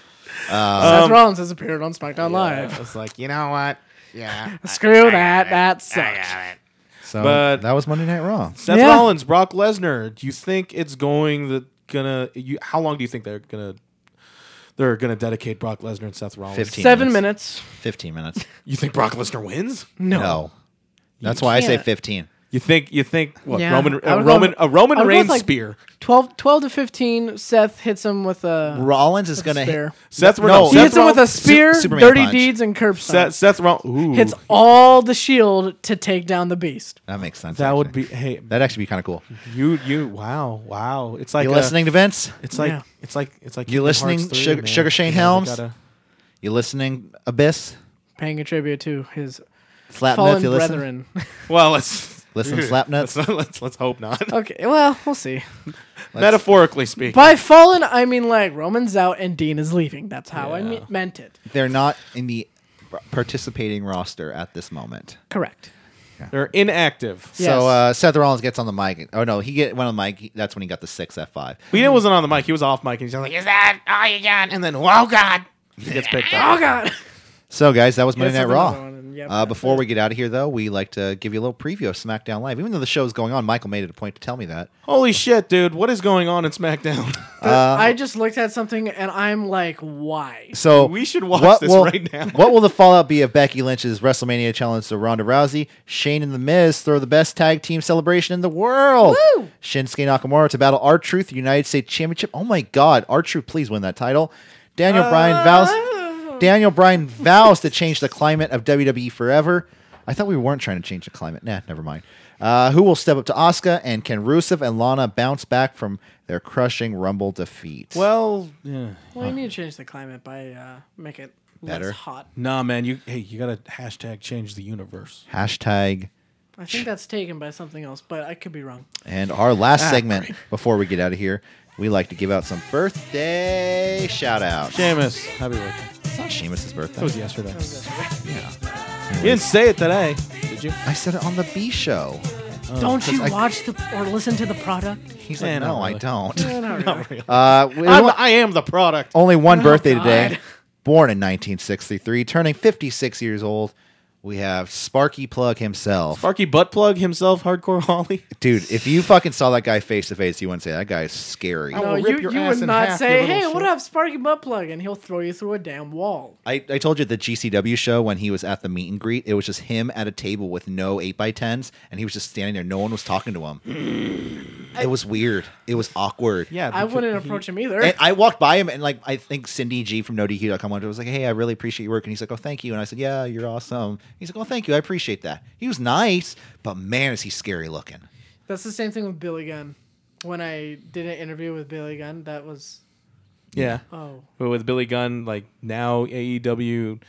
D: Seth Rollins has appeared on SmackDown Live.
F: It's like you know what? Yeah,
D: Screw that. That
G: I
D: sucks.
G: got it.
B: So
C: But-
B: that was Monday Night Raw.
C: Seth
D: Yeah.
C: Rollins, Brock Lesnar. Do you think it's going the gonna? You, how long do you think they're gonna? They're gonna dedicate Brock Lesnar and Seth Rollins.
B: 15
D: Seven minutes.
B: Fifteen minutes.
C: You think Brock Lesnar wins?
D: No.
B: No. That's why I say
D: can't.
B: 15.
C: You think? You think what?
D: Yeah.
C: Roman
D: I
C: a
D: would go-
C: Roman a Roman
D: I would go with,
C: Reigns
D: like,
C: spear.
D: 12, 12 to 15, Seth hits him with a
B: Rollins is going to hit.
D: spear.
C: Seth no,
B: no,
D: He
C: Seth
D: hits him with a
C: Rollins-
D: spear,
B: Su- Superman
D: dirty
B: punch.
D: deeds, and curb
C: Seth
D: stomp.
C: Seth Rollins.
D: Hits all the shield to take down the beast.
B: That makes sense.
C: That would
B: actually.
C: be hey
B: That'd actually be kind of cool.
C: you you wow wow it's like
B: You
C: a-
B: listening to Vince?
C: it's like
D: Yeah.
C: it's like it's like
B: You
C: Kingdom
B: listening,
C: Hearts
B: Sugar-
C: man.
B: Sugar Shane
C: You know, they
B: Helms?
C: gotta-
B: You listening, Abyss?
D: Paying a tribute to his
B: Slap
D: fallen
B: Myth, you listen?
D: brethren.
C: well let's
B: Listen, slap nuts.
C: let's not, let's let's hope not
D: okay, well, we'll see.
C: metaphorically speaking
D: By fallen, I mean like Roman's out and Dean is leaving. That's how I me- meant it.
B: They're not in the participating roster at this moment.
D: Correct.
C: they're inactive.
D: Yes.
B: So uh, Seth Rollins gets on the mic. Oh, no, he get went on the mic. He- That's when he got the 6F5.
C: He wasn't on the mic. He was off mic, and he's like,
F: is that all you got? And then, wow, God,
C: he gets picked up.
D: Oh God!
B: So, guys, that was Monday Night
D: Yes, that's
B: Raw.
D: another one, and yep,
B: uh,
D: that's
B: before
D: it.
B: we get out of here, though, we like to give you a little preview of SmackDown Live. Even though the show's going on, Michael made it a point to tell me that.
C: Holy shit, dude! What is going on in SmackDown?
F: uh,
D: I just looked at something and I'm like, why?
B: So
C: We should watch this
B: will,
C: right now.
B: what will the fallout be of Becky Lynch's WrestleMania challenge to Ronda Rousey? Shane and The Miz throw the best tag team celebration in the world.
D: Woo!
B: Shinsuke Nakamura to battle R Truth United States Championship. Oh my God, R Truth, please win that title. Daniel Bryan vows. Daniel Bryan vows to change the climate of WWE E forever. I thought we weren't trying to change the climate. Nah, never mind. Uh, who will step up to Asuka and can Rusev and Lana bounce back from their crushing Rumble defeat?
C: Well, yeah.
D: Well, you need to change the climate by uh, make it
B: Better?
D: less hot.
C: nah, man. You hey, you gotta hashtag change the universe.
B: hashtag
D: I think that's taken by something else, but I could be wrong.
F: Oh,
B: And our last segment before we get out of here, we like to give out some birthday shout outs.
C: Seamus, happy birthday.
B: It's not Seamus' birthday.
C: That was yesterday.
B: Anyways,
C: You didn't say it today, did you?
B: I said it on the B show.
D: Don't you
B: I-
D: watch the or listen to the product?
B: He's like,
C: Eh, not
B: no, I
C: really."
B: don't.
D: Eh, not really.
B: Uh, we-
F: I'm, I am the product.
B: only one birthday
D: God.
B: today. Born in 1963, turning 56 years old. We have Sparky Plug himself.
C: Sparky butt plug himself, hardcore Holly.
B: Dude, if you fucking saw that guy face to face, you wouldn't say that guy is scary.
F: I
D: No,
F: will rip
D: you,
F: your
D: you
F: ass
D: would
F: in
D: not
F: half,
D: say,
F: you little
D: "Hey, what
F: shit."
D: up, Sparky butt plug?" and he'll throw you through a damn wall.
B: I, I told you the GCW show when he was at the meet and greet, it was just him at a table with no 8x10s, and he was just standing there. No one was talking to him. it was weird. It was awkward.
C: Yeah,
D: I wouldn't approach him either.
B: And I walked by him, and like I think Cindy G from NoDQ.com wanted was like, "Hey, I really appreciate your work," and he's like, "Oh, thank you," and I said, "Yeah, you're awesome." He's like, "Oh, thank you, I appreciate that." He was nice, but man, is he scary looking.
D: That's the same thing with Billy Gunn. When I did an interview with Billy Gunn, that was
C: Yeah.
D: oh
C: But with Billy Gunn, like now AEW,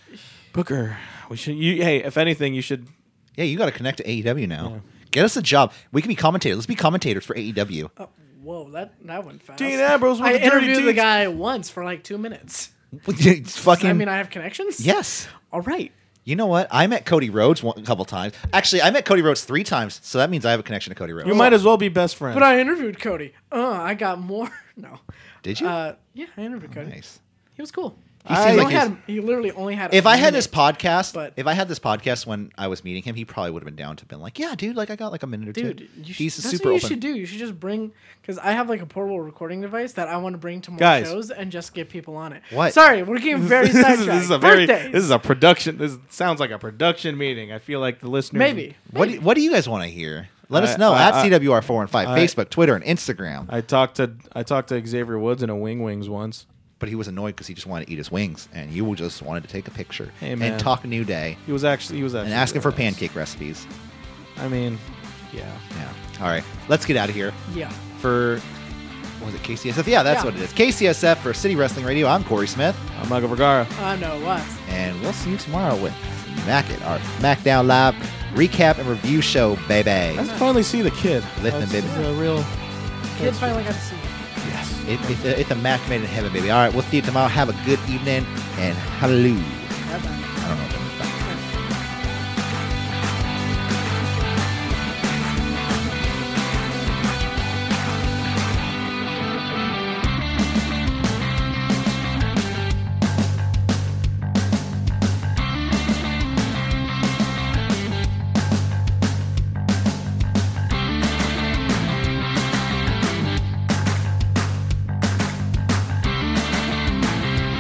C: Booker, we should. You, hey, if anything, you should.
B: Yeah, you got to connect to AEW now. Get us a job. We can be commentators. Let's be commentators for E AEW.
D: Oh. whoa that that went fast.
C: Dean Ambrose with
D: I
C: the dirty
D: interviewed the
C: deeds.
D: guy once for like two minutes.
B: fucking.
D: I mean, I have connections.
B: yes.
D: All right.
B: You know what? I met Cody Rhodes one, a couple times. Actually, I met Cody Rhodes three times, so that means I have a connection to Cody Rhodes.
C: You might as well be best friends.
D: But I interviewed Cody. Uh, I got more. No.
B: Did you?
D: Uh, yeah, I interviewed Cody.
B: nice.
D: He was cool.
B: He
D: He,
B: seems like
D: only
B: he's-
D: had, he literally only had.
B: If
D: a
B: I had
D: minute.
B: this podcast,
D: but-
B: if I had this podcast when I was meeting him, he probably would have been down to been like, "Yeah, dude, like I got like a minute or two.
D: dude, you should,
B: He's
D: that's
B: super
D: what you
B: open."
D: should do. You should just bring because I have like a portable recording device that I want to bring to more
C: Guys.
D: shows and just get people on it.
B: What?
D: Sorry, we're getting very
C: this,
D: sidetracked.
C: is, this is a very.
D: Birthdays.
C: This is a production. This sounds like a production meeting. I feel like the listeners.
D: maybe.
B: What do, What do you guys want to hear? Let
C: I-
B: us know
C: I-
B: at
C: I-
B: CWR four and five,
C: I-
B: Facebook, Twitter, and Instagram.
C: I talked to I talked to Xavier Woods in a Wing Wings once.
B: but he was annoyed because he just wanted to eat his wings, and you just wanted to take a picture
C: Hey,
B: and
C: man.
B: talk New Day
C: He was actually he was actually
B: and ask him for
C: really nice.
B: pancake recipes.
C: I mean, yeah.
B: Yeah. All right, let's get out of here.
D: Yeah.
B: for what was it KCSF? Yeah, that's
D: Yeah.
B: what it is. KCSF for City Wrestling Radio. I'm Corey Smith,
C: I'm Michael Vergara.
D: I know what.
B: and we'll see you tomorrow with Smack It, our SmackDown Live recap and review show, baby.
C: Let's finally see the kid.
B: Listen,
C: That's
B: baby.
C: A real.
D: Kids finally got to see. it.
B: It, it's a- it's a match made in heaven, baby. All right, we'll see you tomorrow. Have a good evening, and hallelujah. I don't know what that means. Bye.